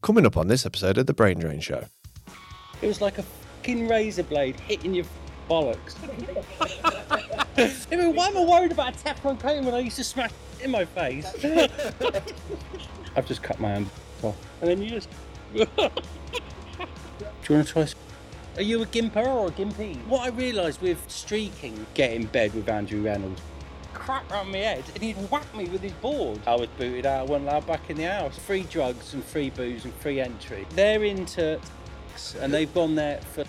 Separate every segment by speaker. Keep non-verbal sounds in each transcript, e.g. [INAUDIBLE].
Speaker 1: Coming up on this episode of The Brain Drain Show.
Speaker 2: It was like a fucking razor blade hitting your [LAUGHS] bollocks. I mean, why am I worried about a tap on pain when I used to smash in my face? [LAUGHS] I've just cut my hand off. And then you just. [LAUGHS] Do you want to try? s- Are you a gimper or a gimpy? What I realised with streaking, get in bed with Andrew Reynolds. Crap round my head, and he'd whack me with his board. I was booted out, I wasn't allowed back in the house. Free drugs and free booze and free entry. They're into and they've gone there for.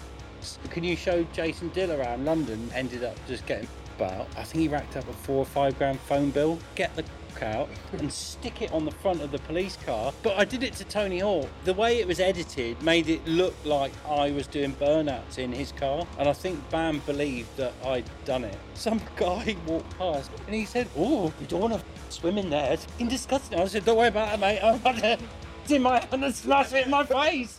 Speaker 2: Can you show Jason Diller around London? Ended up just getting out. I think he racked up a four or five grand phone bill. Get the out and stick it on the front of the police car. But I did it to Tony Hawk. The way it was edited made it look like I was doing burnouts in his car, and I think Bam believed that I'd done it. Some [LAUGHS] guy walked past and he said, "Oh, you don't want to swim in there? It's fucking disgusting." I said, "Don't worry about it, mate. I'm about to." It's [LAUGHS] in my hand and slash it in my face.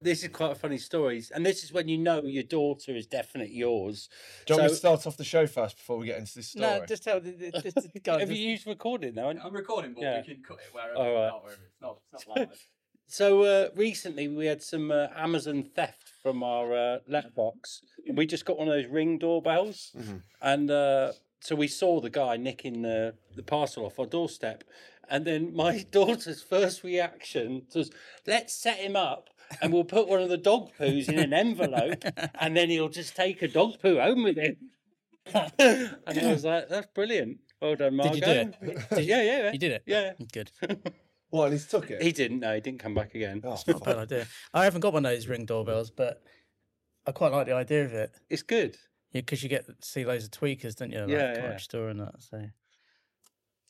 Speaker 2: This is quite a funny story, and this is when you know your daughter is definitely yours.
Speaker 1: Do you want me
Speaker 2: So-
Speaker 1: to start off the show first before we get into this story?
Speaker 3: No, just tell. the- the- Just, [LAUGHS] just go.
Speaker 2: Have
Speaker 3: just-
Speaker 2: you used recording now?
Speaker 4: I'm recording, but
Speaker 2: Yeah.
Speaker 4: we can cut it wherever.
Speaker 2: All right.
Speaker 4: not wherever. It's not, it's not live.
Speaker 2: So uh, recently we had some uh, Amazon theft from our uh, letterbox. We just got one of those ring doorbells,
Speaker 3: Mm-hmm.
Speaker 1: Mhm.
Speaker 2: and uh, so we saw the guy nicking the, the parcel off our doorstep. And then my [LAUGHS] daughter's first reaction was, "Let's set him up." And we'll put one of the dog poos in an envelope, and then he'll just take a dog poo home with him. [LAUGHS] and I was like, "That's brilliant! Well done,
Speaker 3: Did
Speaker 2: Margot."
Speaker 3: you do it? Did you-
Speaker 2: [LAUGHS] yeah, yeah, yeah.
Speaker 3: You did it.
Speaker 2: Yeah.
Speaker 3: [LAUGHS] Good.
Speaker 1: What, and he's took it?
Speaker 2: He didn't. No, he didn't come back again.
Speaker 1: Oh,
Speaker 3: Not a
Speaker 1: fuck.
Speaker 3: bad idea. I haven't got one of those ring doorbells, but I quite like the idea of it
Speaker 2: It's good.
Speaker 3: because you get to see loads of tweakers, don't you? Like
Speaker 2: Yeah,
Speaker 3: Cottage
Speaker 2: yeah.
Speaker 3: Store and that. So,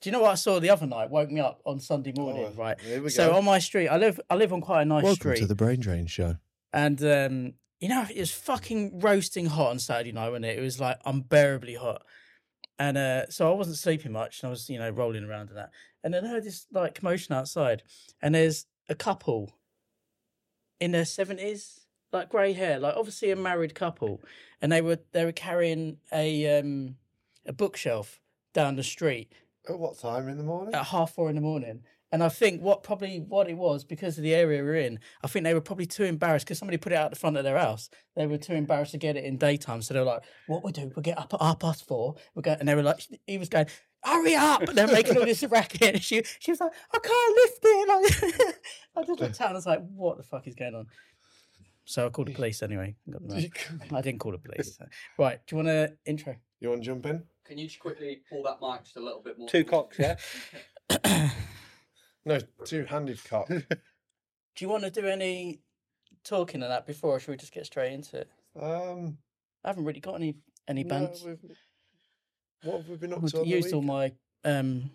Speaker 3: do you know what I saw the other night? Woke me up on Sunday morning.
Speaker 1: Oh,
Speaker 3: right.
Speaker 1: here we
Speaker 3: So
Speaker 1: go.
Speaker 3: on my street, I live. I live on quite a nice
Speaker 1: Welcome
Speaker 3: street.
Speaker 1: to The Brain Drain Show.
Speaker 3: And um, you know, it was fucking roasting hot on Saturday night, wasn't it? It was like unbearably hot. And uh, so I wasn't sleeping much, and I was, you know, rolling around and that. And then I heard this like commotion outside, and there's a couple in their seventies, like grey hair, like obviously a married couple, and they were they were carrying a um, a bookshelf down the street,
Speaker 1: At what time in the morning? [LAUGHS]
Speaker 3: at half four in the morning. And I think what probably what it was because of the area we're in, I think they were probably too embarrassed because somebody put it out the front of their house. They were too embarrassed to get it in daytime, so they were like, "What we do? We'll get up at half past four. We go," and they were like, "He was going, hurry up!" And they're making all this [LAUGHS] racket. She she was like, "I can't lift it." Like, [LAUGHS] I just looked out and I was like, "What the fuck is going on?" So I called the police anyway. Got them right. I didn't call the police. Right? Do you want to intro?
Speaker 1: You want to jump in?
Speaker 4: Can you just quickly pull that mic just a little bit more?
Speaker 2: Two cocks,
Speaker 3: [LAUGHS]
Speaker 2: yeah.
Speaker 1: No, two handed cock.
Speaker 3: Do you want to do any talking of that before, or should we just get straight into it?
Speaker 1: [LAUGHS] um,
Speaker 3: I haven't really got any any
Speaker 1: no,
Speaker 3: bands.
Speaker 1: we've- what have we been up
Speaker 3: I
Speaker 1: to? on the
Speaker 3: used all
Speaker 1: week?
Speaker 3: my um,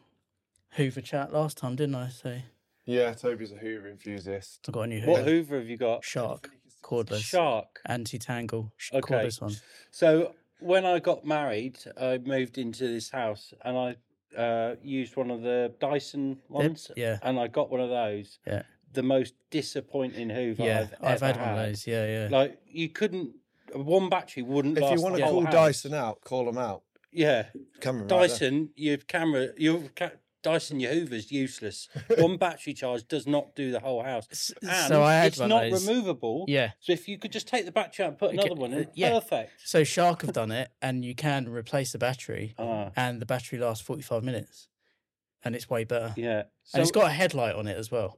Speaker 3: Hoover chat last time, didn't I? So
Speaker 1: Yeah, Toby's a Hoover enthusiast.
Speaker 3: I got a new Hoover
Speaker 2: What Hoover have you got?
Speaker 3: shark cordless
Speaker 2: Shark.
Speaker 3: anti-tangle sh-
Speaker 2: Okay.
Speaker 3: cordless one.
Speaker 2: So when I got married, I moved into this house and I uh, used one of the Dyson ones.
Speaker 3: yeah.
Speaker 2: And I got one of those.
Speaker 3: Yeah.
Speaker 2: The most disappointing Hoover
Speaker 3: yeah,
Speaker 2: I've,
Speaker 3: I've,
Speaker 2: ever
Speaker 3: had one of those. Yeah, yeah.
Speaker 2: Like you couldn't. One battery wouldn't.
Speaker 1: If
Speaker 2: last
Speaker 1: you want
Speaker 2: the
Speaker 1: to
Speaker 2: whole
Speaker 1: call
Speaker 2: house.
Speaker 1: Dyson out, call him out.
Speaker 3: [LAUGHS]
Speaker 2: yeah,
Speaker 1: Camera right there.
Speaker 2: Dyson, your camera, your ca- Dyson, your Hoover's useless.
Speaker 3: [LAUGHS]
Speaker 2: one battery charge does not do the whole house.
Speaker 3: S-
Speaker 2: And
Speaker 3: so I had
Speaker 2: it's
Speaker 3: one
Speaker 2: not
Speaker 3: of those.
Speaker 2: removable.
Speaker 3: yeah.
Speaker 2: So if you could just take the battery out and put
Speaker 3: Okay,
Speaker 2: another one in,
Speaker 3: uh, yeah.
Speaker 2: perfect.
Speaker 3: So Shark have done it, and you can replace the battery,
Speaker 2: Ah,
Speaker 3: and the battery lasts forty-five minutes, and it's way better.
Speaker 2: yeah. So,
Speaker 3: And it's got a headlight on it as well,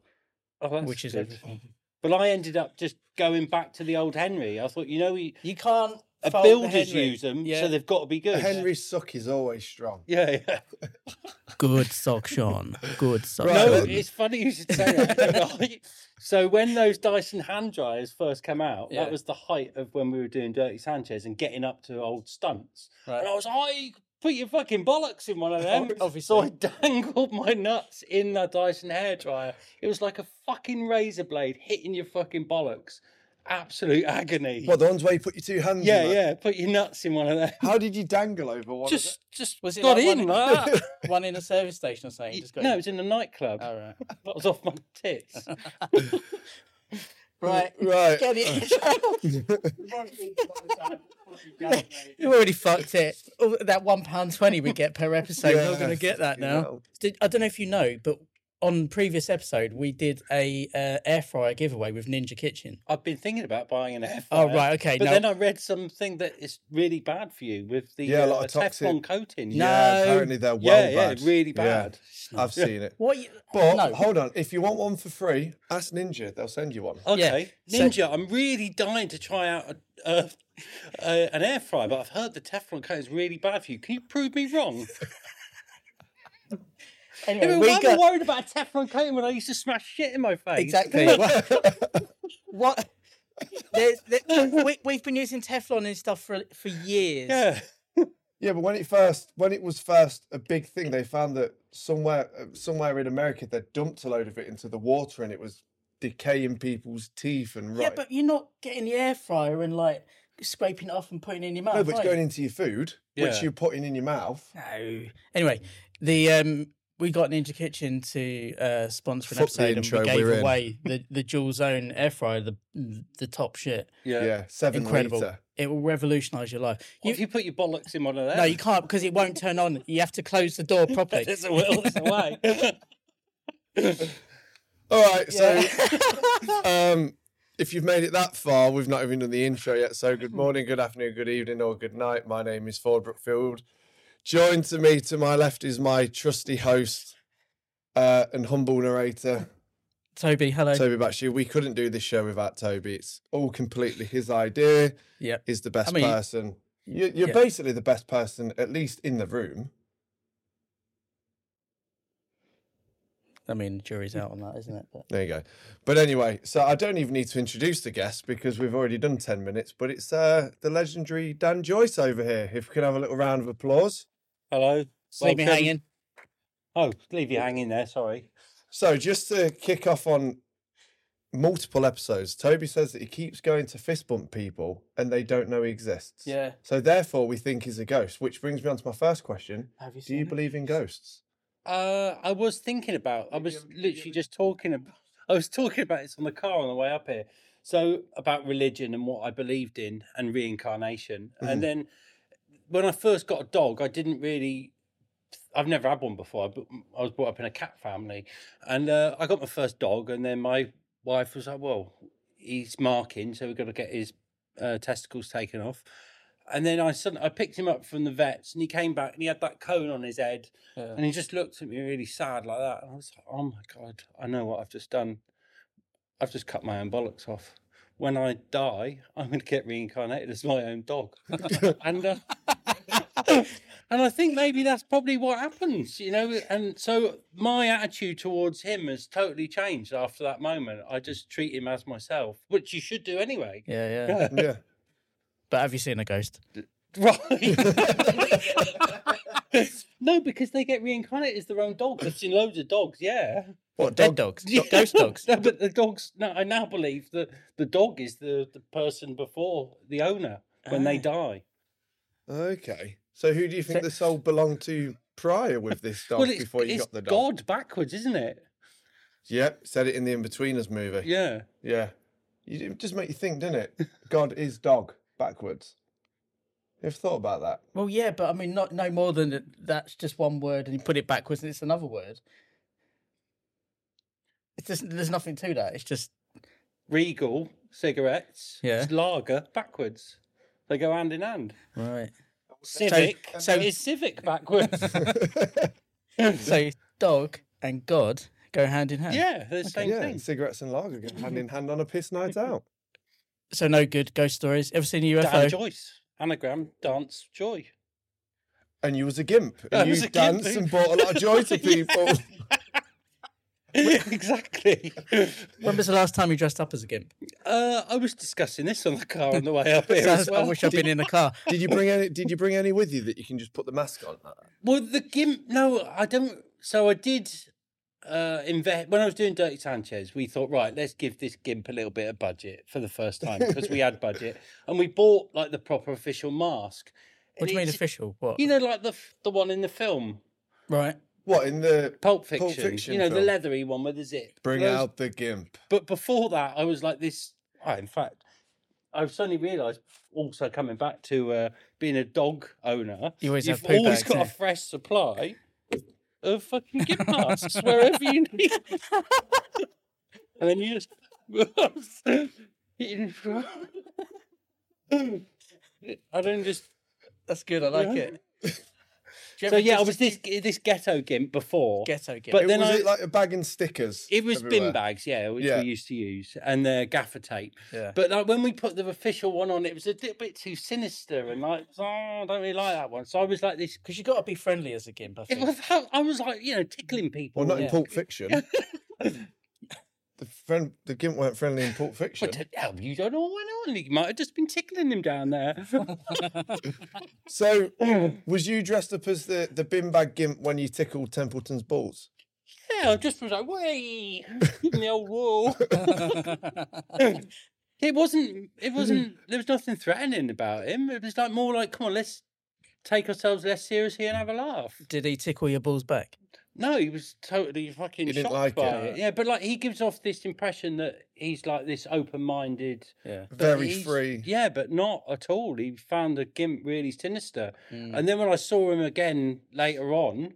Speaker 2: oh, that's
Speaker 3: which is
Speaker 2: good.
Speaker 3: everything.
Speaker 2: But I ended up just going back to the old Henry. I thought, you know, he,
Speaker 3: You can't.
Speaker 2: a
Speaker 3: fold the
Speaker 2: builders
Speaker 3: Henry.
Speaker 2: use them,
Speaker 3: Yeah.
Speaker 2: so they've got to be
Speaker 1: A
Speaker 2: good.
Speaker 1: Henry Suck is always strong.
Speaker 2: Yeah, yeah.
Speaker 3: Good sock, Sean. Good sock.
Speaker 1: Right,
Speaker 2: No,
Speaker 1: then.
Speaker 2: it's funny you should say that. [LAUGHS] Right? so when those Dyson hand dryers first came out,
Speaker 3: Yeah.
Speaker 2: that was the height of when we were doing Dirty Sanchez and getting up to old stunts. And I was, oh, you could put your fucking bollocks in one of them.
Speaker 3: Obviously.
Speaker 2: So I [LAUGHS] dangled my nuts in that Dyson hairdryer. It was like a fucking razor blade hitting your fucking bollocks. Absolute agony.
Speaker 1: What, the ones where you put your two hands in?
Speaker 2: yeah,
Speaker 1: like-
Speaker 2: yeah. Put your nuts in one of them. [LAUGHS]
Speaker 1: How did you dangle over one? of
Speaker 2: just, just
Speaker 3: Was it
Speaker 2: got
Speaker 3: like one
Speaker 2: in
Speaker 3: in-
Speaker 2: like that.
Speaker 3: [LAUGHS] One in a service station or something.
Speaker 2: You-
Speaker 1: Oh.
Speaker 2: [LAUGHS]
Speaker 3: Just got
Speaker 2: no, it was in a
Speaker 1: [LAUGHS]
Speaker 2: nightclub.
Speaker 3: All right.
Speaker 2: That was off my tits.
Speaker 3: Right.
Speaker 1: Right.
Speaker 3: Get it. [LAUGHS]
Speaker 1: [LAUGHS]
Speaker 4: You're
Speaker 3: You already fucked it. Oh, That one pound twenty we get per episode. We're not gonna
Speaker 1: Yeah,
Speaker 3: get that
Speaker 1: fucking
Speaker 3: now.
Speaker 1: hell.
Speaker 3: Did, I don't know if you know, but on previous episode we did a uh, air fryer giveaway with Ninja Kitchen.
Speaker 2: I've been thinking about buying an air
Speaker 3: Oh
Speaker 2: fryer,
Speaker 3: right, okay.
Speaker 2: But
Speaker 3: no,
Speaker 2: then I read something that is really bad for you with the
Speaker 1: Yeah, a
Speaker 2: uh,
Speaker 1: lot of toxic-
Speaker 2: Teflon coating.
Speaker 1: Yeah,
Speaker 3: No.
Speaker 1: apparently they're well
Speaker 2: yeah, yeah,
Speaker 1: bad.
Speaker 2: really
Speaker 1: Yeah,
Speaker 2: bad.
Speaker 1: I've seen it.
Speaker 3: what? You,
Speaker 1: But
Speaker 3: no.
Speaker 1: hold on, if you want one for free, ask Ninja. They'll send you one.
Speaker 2: Okay,
Speaker 3: So-
Speaker 2: Ninja, I'm really dying to try out a, a, a, an air fryer, but I've heard the Teflon coat is really bad for you. Can you prove me
Speaker 1: [LAUGHS]
Speaker 2: wrong?
Speaker 3: anyway,
Speaker 2: Anyway,
Speaker 3: we
Speaker 2: why am I
Speaker 3: got-
Speaker 2: worried about a Teflon coating when I used to smash shit in my face?
Speaker 3: exactly. what? There's, there, we, we've been using Teflon and stuff for for years.
Speaker 2: Yeah.
Speaker 1: [LAUGHS] yeah, but when it first, when it was first a big thing, they found that somewhere, uh, somewhere in America, they dumped a load of it into the water, and it was decaying people's teeth and
Speaker 3: Yeah,
Speaker 1: rotting.
Speaker 3: but you're not getting the air fryer and like scraping it off and putting it in your mouth.
Speaker 1: no, but it's
Speaker 3: are you?
Speaker 1: going into your food,
Speaker 2: Yeah.
Speaker 1: which you're putting in your mouth.
Speaker 3: No. Anyway, the um, we got Ninja Kitchen to uh, sponsor an
Speaker 1: Fuck the
Speaker 3: episode, and
Speaker 1: intro,
Speaker 3: we gave
Speaker 1: we're in. [LAUGHS]
Speaker 3: away the the dual zone air fryer, the the top shit.
Speaker 2: Yeah.
Speaker 1: Yeah, seven
Speaker 3: Incredible.
Speaker 1: liter.
Speaker 3: It will revolutionise your life.
Speaker 2: What
Speaker 3: You,
Speaker 2: if you put your bollocks in one of them?
Speaker 3: no, you can't because it won't turn on. You have to close
Speaker 1: [LAUGHS]
Speaker 3: the door
Speaker 2: [LAUGHS]
Speaker 3: properly.
Speaker 2: There's a will, there's a way.
Speaker 3: [LAUGHS]
Speaker 1: All right, so
Speaker 3: Yeah.
Speaker 1: [LAUGHS] um, if you've made it that far, we've not even done the intro yet. So, good morning, good afternoon, good evening, or good night. My name is Ford Brookfield. Joined to me to my left is my trusty host uh, and humble narrator,
Speaker 3: Toby, hello.
Speaker 1: Toby Batchew. We couldn't do this show without Toby. It's all completely his idea.
Speaker 3: Yep.
Speaker 1: He's the best
Speaker 3: I mean-
Speaker 1: person. You, you're
Speaker 3: Yeah.
Speaker 1: basically the best person, at least in the room.
Speaker 3: I mean, the jury's out on that, isn't it? But
Speaker 1: There you go. But anyway, so I don't even need to introduce the guest because we've already done 10 minutes, but it's uh, the legendary Dan Joyce over here. If we can have a little round of applause.
Speaker 2: Hello.
Speaker 3: leave me
Speaker 2: welcome.
Speaker 3: hanging.
Speaker 2: Oh, leave you hanging there, sorry.
Speaker 1: So, just to kick off on multiple episodes, Toby says that he keeps going to fist bump people and they don't know he exists.
Speaker 3: Yeah.
Speaker 1: So, therefore, we think he's a ghost, which brings me on to my first question
Speaker 3: Have you
Speaker 1: Do you believe in ghosts?
Speaker 2: Uh, I was thinking about. I was literally just talking about. [LAUGHS] I was talking about this on the car on the way up here. So about religion and what I believed in and reincarnation. And then when I first got a dog, I didn't really. I've never had one before. I bu- I was brought up in a cat family, and uh, I got my first dog. And then my wife was like, "Well, he's marking, so we've got to get his uh, testicles taken off." And then I suddenly I picked him up from the vets, and he came back, and he had that cone on his head,
Speaker 3: Yeah.
Speaker 2: and he just looked at me really sad like that. And I was like, oh my God, I know what I've just done. I've just cut my own bollocks off. When I die, I'm going to get reincarnated as my own dog. [LAUGHS] and, uh, [LAUGHS] and I think maybe that's probably what happens, you know. And so my attitude towards him has totally changed after that moment. I just treat him as myself, which you should do anyway.
Speaker 3: Yeah, yeah.
Speaker 1: yeah.
Speaker 3: But have you seen a ghost?
Speaker 2: [LAUGHS] Right. no, because they get reincarnated as their own dogs. I've seen loads of dogs, yeah.
Speaker 1: What,
Speaker 3: Dead
Speaker 1: dog?
Speaker 3: dogs, not ghost dogs.
Speaker 2: No, but the dogs. No, I now believe that the dog is the, the person before the owner when they die.
Speaker 1: Okay. So, who do you think the soul belonged to prior with this dog
Speaker 2: well, it's,
Speaker 1: before you
Speaker 2: it's
Speaker 1: got the dog?
Speaker 2: God backwards, isn't it?
Speaker 1: Yep, said it in the Inbetweeners movie.
Speaker 2: Yeah.
Speaker 1: Yeah. You, it just make you think, didn't
Speaker 2: [LAUGHS]
Speaker 1: it? God is dog backwards. You ever thought about that?
Speaker 3: [LAUGHS] Well, yeah, but I mean, not no more than that- that's just one word, and you put it backwards, and it's another word. It's just there's nothing to that. It's just
Speaker 2: Regal cigarettes.
Speaker 3: Yeah.
Speaker 2: It's lager backwards. They go hand in hand.
Speaker 3: right.
Speaker 2: Civic. So,
Speaker 3: so-
Speaker 2: is civic [LAUGHS] backwards?
Speaker 3: [LAUGHS] So dog and God go hand in hand.
Speaker 2: yeah, they're the same
Speaker 1: [LAUGHS] yeah,
Speaker 2: thing.
Speaker 1: cigarettes and lager go hand
Speaker 2: [LAUGHS]
Speaker 1: in hand on a piss night out.
Speaker 3: So no good ghost stories. Ever seen a
Speaker 2: Dan
Speaker 3: UFO?
Speaker 2: Joyce. Anagram. Dance. Joy.
Speaker 1: And you was a gimp.
Speaker 2: I
Speaker 1: And
Speaker 2: was
Speaker 1: you
Speaker 2: a gimp,
Speaker 1: danced
Speaker 2: eh?
Speaker 1: and brought a lot of joy
Speaker 2: [LAUGHS]
Speaker 1: to people.
Speaker 2: exactly.
Speaker 1: [LAUGHS]
Speaker 3: when was the last time you dressed up as a gimp?
Speaker 2: Uh, I was discussing this on the car on the way up here. as
Speaker 3: Sounds-
Speaker 2: well.
Speaker 3: I wish I'd been in the
Speaker 2: [LAUGHS]
Speaker 3: car.
Speaker 1: Did you bring any did you bring any with you that you can just put the mask on?
Speaker 2: Well, the gimp. No, I don't. So I did uh invest when I was doing Dirty Sanchez. We thought, right, let's give this gimp a little bit of budget for the first time because we had budget, and we bought like the proper official mask.
Speaker 3: What do you mean
Speaker 2: It's-
Speaker 3: official? What?
Speaker 2: You know, like the f- the one in the film
Speaker 3: right.
Speaker 1: What in the
Speaker 2: Pulp Fiction.
Speaker 1: Fiction
Speaker 2: you know, the
Speaker 1: film.
Speaker 2: leathery one with the zip.
Speaker 1: Bring
Speaker 2: Those-
Speaker 1: out the gimp.
Speaker 2: But before that, I was like this I, in fact, I've suddenly realised. Also, coming back to uh, being a dog owner,
Speaker 3: You always
Speaker 2: you've
Speaker 3: have poo
Speaker 2: always
Speaker 3: bags,
Speaker 2: got a
Speaker 3: yeah.
Speaker 2: fresh supply of fucking gimp masks [LAUGHS] wherever you need. [LAUGHS] and then you just [LAUGHS] eating. I don't just
Speaker 3: That's good. I like
Speaker 2: Yeah.
Speaker 3: [LAUGHS] it. Do you
Speaker 2: so
Speaker 3: ever
Speaker 2: yeah, I
Speaker 3: just-
Speaker 2: was this this ghetto gimp before.
Speaker 3: ghetto gimp.
Speaker 2: But
Speaker 1: It-
Speaker 2: then
Speaker 1: was
Speaker 2: I-
Speaker 1: it like a bag and stickers?
Speaker 2: It was bin
Speaker 1: everywhere?
Speaker 2: bags, yeah, which
Speaker 1: Yeah.
Speaker 2: we used to use, and uh, gaffer tape.
Speaker 3: Yeah.
Speaker 2: But like when we put the official one on, it was a little bit too sinister, and like, oh, I don't really like that one. So I was like this.
Speaker 3: Because you got to be friendly as a gimp. I
Speaker 2: It
Speaker 3: think.
Speaker 2: was, I was like, you know, tickling people.
Speaker 1: Well, not in
Speaker 3: Yeah.
Speaker 1: Pulp Fiction.
Speaker 2: [LAUGHS]
Speaker 1: the friend, the gimp weren't friendly in Pulp Fiction.
Speaker 2: What the hell? You don't know what went on. You might have just been tickling him down
Speaker 1: [LAUGHS]
Speaker 2: there.
Speaker 1: So,
Speaker 2: Mm.
Speaker 1: was you dressed up as the the bin bag gimp when you tickled Templeton's balls?
Speaker 2: yeah, I just was like, way in the old wall.
Speaker 3: [LAUGHS]
Speaker 2: [LAUGHS] It wasn't. It
Speaker 1: Hmm.
Speaker 2: wasn't. there was nothing threatening about him. It was like more like, come on, let's take ourselves less seriously and have a laugh.
Speaker 3: Did he tickle your balls back?
Speaker 2: No, he was totally fucking
Speaker 1: He didn't like
Speaker 2: shocked by
Speaker 1: it.
Speaker 2: it. Yeah, but like he gives off this impression that he's like this open-minded,
Speaker 3: Yeah.
Speaker 2: but
Speaker 1: Very
Speaker 2: he's-
Speaker 1: free.
Speaker 2: Yeah, but not at all. He found the gimp really sinister.
Speaker 1: Hmm.
Speaker 2: And then when I saw him again later on,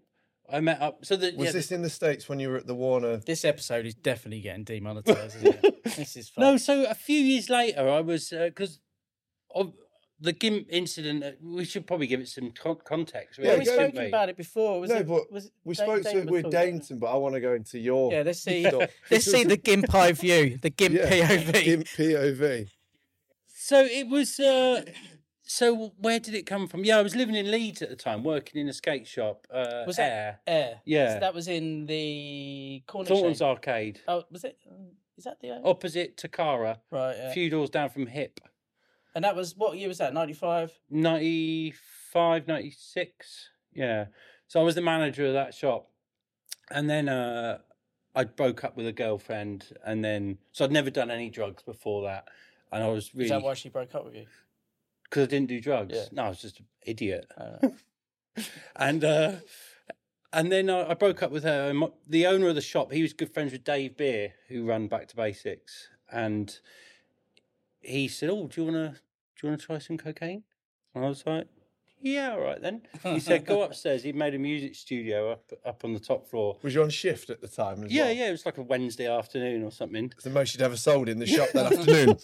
Speaker 2: I met up. So that
Speaker 1: Was
Speaker 2: yeah,
Speaker 1: this in the states when you were at the Warner?
Speaker 3: This episode is definitely getting demonetized. Isn't it? This is fun.
Speaker 2: No, so a few years later, I was because of the GIMP incident. uh, We should probably give it some con- context. Really,
Speaker 1: Yeah,
Speaker 3: we've
Speaker 1: go-
Speaker 2: shouldn't
Speaker 3: spoken
Speaker 2: we?
Speaker 3: about it before. Was
Speaker 1: No,
Speaker 3: it,
Speaker 1: but
Speaker 3: was it
Speaker 1: We
Speaker 3: Dan-
Speaker 1: spoke to
Speaker 3: Dan
Speaker 1: it with
Speaker 3: McCall, wasn't it?
Speaker 1: Dainton, but I want to go into your
Speaker 3: Yeah, let's see.
Speaker 2: [LAUGHS]
Speaker 1: stuff.
Speaker 3: [LAUGHS] let's see the gimp eye view, the
Speaker 1: [LAUGHS]
Speaker 3: gimp
Speaker 1: Yeah.
Speaker 3: POV.
Speaker 1: gimp POV.
Speaker 2: So it was. Uh, so where did it come from? Yeah, I was living in Leeds at the time, working in a skate shop. Uh,
Speaker 3: Was that-
Speaker 2: Air
Speaker 3: Air.
Speaker 2: Yeah.
Speaker 3: So that was in the corner.
Speaker 2: Thornton's
Speaker 3: shop.
Speaker 2: Arcade,
Speaker 3: Oh, was it? um, Is that the oh,
Speaker 2: opposite Takara,
Speaker 3: right?
Speaker 2: a
Speaker 3: Yeah.
Speaker 2: few doors down from Hip.
Speaker 3: And that was what year was that? Ninety five.
Speaker 2: 95, 96. Yeah. So I was the manager of that shop. And then uh, I broke up with a girlfriend. And then, so I'd never done any drugs before that. And I was
Speaker 3: Is that why
Speaker 2: really,
Speaker 3: she broke up with you?
Speaker 2: because I didn't do drugs.
Speaker 3: Yeah.
Speaker 2: No, I was just an idiot.
Speaker 3: Oh,
Speaker 2: And, uh, and then I, I broke up with her. And my, the owner of the shop, he was good friends with Dave Beer, who ran Back to Basics. And he said, "Oh, do you wanna do you wanna try some cocaine?" And I was like, "Yeah, all right then." He said, "Go upstairs." He made a music studio up up on the top floor.
Speaker 1: Was you on shift at the time? [LAUGHS] As
Speaker 2: Yeah,
Speaker 1: well?
Speaker 2: yeah, it was like a Wednesday afternoon or something.
Speaker 1: It's the most you'd ever sold
Speaker 2: [LAUGHS]
Speaker 1: in the shop that afternoon.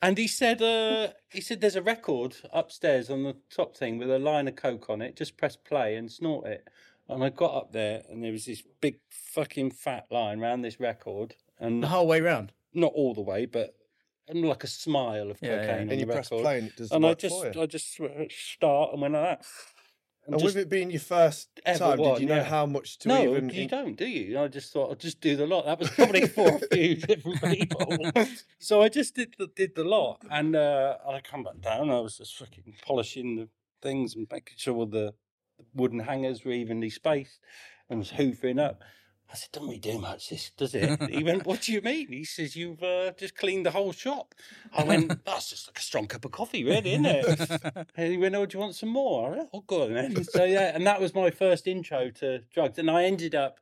Speaker 2: And he said, uh, "He said there's a record upstairs on the top thing with a line of coke on it. Just press play and snort it." And I got up there, and there was this big fucking fat line around this record, and
Speaker 3: The whole way round.
Speaker 2: not all the way, but and like a smile of
Speaker 3: Yeah, yeah.
Speaker 2: cocaine on
Speaker 1: and you
Speaker 2: the
Speaker 1: press
Speaker 2: record.
Speaker 1: play and it does
Speaker 2: and
Speaker 1: the
Speaker 2: I
Speaker 1: work
Speaker 2: just
Speaker 1: for you.
Speaker 2: I just sw- start and went like that. And
Speaker 1: And
Speaker 2: just-
Speaker 1: with it being your first
Speaker 2: ever
Speaker 1: time, did
Speaker 2: one,
Speaker 1: you know
Speaker 2: yeah.
Speaker 1: how much to
Speaker 2: no,
Speaker 1: even?
Speaker 2: you don't, do you? I just thought I'll just do the lot. That was probably for a few [LAUGHS] different
Speaker 1: [LAUGHS]
Speaker 2: people. so I just did the, did the lot, and uh, I come back down. I was just fucking polishing the things and making sure the wooden hangers were evenly spaced, and was hoovering up. I said, "Doesn't really do much, this does it?" He went, "What do you mean?" He says, "You've uh, just cleaned the whole shop." I [LAUGHS] went, "That's just like a strong cup of coffee, really, isn't it?" [LAUGHS] And he went, "Oh, do you want some more?" I went, oh, God, man. [LAUGHS] So yeah, and that was my first intro to drugs, and I ended up,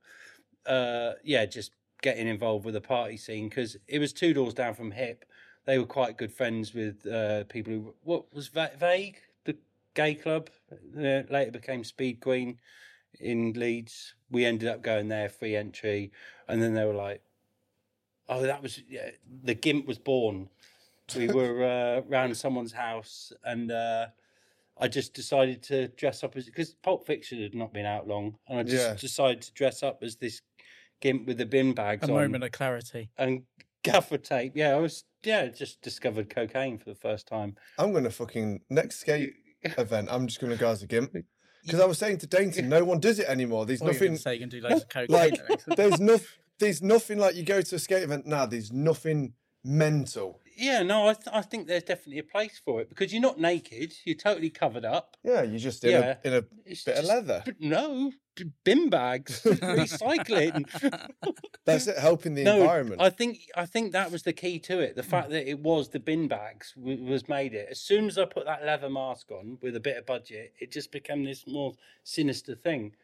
Speaker 2: uh, yeah, just getting involved with the party scene because it was two doors down from Hip. They were quite good friends with uh, people who what was Va- Vague, the gay club, uh, later became Speed Queen in Leeds. We ended up going there free entry, and then they were like, "Oh, that was yeah, the Gimp was born." We were uh, round someone's house, and uh, I just decided to dress up as because Pulp Fiction had not been out long, and I just
Speaker 1: Yeah.
Speaker 2: decided to dress up as this Gimp with the bin bags
Speaker 3: A
Speaker 2: on
Speaker 3: moment of clarity.
Speaker 2: and gaffer tape. Yeah, I was yeah just discovered cocaine for the first time.
Speaker 1: I'm gonna fucking
Speaker 3: [LAUGHS]
Speaker 1: next skate event. I'm just gonna go as a gimp because I was saying to Dainton, no one does it anymore. There's
Speaker 3: What were you gonna
Speaker 1: nothing
Speaker 3: say you can do loads of coke.
Speaker 1: like [LAUGHS] there's nothing. There's nothing like you go to a skate event now. there's nothing mental.
Speaker 2: Yeah, no, I th- I think there's definitely a place for it because you're not naked, you're totally covered up.
Speaker 1: Yeah, you're just in,
Speaker 2: Yeah.
Speaker 1: a, in a
Speaker 2: It's
Speaker 1: bit of
Speaker 2: just-
Speaker 1: leather.
Speaker 2: But no, b-
Speaker 1: [LAUGHS]
Speaker 2: bin bags, recycling.
Speaker 1: That's it, helping the
Speaker 2: no,
Speaker 1: environment. Hmm.
Speaker 2: I think I think that was the key to it. The fact that it was the bin bags w- was made it. As soon as I put that leather mask on with a bit of budget, it just became this more sinister thing.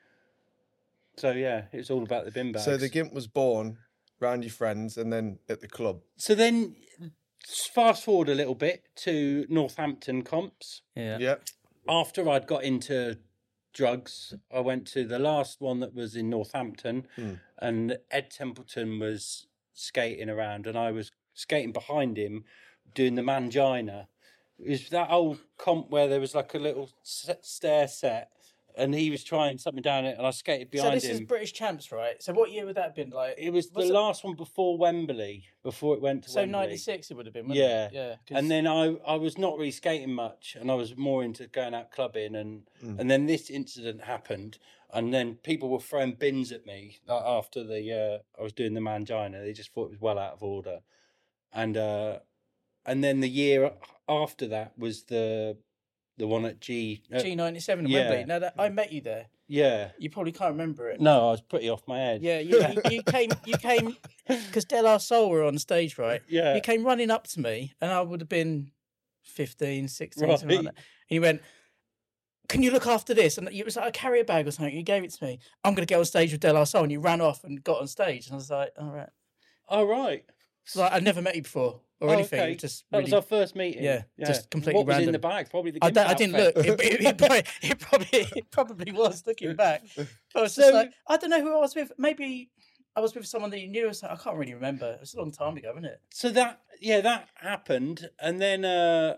Speaker 2: So yeah, it was all about the bin bags.
Speaker 1: so the gimp was born round your friends and then at the club.
Speaker 2: so then fast forward a little bit to Northampton comps.
Speaker 3: Yeah.
Speaker 1: Yeah.
Speaker 2: after I'd got into drugs, I went to the last one that was in Northampton,
Speaker 1: Hmm.
Speaker 2: and Ed Templeton was skating around, and I was skating behind him doing the mangina. It was that old comp where there was like a little se- stair set, and he was trying something down it, and I skated
Speaker 3: So
Speaker 2: behind
Speaker 3: this is
Speaker 2: him.
Speaker 3: British champs, right? So what year would that have been? Like
Speaker 2: it was the
Speaker 3: was it-
Speaker 2: last one before Wembley, before it went to
Speaker 3: so
Speaker 2: Wembley.
Speaker 3: ninety six it would have been. Wouldn't
Speaker 2: Yeah.
Speaker 3: It? Yeah. 'cause-
Speaker 2: and then I, I was not really skating much and I was more into going out clubbing and
Speaker 3: Hmm.
Speaker 1: Mm.
Speaker 2: and then this incident happened and then people were throwing bins at me like, after the uh, I was doing the mangina they just thought it was well out of order and uh, and then the year after that was the the one at G, uh,
Speaker 3: G ninety seven in
Speaker 2: yeah.
Speaker 3: Wembley. Now that I met you there,
Speaker 2: yeah
Speaker 3: you probably can't remember it.
Speaker 2: no I was pretty off my head
Speaker 3: Yeah, you, you,
Speaker 2: [LAUGHS]
Speaker 3: you came, you came, because De La Soul were on stage, right?
Speaker 2: yeah
Speaker 3: You came running up to me, and I would have been 15, 16, something like
Speaker 2: Right.
Speaker 3: that. And you went, Can you look after this? And it was like a carrier bag or something. You gave it to me. I'm going to go on stage with De La Soul. And you ran off and got on stage. And I was like, All right.
Speaker 2: all Oh, right
Speaker 3: So like, I'd never met you before
Speaker 2: Oh,
Speaker 3: or anything.
Speaker 2: okay.
Speaker 3: Just
Speaker 2: that
Speaker 3: really,
Speaker 2: was our first meeting
Speaker 3: Yeah, just completely
Speaker 2: what was in
Speaker 3: random.
Speaker 2: the bag probably the
Speaker 3: I,
Speaker 2: Gimp
Speaker 3: don't- I didn't
Speaker 2: outfit.
Speaker 3: look. It, it, it, probably, [LAUGHS] it, probably, it probably was looking
Speaker 2: [LAUGHS]
Speaker 3: back. I was just
Speaker 2: So-
Speaker 3: like, I don't know who I was with. Maybe I was with someone that you knew. Or something. I can't really remember. It was a long time ago, wasn't it?
Speaker 2: so that yeah that happened and then uh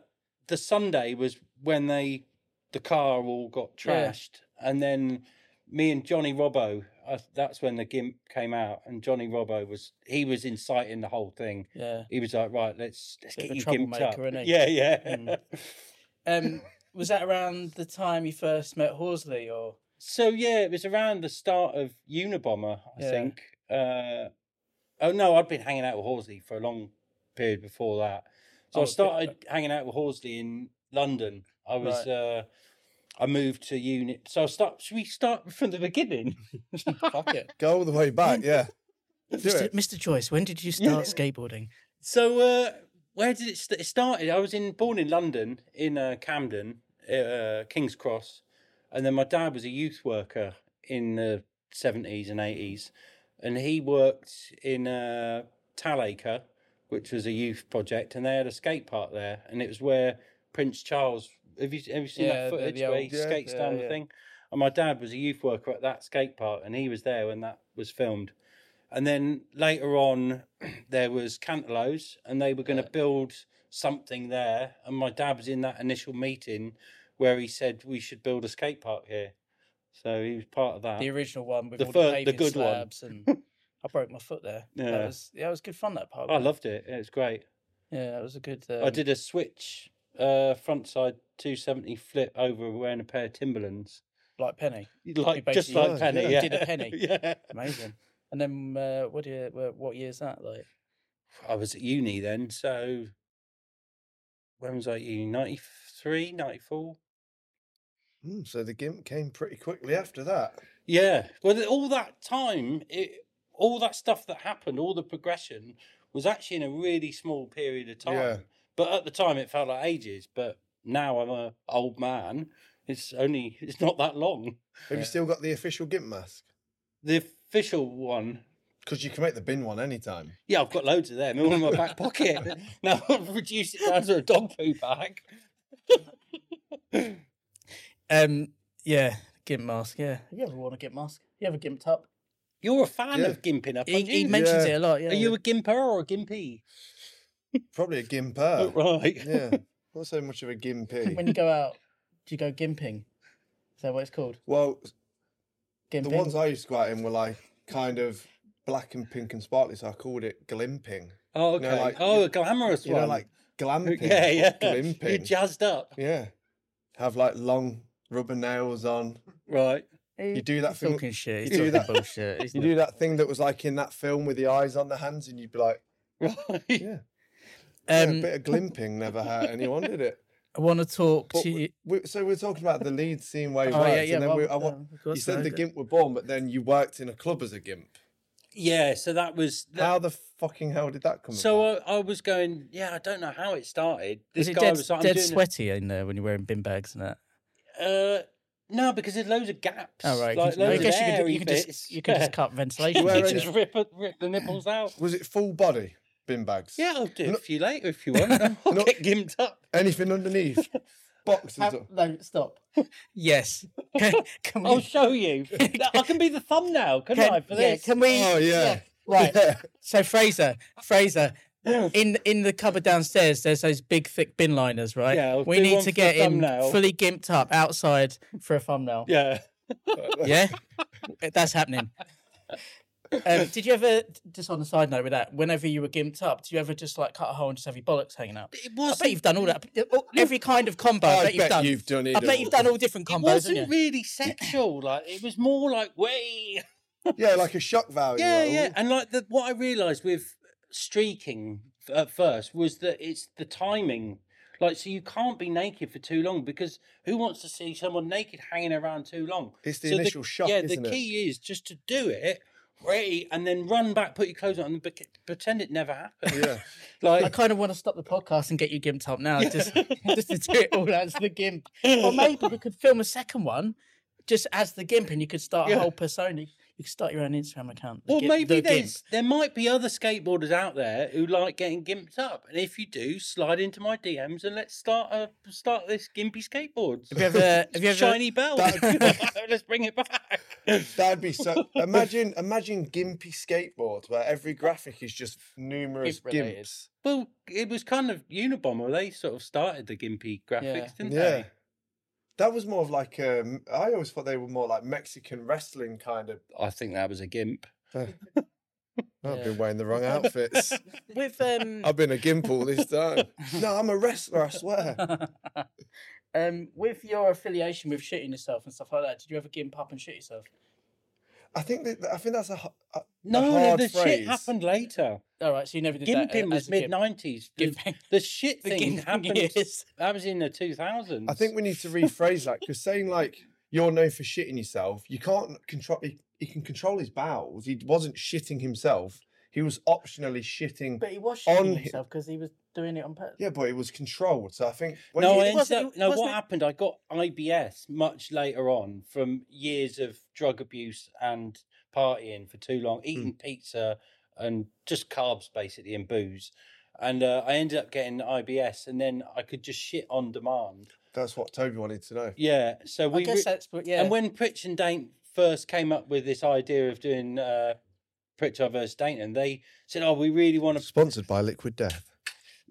Speaker 2: the sunday was when they the car all got
Speaker 3: Yeah.
Speaker 2: trashed and then me and johnny robbo uh, that's when the gimp came out and johnny robbo was he was inciting the whole thing
Speaker 3: Yeah.
Speaker 2: he was like right let's let's
Speaker 3: Bit
Speaker 2: get
Speaker 3: of a
Speaker 2: you gimped up
Speaker 3: troublemaker, innit?
Speaker 2: yeah yeah
Speaker 3: Mm.
Speaker 2: [LAUGHS]
Speaker 3: Um, was that around the time you first met Horsley, or
Speaker 2: so yeah it was around the start of unibomber i
Speaker 3: Yeah.
Speaker 2: think uh oh no i'd been hanging out with horsley for a long period before that So
Speaker 3: Oh,
Speaker 2: I
Speaker 3: okay.
Speaker 2: started hanging out with Horsley in London. I was
Speaker 3: Right.
Speaker 2: uh I moved to unit. So I start should we start [LAUGHS] from the beginning?
Speaker 3: Fuck [LAUGHS] it,
Speaker 1: Go all the way back. Yeah. Do
Speaker 3: Mr.
Speaker 1: it.
Speaker 3: Mr. Joyce? When did you
Speaker 2: Yeah.
Speaker 3: start skateboarding?
Speaker 2: So uh where did it, st- it started? I was in born in London in uh, Camden, uh, King's Cross, and then my dad was a youth worker in the 70s and 80s and he worked in uh, Talacre, which was a youth project, and they had a skate park there, and it was where Prince Charles. Have you have you seen
Speaker 3: Yeah,
Speaker 2: that
Speaker 3: the-
Speaker 2: footage
Speaker 3: the
Speaker 2: where he
Speaker 3: old- yeah,
Speaker 2: skates
Speaker 3: yeah,
Speaker 2: down the
Speaker 3: yeah.
Speaker 2: thing? And my dad was a youth worker at that skate park, and he was there when that was filmed. And then later on, there was Cantelows, and they were going to build something there. And my dad was in that initial meeting where he said we should build a skate park here. So he was part of that.
Speaker 3: The original one with
Speaker 2: Uh, The
Speaker 3: all
Speaker 2: fir- the
Speaker 3: the, paving
Speaker 2: good one. [LAUGHS]
Speaker 3: slabs, and I broke my foot there.
Speaker 2: Yeah.
Speaker 3: that was yeah, it was good fun that part.
Speaker 2: I loved it. It was great.
Speaker 3: yeah, that was a good. Um,
Speaker 2: I did a switch uh, front side 270 flip over wearing a pair of Timberlands.
Speaker 3: like Penny,
Speaker 2: [LAUGHS] Like, just
Speaker 3: basically-
Speaker 2: like
Speaker 1: Oh,
Speaker 2: Penny.
Speaker 1: yeah.
Speaker 2: Yeah.
Speaker 3: Did a Penny.
Speaker 2: [LAUGHS] yeah.
Speaker 3: amazing. And then uh, what year? wh- What year's that? Like
Speaker 2: I was at uni then. So when was I at uni? 93, 94?
Speaker 1: Mm, so the gimp came pretty quickly after that.
Speaker 2: Yeah. Well, th- all that time, it, all that stuff that happened, all the progression was actually in a really small period of time.
Speaker 1: Yeah.
Speaker 2: But at the time, it felt like ages. But now I'm a old man. It's only, it's not that long.
Speaker 1: Have you still got the official gimp mask?
Speaker 2: The official one
Speaker 1: Because you can make the bin one anytime.
Speaker 2: Yeah, I've got loads of them all in my
Speaker 1: [LAUGHS]
Speaker 2: back pocket. [LAUGHS] now I've reduced it down to a dog poo bag.
Speaker 3: um, yeah, gimp mask. Yeah, have you ever worn a gimp mask? You ever gimped up?
Speaker 2: You're a fan
Speaker 1: Yeah.
Speaker 2: of gimping up,
Speaker 3: He,
Speaker 2: aren't
Speaker 3: he
Speaker 2: you?
Speaker 3: mentions
Speaker 1: Yeah.
Speaker 3: it a lot. Yeah,
Speaker 2: Are you a gimper or a gimpy?
Speaker 1: Probably a gimper.
Speaker 2: [LAUGHS] right.
Speaker 1: Oh.
Speaker 3: [LAUGHS]
Speaker 1: Yeah. Not so much of a gimpy.
Speaker 3: when you go out, do you go gimping? Is that what it's called? [LAUGHS]
Speaker 1: well,
Speaker 3: Gimping.
Speaker 1: the ones I used to go out in were like kind of black and pink and sparkly, so I called it glimping.
Speaker 2: Oh,
Speaker 1: No,
Speaker 2: okay.
Speaker 1: like,
Speaker 2: oh,
Speaker 1: you-
Speaker 2: a glamorous
Speaker 1: You
Speaker 2: one.
Speaker 1: know, like
Speaker 3: [LAUGHS]
Speaker 1: glamping.
Speaker 2: [LAUGHS] yeah, yeah.
Speaker 1: Glimping.
Speaker 2: You're jazzed up.
Speaker 1: Yeah. Have like long rubber nails on.
Speaker 2: Right. [LAUGHS]
Speaker 1: You do that
Speaker 3: He's
Speaker 1: thing.
Speaker 3: talking shit. He's
Speaker 1: you do
Speaker 3: talking
Speaker 1: that- [LAUGHS]
Speaker 3: bullshit.
Speaker 1: You
Speaker 3: isn't he?
Speaker 1: do that thing that was like in that film with the eyes on the hands, and you'd be like,
Speaker 2: Right.
Speaker 1: yeah, yeah,
Speaker 3: Um,
Speaker 1: a bit of glimping never hurt anyone, did
Speaker 3: [LAUGHS]
Speaker 1: it?
Speaker 3: I want to talk
Speaker 1: But
Speaker 3: to you.
Speaker 1: We, so we're talking about the lead scene where he
Speaker 3: Oh,
Speaker 1: worked,
Speaker 3: yeah, yeah.
Speaker 1: and then
Speaker 3: well,
Speaker 1: we, I want,
Speaker 3: um, of
Speaker 1: you
Speaker 3: course I
Speaker 1: said the
Speaker 3: know.
Speaker 1: gimp were born, but then you worked in a club as a gimp.
Speaker 2: Yeah. So that was. That,
Speaker 1: How the fucking hell did that come?
Speaker 2: so
Speaker 1: about?
Speaker 2: I, I was going. Yeah, I don't know how it started.
Speaker 3: Is
Speaker 2: This
Speaker 3: it
Speaker 2: guy
Speaker 3: dead,
Speaker 2: was like, I'm
Speaker 3: dead
Speaker 2: doing a-
Speaker 3: sweaty in there when you're wearing bin bags and that?
Speaker 2: Uh, no, because there's loads of gaps.
Speaker 3: Oh, right.
Speaker 2: Like,
Speaker 3: Well, I
Speaker 2: loads
Speaker 3: guess
Speaker 2: of
Speaker 3: you could, do-
Speaker 2: airy
Speaker 3: you could just [LAUGHS]
Speaker 2: bits.
Speaker 3: you could
Speaker 2: Yeah.
Speaker 3: just cut ventilation.
Speaker 1: Where
Speaker 2: You
Speaker 1: Wearing-
Speaker 3: through it.
Speaker 2: just rip, rip the nipples out.
Speaker 1: was it full body? bin bags.
Speaker 2: Yeah, I'll do it
Speaker 1: No-
Speaker 2: for you later if you [LAUGHS] want. I'll
Speaker 1: No-
Speaker 2: get gimped up.
Speaker 1: Anything underneath? Boxes.
Speaker 3: Have-
Speaker 1: or-
Speaker 3: no, stop. [LAUGHS] Yes. Can, can we?
Speaker 2: I'll show
Speaker 3: [LAUGHS]
Speaker 2: you. I can be the thumbnail, can,
Speaker 3: can,
Speaker 2: I? For
Speaker 3: yeah,
Speaker 2: this.
Speaker 3: can we?
Speaker 1: Oh yeah.
Speaker 3: Right.
Speaker 1: [LAUGHS] Yeah.
Speaker 3: So Fraser, Fraser, in in the cupboard downstairs, there's those big thick bin liners, right?
Speaker 2: Yeah, I'll
Speaker 3: we
Speaker 2: do
Speaker 3: need
Speaker 2: one
Speaker 3: to
Speaker 2: for
Speaker 3: get
Speaker 2: the
Speaker 3: him
Speaker 2: thumbnail.
Speaker 3: fully gimped up outside for a thumbnail.
Speaker 2: Yeah.
Speaker 3: Yeah, that's happening. Um, did you ever, just on a side note with that, whenever you were gimped up, did you ever just like cut a hole and just have your bollocks hanging out?
Speaker 2: It
Speaker 3: I
Speaker 2: was
Speaker 3: bet you've done all that. Every kind of combo. I,
Speaker 1: I
Speaker 3: bet you've
Speaker 1: bet
Speaker 3: done.
Speaker 1: you've done it
Speaker 3: I bet
Speaker 1: all.
Speaker 3: you've done all different
Speaker 2: It
Speaker 3: combos. haven't you?
Speaker 2: wasn't really sexual. Like it was more like way.
Speaker 1: Yeah, like a shock value.
Speaker 2: Yeah,
Speaker 1: like,
Speaker 2: yeah. And like the, what I realised with streaking at first was that it's the timing. Like, so you can't be naked for too long because who wants to see someone naked hanging around too long?
Speaker 1: It's the
Speaker 2: So
Speaker 1: initial shock,
Speaker 2: Yeah,
Speaker 1: isn't
Speaker 2: the
Speaker 1: it?
Speaker 2: key is just to do it. Right, and then run back, put your clothes on, and bec- pretend it never happened.
Speaker 1: Yeah.
Speaker 3: I
Speaker 2: Like,
Speaker 3: kind of want to stop the podcast and get you gimped up now, just
Speaker 2: [LAUGHS]
Speaker 3: [LAUGHS] just to do it all as the gimp. Or maybe we could film a second one, just as the gimp, and you could start
Speaker 2: Yeah.
Speaker 3: a whole persona. You could start your own Instagram account. the
Speaker 2: well,
Speaker 3: gimp-
Speaker 2: maybe
Speaker 3: the
Speaker 2: there's there might be other skateboarders out there who like getting gimped up, and if you do, slide into my DMs and let's start a start this gimpy skateboards.
Speaker 3: Gimp. Have you ever? [LAUGHS] Have you ever?
Speaker 2: shiny bell.
Speaker 3: [LAUGHS]
Speaker 1: That-
Speaker 2: [LAUGHS] Let's bring it back.
Speaker 1: That'd be so. Imagine, imagine gimpy skateboards where every graphic is just numerous
Speaker 3: Gimp related.
Speaker 1: gimps.
Speaker 2: Well, it was kind of Unabomber. They sort of started the gimpy graphics,
Speaker 3: Yeah.
Speaker 2: didn't
Speaker 1: Yeah,
Speaker 2: they?
Speaker 1: that was more of like. Um, I always thought they were more like Mexican wrestling kind of.
Speaker 2: I think that was a gimp.
Speaker 1: I've
Speaker 3: Yeah.
Speaker 1: been wearing the wrong [LAUGHS] outfits.
Speaker 3: With
Speaker 2: [LAUGHS]
Speaker 3: um,
Speaker 1: I've been a gimp all this time. No, I'm a wrestler. I swear.
Speaker 3: um, with your affiliation with shooting yourself and stuff like that, did you ever gimp up and shoot yourself?
Speaker 1: I think that I think that's a. ho- a-
Speaker 2: No, no
Speaker 1: hard
Speaker 2: the shit
Speaker 1: phrase.
Speaker 2: happened later.
Speaker 3: All right, so you never did that.
Speaker 2: Gimping
Speaker 3: uh,
Speaker 2: was
Speaker 3: as a
Speaker 2: mid
Speaker 3: gimp.
Speaker 2: nineties. The,
Speaker 3: Gimping.
Speaker 2: the shit
Speaker 3: [LAUGHS] The
Speaker 2: thing
Speaker 3: gimping
Speaker 2: happened.
Speaker 3: years.
Speaker 2: That was in the two thousands.
Speaker 1: I think we need to rephrase that because saying like you're known for shitting yourself, you can't control. He, he can control his bowels. He wasn't shitting himself. He was optionally shitting.
Speaker 3: But he was
Speaker 1: On
Speaker 3: shooting
Speaker 1: him.
Speaker 3: himself because he was doing it on purpose.
Speaker 1: Yeah, but it was controlled. So I think when
Speaker 2: no,
Speaker 1: you-
Speaker 2: I
Speaker 3: it
Speaker 2: ended
Speaker 3: wasn't-
Speaker 2: up,
Speaker 3: it
Speaker 2: no. What
Speaker 3: wasn't-
Speaker 2: happened? I got IBS much later on from years of drug abuse and partying for too
Speaker 3: Hmm.
Speaker 2: long, eating pizza and just carbs basically and booze, and uh, I ended up getting IBS, and then I could just shit on demand.
Speaker 1: that's what Toby wanted to know.
Speaker 2: Yeah, so we
Speaker 3: I guess
Speaker 2: re-
Speaker 3: that's but yeah.
Speaker 2: and when Pritch and Dane first came up with this idea of doing uh, Pritchard versus Dayton, they said, "Oh, we really want to
Speaker 1: Sponsored by Liquid Death.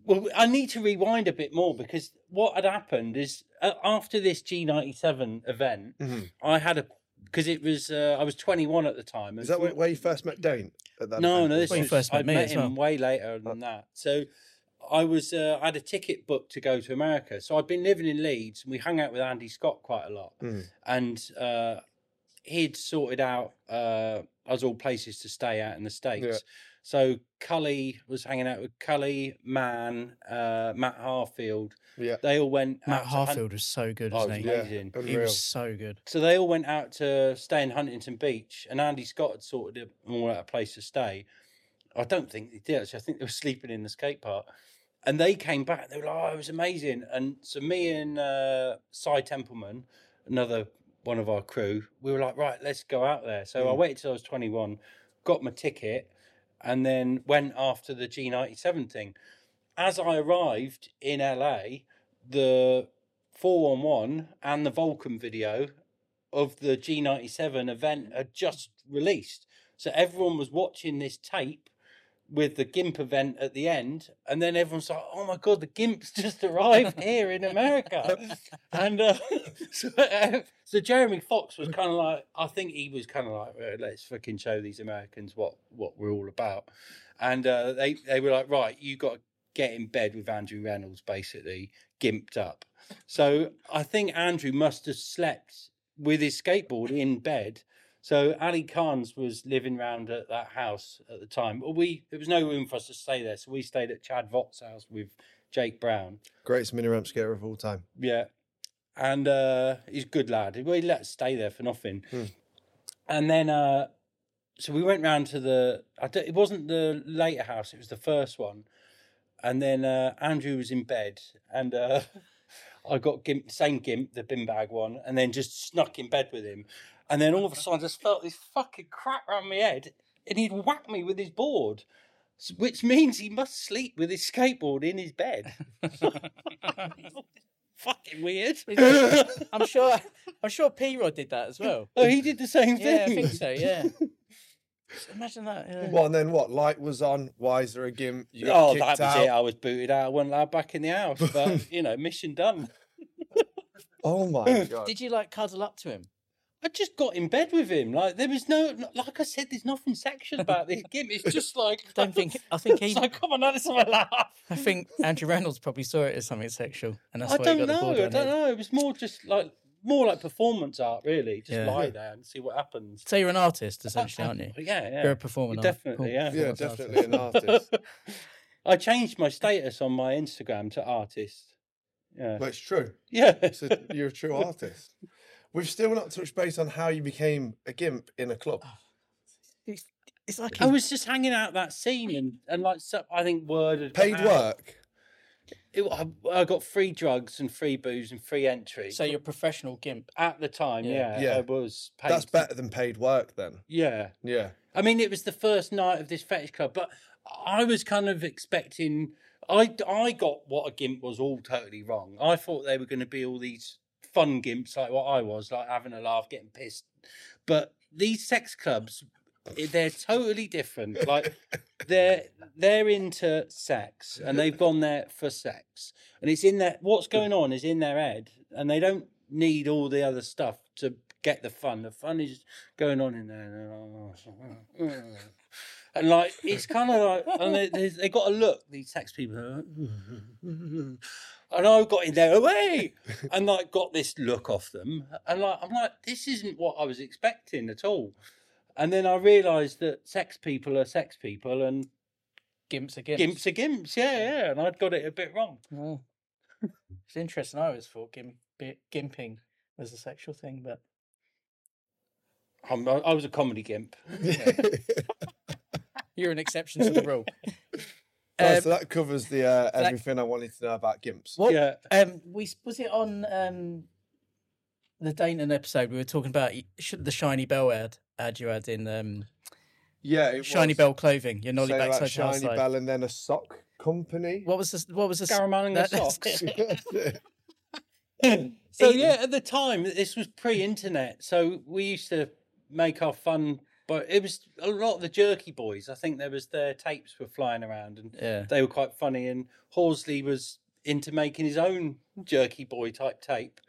Speaker 2: well, I need to rewind a bit more because what had happened is uh, after this G97 event,
Speaker 1: Mhm.
Speaker 2: I had a because it was uh, I was 21 at the time.
Speaker 1: Is
Speaker 2: and
Speaker 1: that where, where you first met Dane? At that Uh,
Speaker 2: no,
Speaker 1: event?
Speaker 2: no, this
Speaker 3: When you
Speaker 2: was,
Speaker 3: first met
Speaker 2: I
Speaker 3: me
Speaker 2: met
Speaker 3: as
Speaker 2: him way later than that. So I was uh, I had a ticket booked to go to America. So I'd been living in Leeds and we hung out with Andy Scott quite a lot.
Speaker 1: Mm.
Speaker 2: And uh, he'd sorted out uh, us all places to stay at in the States.
Speaker 1: Yeah.
Speaker 2: So Cully was hanging out with Cully, Mann, uh, Matt Harfield.
Speaker 1: Yeah.
Speaker 2: They all went out
Speaker 3: Matt
Speaker 2: to hunt-
Speaker 3: Harfield was so good,
Speaker 2: Oh,
Speaker 3: wasn't he?
Speaker 2: yeah. Amazing.
Speaker 1: Yeah,
Speaker 3: He
Speaker 1: unreal.
Speaker 3: was so
Speaker 2: [LAUGHS]
Speaker 3: good.
Speaker 2: So they all went out to stay in Huntington Beach, and Andy Scott had sorted them all out a place to stay. I don't think they did. Actually, I think they were [LAUGHS] sleeping in the skate park. And they came back. They were like, "Oh, it was amazing." And so me and uh, Cy Templeman, another one of our crew, we were like, "Right, let's go out there." So I waited till I was twenty-one, got my ticket, and then went after the G ninety-seven thing. As I arrived in LA, the four on one and the Vulcan video of the G97 event had just released. So everyone was watching this tape with the GIMP event at the end. And then everyone's like, oh my God, the GIMP's [LAUGHS] just arrived here in America. and uh, [LAUGHS] so, uh, so Jeremy Fox was kind of like, I think he was kind of like, "Well, let's fucking show these Americans what, what we're all about. And uh, they, they were like, right, you got to get in bed with Andrew Reynolds, basically, gimped up. So I think Andrew must have slept with his skateboard in bed. So Ali Khan's was living round at that house at the time. Well, we there was no room for us to stay there, so we stayed at Chad Vott's house with Jake Brown.
Speaker 1: Greatest mini ramp skater of all time.
Speaker 2: Yeah. And uh he's a good lad. Well, he let us stay there for nothing.
Speaker 1: Hmm.
Speaker 2: And then uh so we went round to the I don't, it wasn't the later house, it was the first one. And then uh Andrew was in bed and uh [LAUGHS] I got gimp, same gimp, the bin bag one, and then just snuck in bed with him. And then all of a sudden I just felt this fucking crack round my head and he'd whack me with his board. s- which means he must sleep with his skateboard in his
Speaker 3: [LAUGHS]
Speaker 2: bed. [LAUGHS] Fucking weird.
Speaker 3: I'm sure. I'm sure P Rod did that as well.
Speaker 2: oh, [LAUGHS] he did the [LAUGHS] same thing.
Speaker 3: Yeah, I think so. Yeah. Just Imagine that. Yeah.
Speaker 1: Well, and then what? Light was on. Wiser a gimp. You got
Speaker 2: Oh,
Speaker 1: kicked
Speaker 2: that was
Speaker 1: out.
Speaker 2: it. I was booted out. I wasn't allowed back in the
Speaker 3: [LAUGHS]
Speaker 2: house. But you know, mission done.
Speaker 1: Oh [LAUGHS] my god!
Speaker 3: Did you like cuddle up to
Speaker 2: [LAUGHS]
Speaker 3: him?
Speaker 2: I just got in bed with him. Like there was no, like I said, there's nothing sexual about this game.
Speaker 3: [LAUGHS]
Speaker 2: It's just like
Speaker 3: Don't think. I think he.
Speaker 2: [LAUGHS] It's like, come on, now, let's have a laugh.
Speaker 3: I think Andrew Reynolds probably saw it as something sexual, and that's
Speaker 2: I
Speaker 3: why
Speaker 2: don't
Speaker 3: he got the eh?
Speaker 2: know.
Speaker 3: board
Speaker 2: I
Speaker 3: on
Speaker 2: don't
Speaker 3: it.
Speaker 2: know. It was more just like more like performance art, really. Just
Speaker 3: Yeah.
Speaker 2: lie there and see what happens.
Speaker 3: So you're an artist, essentially, aren't you?
Speaker 2: But yeah, [LAUGHS] yeah.
Speaker 3: You're a performer.
Speaker 2: You're
Speaker 3: now.
Speaker 2: definitely,
Speaker 3: Cool.
Speaker 2: yeah.
Speaker 1: yeah,
Speaker 3: Performance artist.
Speaker 1: definitely an artist.
Speaker 2: I changed my status on my Instagram to artist. [LAUGHS] Yeah,
Speaker 1: but it's true.
Speaker 2: yeah.
Speaker 1: So you're a
Speaker 3: [LAUGHS]
Speaker 1: true artist. We've still not touched base on how you became a gimp in a
Speaker 3: Oh,
Speaker 1: club.
Speaker 3: It's, it's like
Speaker 2: I
Speaker 3: he's-
Speaker 2: was just hanging out that scene and, and like so, I think word had got
Speaker 1: Paid
Speaker 2: out.
Speaker 1: work.
Speaker 2: It- I, I got free drugs and free booze and free entry.
Speaker 3: [LAUGHS] so you're a professional gimp.
Speaker 2: at the time,
Speaker 3: Yeah.
Speaker 2: yeah,
Speaker 1: Yeah.
Speaker 2: I was paid.
Speaker 1: That's
Speaker 2: to-
Speaker 1: better than paid work. Then.
Speaker 2: Yeah,
Speaker 1: Yeah.
Speaker 2: I mean, it was the first night of this fetish club, but I was kind of expecting. I I got what a gimp was all totally wrong. I thought they were going to be all these fun gimps like what I was, like having a laugh, getting pissed. But these sex clubs, i- they're totally different. Like they're they're into sex and they've gone there for sex, and it's in their what's going on is in their head, and they don't need all the other stuff to get the fun. The fun is going on in there. And, they're like, "Oh, and like, it's kind of like, and they, they, they got a look, these tax people. And I got in there, away, and like got this look off them. And like, I'm like, this isn't what I was expecting at all. And then I realised that sex people are sex people and
Speaker 3: Gimps are gimps.
Speaker 2: gimps are gimps. Yeah, yeah. And I'd got it a bit wrong.
Speaker 3: Oh. it's interesting. I always thought gimp, gimping was a sexual thing,
Speaker 2: [LAUGHS]
Speaker 3: but
Speaker 2: I'm, I I was a comedy gimp.
Speaker 1: [LAUGHS]
Speaker 3: you're an exception to the rule.
Speaker 1: Right,
Speaker 3: Um,
Speaker 1: so that covers the uh, everything I wanted to know about gimps.
Speaker 3: What?
Speaker 2: Yeah.
Speaker 3: Um, we s- was it on um, the Dayton episode we were talking about y- sh- the shiny bell ad ad you had in um,
Speaker 1: Yeah, it
Speaker 3: shiny
Speaker 1: was.
Speaker 3: bell clothing. You're
Speaker 1: Saying
Speaker 3: nolly
Speaker 1: about
Speaker 3: backside to
Speaker 1: shiny
Speaker 3: outside.
Speaker 1: bell and then a sock company.
Speaker 3: [LAUGHS] What was this? What was this?
Speaker 2: Caramelling the
Speaker 3: that-
Speaker 2: socks.
Speaker 1: [LAUGHS] yeah,
Speaker 3: [COUGHS]
Speaker 2: So
Speaker 3: Eating.
Speaker 2: yeah, at the time this was pre-internet, so we used to make our fun. But it was a lot of the Jerky Boys. I think there was their tapes were flying around, and
Speaker 3: Yeah.
Speaker 2: they were quite funny. And Horsley was into making his own Jerky Boy type tape.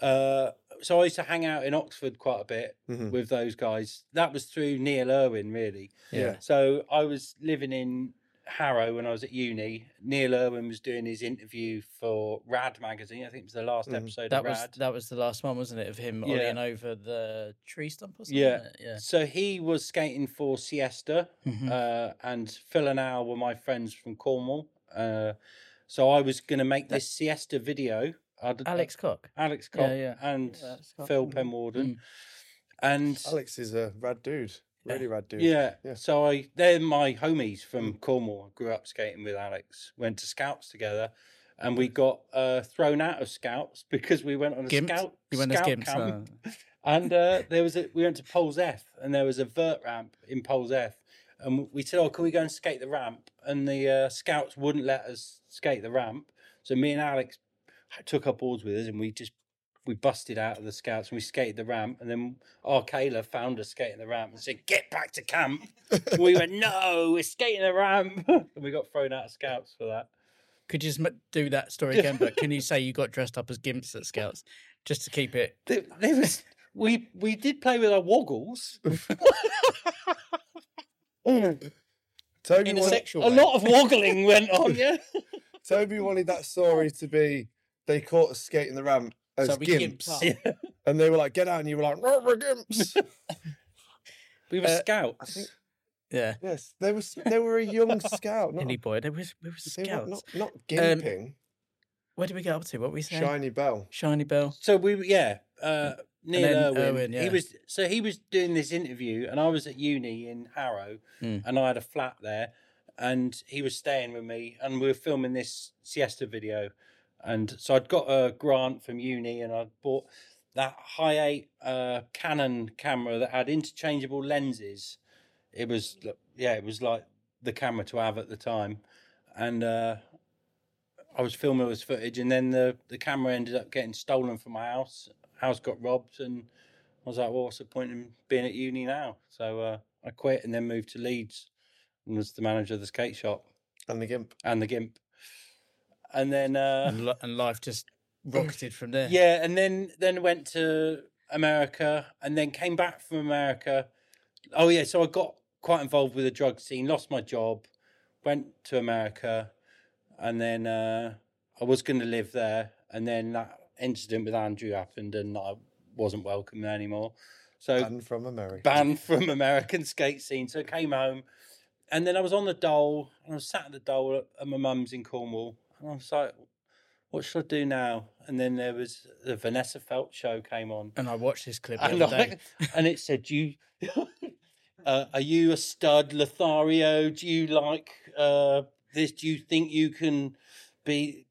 Speaker 2: Uh, so I used to hang out in Oxford quite a bit
Speaker 3: Mm-hmm.
Speaker 1: Mhm.
Speaker 2: with those guys. That was through Neil Irwin, really. So I was living in Harrow when I was at uni. Neil Irwin was doing his interview for Rad magazine. I think it was the last
Speaker 1: Mhm.
Speaker 2: episode of
Speaker 3: Mm-hmm. That was
Speaker 2: Rad.
Speaker 3: that was the last one, wasn't it? Of him
Speaker 2: Yeah.
Speaker 3: ollieing over the tree stump or something.
Speaker 2: Yeah.
Speaker 3: wasn't it? yeah.
Speaker 2: So he was skating for Siesta,
Speaker 3: Mhm.
Speaker 2: uh, and Phil and Al were my friends from Cornwall. Uh, so I was going to make this Siesta video. I'd, uh,
Speaker 3: Alex Cock.
Speaker 2: Alex
Speaker 3: Yeah,
Speaker 2: Cobb,
Speaker 3: yeah.
Speaker 2: and
Speaker 3: Yeah, Alex Mm-hmm. Mm. Cobb.
Speaker 2: Phil Penwarden, and
Speaker 1: Alex is a rad dude. Really rad dude.
Speaker 2: Yeah.
Speaker 1: Yeah.
Speaker 2: So I they're my homies from Cornwall. I grew up skating with Alex. Went to scouts together, and we got uh, thrown out of scouts [LAUGHS] because we went on a
Speaker 3: Gimped?
Speaker 2: scout
Speaker 3: You went as
Speaker 2: scout
Speaker 3: Gimped,
Speaker 2: camp. And uh, there was a, we went to Poles F, and there was a vert ramp in Poles F, and we said, "Oh, can we go and skate the ramp?" And the uh, scouts wouldn't let us skate the ramp. So me and Alex took our boards with us, and we just we busted out of the scouts and we skated the ramp. And then our Kayla found us skating the ramp and said, Get back to camp. And we went, No, we're skating the ramp. [LAUGHS] And we got thrown out of scouts for that.
Speaker 3: Could you just m- do that
Speaker 2: [LAUGHS]
Speaker 3: story again? But can you say you got dressed up as gimps at Scouts just to keep it?
Speaker 2: There, there was, we, we did play with our woggles,
Speaker 1: Toby,
Speaker 3: In a
Speaker 1: wanted,
Speaker 3: sexual
Speaker 2: a
Speaker 3: way.
Speaker 2: lot of woggling went on, yeah.
Speaker 1: Toby wanted that story to be they caught us skating the ramp as
Speaker 3: So we gimped
Speaker 1: gimps.
Speaker 3: up.
Speaker 1: And they were like, get out. And you were like, "Rah, we're
Speaker 3: [LAUGHS]
Speaker 1: gimps.
Speaker 2: We were
Speaker 3: Uh,
Speaker 2: scouts.
Speaker 3: Yeah.
Speaker 1: yes. They were, s- they were a young scout. Not,
Speaker 3: [LAUGHS] Any
Speaker 1: a-
Speaker 3: boy. There was, we were
Speaker 1: they were not,
Speaker 3: Scouts. Um,
Speaker 1: not gimping.
Speaker 3: Where did we get up to? What were we saying?
Speaker 1: Shiny bell.
Speaker 3: Shiny bell.
Speaker 2: So we, were- yeah, uh, Neil
Speaker 3: then
Speaker 2: Irwin.
Speaker 3: Irwin, yeah.
Speaker 2: He was so he was doing this interview, and I was at uni in Harrow,
Speaker 3: Mm.
Speaker 2: and I had a flat there, and he was staying with me, and we were filming this siesta video, and so I'd got a grant from uni, and I bought that high eight uh, Canon camera that had interchangeable lenses. It was, yeah, it was like the camera to have at the time, and uh, I was filming all this footage, and then the the camera ended up getting stolen from my house. House got robbed, and I was like, "Well, what's the point in being at uni now?" So uh, I quit and then moved to Leeds, and was the manager of the skate shop
Speaker 1: And the gimp.
Speaker 2: and the Gimp, and then uh,
Speaker 3: and, li- and life just rocketed from there.
Speaker 2: yeah, and then then went to America, and then came back from America. Oh yeah, so I got quite involved with the drug scene, lost my job, went to America, and then uh, I was going to live there, and then that incident with Andrew happened, and I wasn't welcome there anymore.
Speaker 3: Oh,
Speaker 2: So
Speaker 1: And from America.
Speaker 2: banned from American skate scene. So I came home, and then I was on the dole, and I was sat at the dole at- at my mum's in Cornwall, and I was like, "What should I do now?" And then there was the Vanessa Felt show came on,
Speaker 3: And I watched this clip the
Speaker 2: and,
Speaker 3: other day.
Speaker 2: I, and it said, "You, [LAUGHS] uh, are you a stud, Lothario? Do you like uh, this? Do you think you can be?"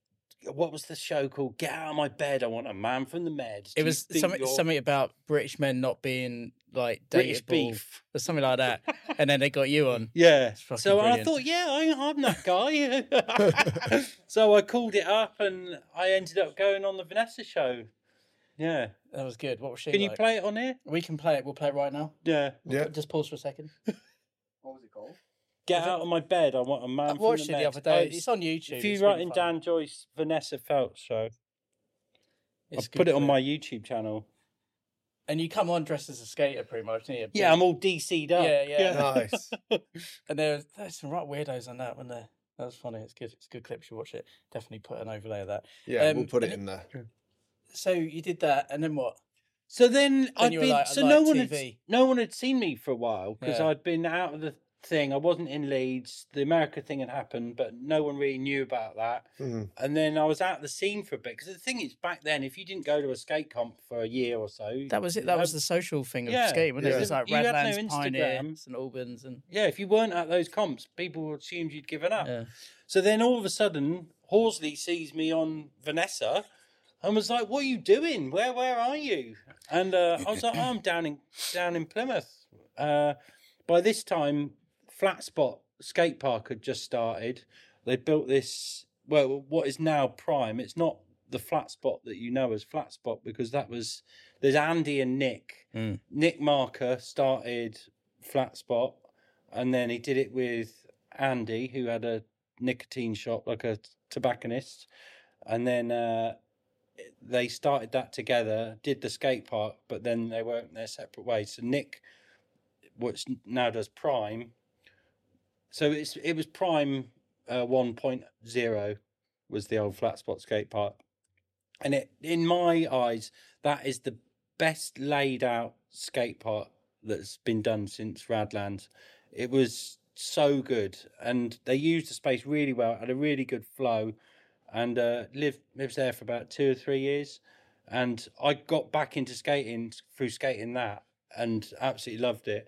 Speaker 2: What was the show called? Get out of my bed! I want a man from the meds. Do
Speaker 3: It
Speaker 2: you
Speaker 3: was
Speaker 2: think
Speaker 3: something,
Speaker 2: you're
Speaker 3: something about British men not being like
Speaker 2: British
Speaker 3: dateable
Speaker 2: beef. [LAUGHS]
Speaker 3: or something like that. and then they got you on.
Speaker 2: Yeah.
Speaker 3: fucking
Speaker 2: So I
Speaker 3: brilliant.
Speaker 2: thought, yeah, I, I'm that guy.
Speaker 3: [LAUGHS]
Speaker 2: so I called it up and I ended up going on the Vanessa show. Yeah.
Speaker 3: That was good. What was she
Speaker 2: Can you
Speaker 3: like?
Speaker 2: play it on here?
Speaker 3: We can play it. We'll play it right now.
Speaker 2: Yeah.
Speaker 1: yeah.
Speaker 3: Just pause for a second.
Speaker 4: What was it [LAUGHS] called?
Speaker 2: Get out of my bed. I want a man.
Speaker 3: I
Speaker 2: from
Speaker 3: watched
Speaker 2: the
Speaker 3: it the
Speaker 2: meds.
Speaker 3: other
Speaker 2: Oh,
Speaker 3: day.
Speaker 2: it's-
Speaker 3: It's on YouTube.
Speaker 2: if you
Speaker 3: it's
Speaker 2: write
Speaker 3: really
Speaker 2: in
Speaker 3: fun.
Speaker 2: Dan Joyce Vanessa Felt show, I
Speaker 3: It's a
Speaker 2: put
Speaker 3: good
Speaker 2: it on
Speaker 3: clip.
Speaker 2: my YouTube channel.
Speaker 3: And you come on dressed as a skater, pretty much, don't you?
Speaker 2: Yeah, I'm all DC'd up.
Speaker 3: Yeah, yeah.
Speaker 1: Nice.
Speaker 3: And there, was- there's some right weirdos on that, weren't there? That was funny. It's good. It's a good clip. You should watch it. Definitely put an overlay of that.
Speaker 1: Yeah,
Speaker 3: [LAUGHS] Um,
Speaker 1: we'll put it
Speaker 3: and
Speaker 1: in there.
Speaker 3: So you did that, and then what?
Speaker 2: So then I'd
Speaker 3: you
Speaker 2: been
Speaker 3: were like, I
Speaker 2: so
Speaker 3: like
Speaker 2: no one had
Speaker 3: TV.
Speaker 2: no one had seen me for a while because
Speaker 3: Yeah.
Speaker 2: I'd been out of the thing. I wasn't in Leeds. The America thing had happened, but no one really knew about that.
Speaker 1: Mhm.
Speaker 2: And then I was out of the scene for a bit because the thing is, back then, if you didn't go to a skate comp for a year or so,
Speaker 3: That was it. That was the social thing of
Speaker 2: Yeah.
Speaker 3: skating, wasn't it?
Speaker 1: Yeah.
Speaker 3: It was like
Speaker 2: You had no
Speaker 3: Radlands, Pioneer,
Speaker 2: Instagram.
Speaker 3: St Albans, and
Speaker 2: yeah, if you weren't at those comps, people assumed you'd given up.
Speaker 3: yeah.
Speaker 2: So then all of a sudden, Horsley sees me on Vanessa and was like, "What are you doing? Where where are you?" And uh, I was like, oh, "I'm down in down in Plymouth." Uh, by this time, Flat Spot Skate Park had just started. They built this well, what is now Prime. It's not the Flat Spot that you know as Flat Spot because that was there's Andy and Nick.
Speaker 3: Mm.
Speaker 2: Nick Marker started Flat Spot, and then he did it with Andy, who had a nicotine shop, like a tobacconist, and then uh, they started that together. Did the skate park, but then they went their separate ways. So Nick, which now does Prime, so it's it was Prime uh, 1.0 was the old flat spot skate park, and it in my eyes that is the best laid out skate park that's been done since Radlands. It was so good, and they used the space really well, had a really good flow, and uh, lived lived there for about two or three years. And I got back into skating through skating that, and absolutely loved it.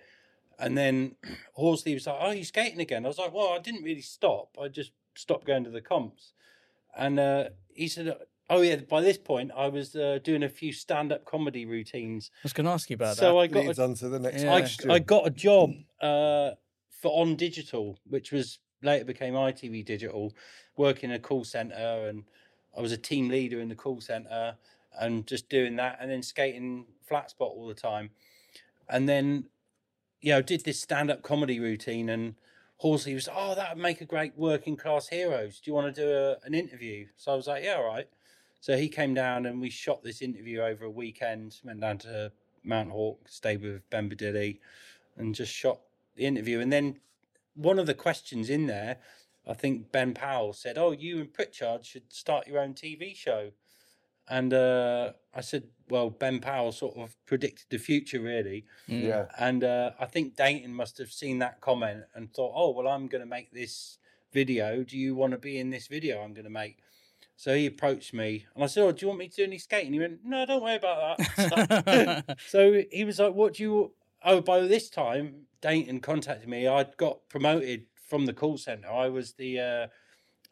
Speaker 2: And then [CLEARS THROAT] Horsley was like, "Are you skating again?" I was like, "Well, I didn't really stop. I just stopped going to the comps." And uh, he said, "Oh yeah." By this point, I was uh, doing a few stand-up comedy routines,
Speaker 3: I was going to ask you about
Speaker 2: so
Speaker 3: that.
Speaker 2: I got a
Speaker 1: Leads on to the next
Speaker 3: Yeah.
Speaker 2: I,
Speaker 1: question.
Speaker 2: I got a job uh, for On Digital, which was later became ITV Digital, working in a call center, and I was a team leader in the call center, and just doing that, and then skating flat spot all the time, and then you know did this stand up comedy routine, and Horsley was oh that would make a great working class heroes. Do you want to do a, an interview? So I was like yeah all right. So he came down and we shot this interview over a weekend. Went down to Mount Hawk, stayed with Ben Badilli, and just shot the interview. And then one of the questions in there, I think Ben Powell said, "Oh, you and Pritchard should start your own TV show." And uh, I said, "Well, Ben Powell sort of predicted the future, really."
Speaker 3: Mm.
Speaker 1: yeah.
Speaker 2: And uh, I think Dayton must have seen that comment and thought, oh, well, I'm going to make this video. Do you want to be in this video I'm going to make? So he approached me and I said, oh, do you want me to do any skating? He went, no, don't worry about
Speaker 3: [LAUGHS]
Speaker 2: that. [LAUGHS] so he was like, what do you. Oh, by this time, Dayton contacted me. I'd got promoted from the call center. I was the. Uh,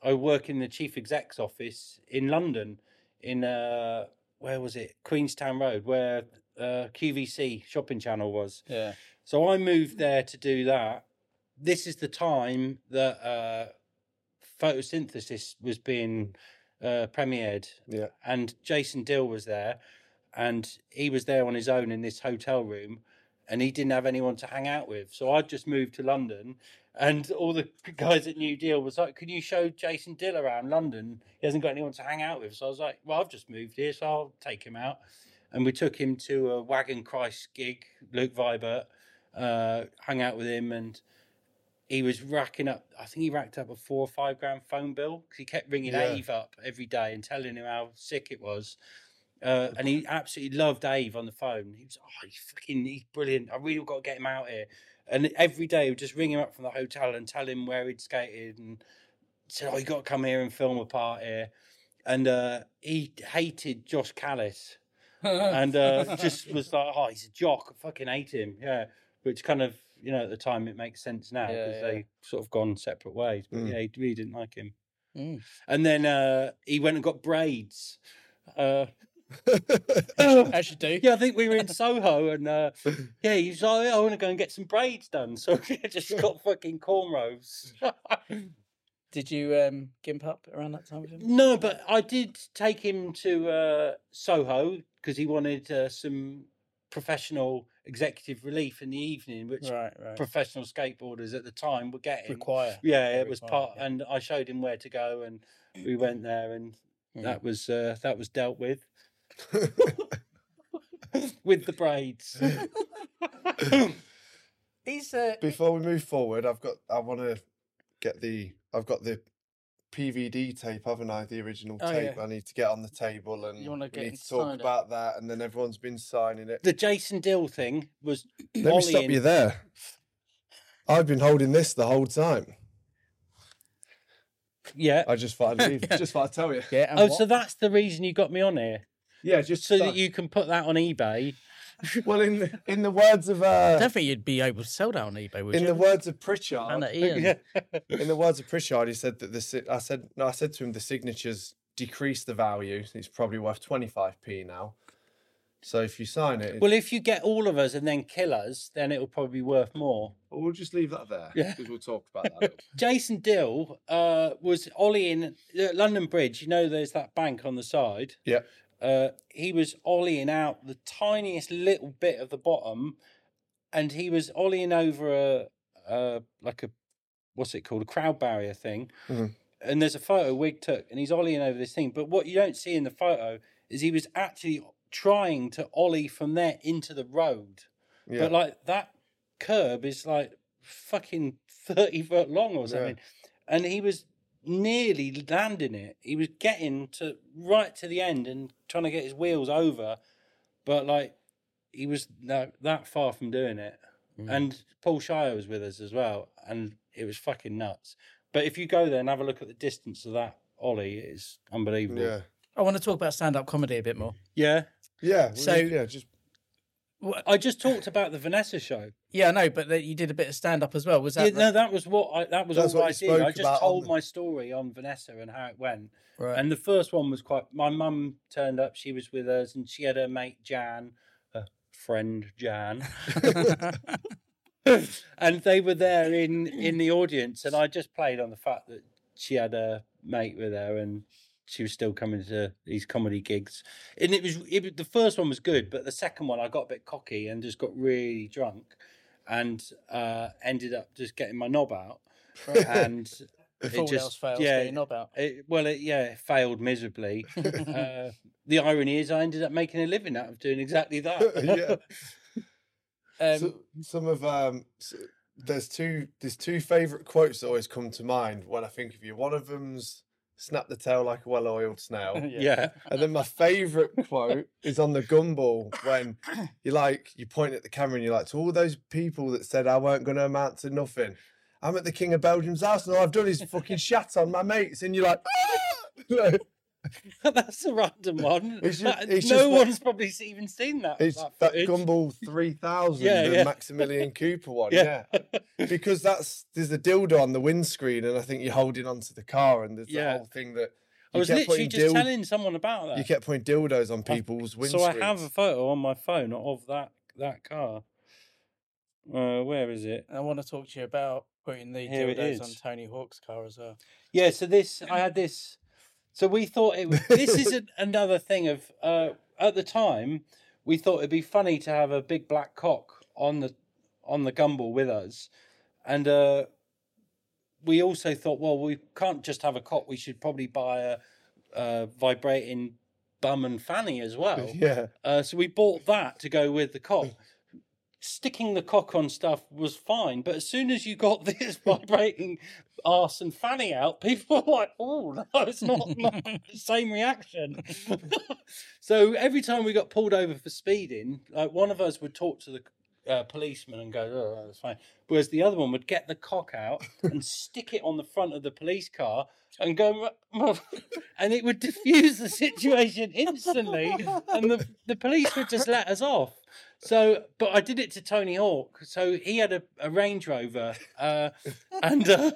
Speaker 2: I work in the chief exec's office in London, in uh, where was it? Queenstown Road, where uh, QVC shopping channel was.
Speaker 3: yeah.
Speaker 2: So I moved there to do that, this is the time that uh, photosynthesis was being uh, premiered.
Speaker 1: Yeah.
Speaker 2: And Jason Dill was there, and he was there on his own in this hotel room, and he didn't have anyone to hang out with. So I just moved to London, and all the [LAUGHS] guys at New Deal was like, "Can you show Jason Dill around London? He hasn't got anyone to hang out with." So I was like, "Well, I've just moved here, so I'll take him out." And we took him to a Wagon Christ gig, Luke Vibert, uh, hung out with him, and he was racking up. I think he racked up a four or five grand phone bill because he kept ringing
Speaker 1: Yeah.
Speaker 2: Ave up every day and telling him how sick it was. Uh, and he absolutely loved Ave on the phone. He was, oh, he's fucking, he's brilliant. I really got to get him out here. And every day, we'd just ring him up from the hotel and tell him where he'd skated and said, "Oh, you got to come here and film a part here." And uh, he hated Josh Callis and
Speaker 3: [LAUGHS]
Speaker 2: uh, just was like, "Oh, he's a jock. I fucking hate him." Yeah, which kind of you know at the time it makes sense now
Speaker 3: Yeah,
Speaker 2: because
Speaker 3: yeah.
Speaker 2: they sort of gone separate ways. But
Speaker 1: Mm.
Speaker 2: yeah, he really didn't like him.
Speaker 3: Mm.
Speaker 2: And then uh, he went and got braids. Uh, [LAUGHS]
Speaker 3: As you do.
Speaker 2: yeah, I think we were in Soho, and uh, yeah, he was like, "Oh, "I want to go and get some braids done." [LAUGHS] So he just got fucking cornrows. [LAUGHS]
Speaker 3: Did you um, gimp up around that time with him?
Speaker 2: No, but I did take him to uh, Soho because he wanted uh, some professional executive relief in the evening, which
Speaker 3: Right, right.
Speaker 2: professional skateboarders at the time were getting.
Speaker 3: Require.
Speaker 2: yeah,
Speaker 3: they
Speaker 2: it was
Speaker 3: require,
Speaker 2: part,
Speaker 3: yeah.
Speaker 2: and I showed him where to go, and we
Speaker 3: [CLEARS THROAT]
Speaker 2: went there, and
Speaker 3: Mm.
Speaker 2: that was uh, that was dealt with with the
Speaker 3: [LAUGHS]
Speaker 2: braids.
Speaker 3: He's uh,
Speaker 1: [LAUGHS] Before we move forward, I've got I want to get the I've got the PVD tape, haven't I? The original
Speaker 3: Oh,
Speaker 1: tape.
Speaker 3: yeah.
Speaker 1: I need to get on the table and
Speaker 3: wanna
Speaker 1: we
Speaker 3: get
Speaker 1: need
Speaker 3: it
Speaker 1: to talk
Speaker 3: signed up.
Speaker 1: about that. And then everyone's been signing it.
Speaker 2: [CLEARS THROAT] the Jason Dill thing was
Speaker 1: Let me stop
Speaker 2: volleying-
Speaker 1: you there. I've been holding this the whole time.
Speaker 2: [LAUGHS] Yeah.
Speaker 1: I just thought I'd leave. just thought I'd tell you.
Speaker 3: yeah. And
Speaker 2: oh,
Speaker 3: what?
Speaker 2: so that's the reason you got me on here,
Speaker 1: Yeah, just
Speaker 2: so that you can put that on eBay.
Speaker 1: [LAUGHS] Well, in the, in the words of
Speaker 3: I
Speaker 1: uh,
Speaker 3: don't think you'd be able to sell that on eBay, would
Speaker 1: in
Speaker 3: you?
Speaker 1: the words of Pritchard,
Speaker 3: [LAUGHS] and at Ian.
Speaker 1: in the words of Pritchard, he said that the si- I said no, I said to him the signatures decrease the value. It's probably worth twenty five p now. So if you sign it, it-
Speaker 2: Well, if you get all of us and then kill us, then it'll probably be worth more.
Speaker 1: Well, we'll just leave that there
Speaker 2: Yeah.
Speaker 1: we'll talk
Speaker 2: [LAUGHS]
Speaker 1: about that. later.
Speaker 2: Jason Dill uh, was ollieing at London Bridge. You know, there's that bank on the side.
Speaker 1: yeah,
Speaker 2: Uh, he was ollieing out the tiniest little bit of the bottom, and he was ollieing over a, a like a what's it called a crowd barrier thing.
Speaker 1: Mhm.
Speaker 2: And there's a photo Wig took, and he's ollieing over this thing. But what you don't see in the photo is he was actually trying to ollie from there into the road.
Speaker 1: yeah.
Speaker 2: But like that curb is like fucking [LAUGHS] thirty foot long or something, and he was nearly landing it. He was getting to right to the end and trying to get his wheels over, but like he was no, that far from doing it.
Speaker 1: Mm.
Speaker 2: And Paul Shire was with us as well, and it was fucking nuts. But if you go there and have a look at the distance of that ollie, it's unbelievable.
Speaker 1: yeah,
Speaker 3: I want to talk about stand-up comedy a bit more.
Speaker 2: yeah.
Speaker 1: yeah. we-
Speaker 3: So-
Speaker 1: yeah, just
Speaker 2: I just talked about the Vanessa show.
Speaker 3: Yeah, I know, but that you did a bit of stand-up as well. Was
Speaker 2: Yeah,
Speaker 3: that
Speaker 2: no, that was what I, that was
Speaker 1: That's
Speaker 2: all
Speaker 1: what
Speaker 2: I
Speaker 1: you
Speaker 2: did. I
Speaker 1: spoke about
Speaker 2: just
Speaker 1: on
Speaker 2: told
Speaker 1: the-
Speaker 2: my story on Vanessa and how it went.
Speaker 3: right? [LAUGHS]
Speaker 2: And [LAUGHS] the first one was quite. My mum turned up. She was with us, and she had her mate Jan, her friend Jan, and they were there in in the audience. And I just played on the fact that she had a mate with her, and she was still coming to these comedy gigs. And it was it, was- the first one was good, but the second one I got a bit cocky and just got really drunk, and uh, ended up just getting my knob out. And
Speaker 3: If all
Speaker 2: just-
Speaker 3: else fails,
Speaker 2: yeah,
Speaker 3: yeah, you know about.
Speaker 2: it, well, it, yeah, it failed miserably. uh, the irony is, I ended up making a living out of doing exactly
Speaker 1: [LAUGHS] yeah.
Speaker 2: that.
Speaker 3: Um,
Speaker 1: So- some of um, s there's two there's two favorite quotes that always come to mind when I think of you. One of them's snap the tail like a well-oiled snail.
Speaker 2: [LAUGHS]
Speaker 3: Um, [LAUGHS]
Speaker 2: yeah.
Speaker 1: And then my favourite quote is on the gumball when you like you point at the camera and you're like to all those people that said I weren't going to amount to nothing. I'm at the King of Belgium's house and all I've done is fucking shat on my mates and you're like. [LAUGHS] "Ah!"
Speaker 2: [LAUGHS] that's a random one.
Speaker 1: [LAUGHS] It's ju-
Speaker 2: That-
Speaker 1: it's
Speaker 2: no
Speaker 1: just like-
Speaker 2: one's probably even seen that.
Speaker 1: It's
Speaker 2: that
Speaker 1: that
Speaker 2: footage.
Speaker 1: Gumball
Speaker 2: [LAUGHS]
Speaker 1: 3000,
Speaker 2: Yeah,
Speaker 1: the
Speaker 2: yeah.
Speaker 1: Maximilian
Speaker 2: [LAUGHS]
Speaker 1: Cooper one. Yeah.
Speaker 2: Yeah.
Speaker 1: Because that's there's a dildo on the windscreen, and I think you're holding onto the car, and there's
Speaker 2: Yeah.
Speaker 1: the whole thing that
Speaker 2: I
Speaker 1: you
Speaker 2: was
Speaker 1: kept
Speaker 2: literally
Speaker 1: putting
Speaker 2: just
Speaker 1: dild-
Speaker 2: telling someone about that.
Speaker 1: You kept putting dildos on people's windscreens. [LAUGHS]
Speaker 2: so I have a photo on my phone of that that car. Uh, where is it?
Speaker 3: I want to talk to you about putting the
Speaker 2: Here it
Speaker 3: dildos on
Speaker 2: is.
Speaker 3: Tony Hawk's car as well.
Speaker 2: Yeah, so this I had this. So we thought it. was- This is an, another thing of uh, at the time we thought it'd be funny to have a big black cock on the on the gumball with us, and uh, we also thought, well, we can't just have a cock. We should probably buy a, a vibrating bum and fanny as well. [LAUGHS]
Speaker 1: Yeah.
Speaker 2: Uh, so we bought that to go with the cock. Sticking the cock on stuff was fine, but as soon as you got [LAUGHS] this vibrating arse and fanny out, people were like, "Oh no, it's not, not the same reaction." so every time we got pulled over for speeding, like one of us would talk to the uh, policeman and go, "Oh, that's fine," whereas the other one would get the cock out
Speaker 1: [LAUGHS]
Speaker 2: and stick it on the front of the police car and go, [LAUGHS] and it would diffuse the situation instantly, and the, the police would just let us off. So, but I did it to Tony Hawk. So he had a, a Range Rover, uh, and
Speaker 1: [LAUGHS]
Speaker 2: uh,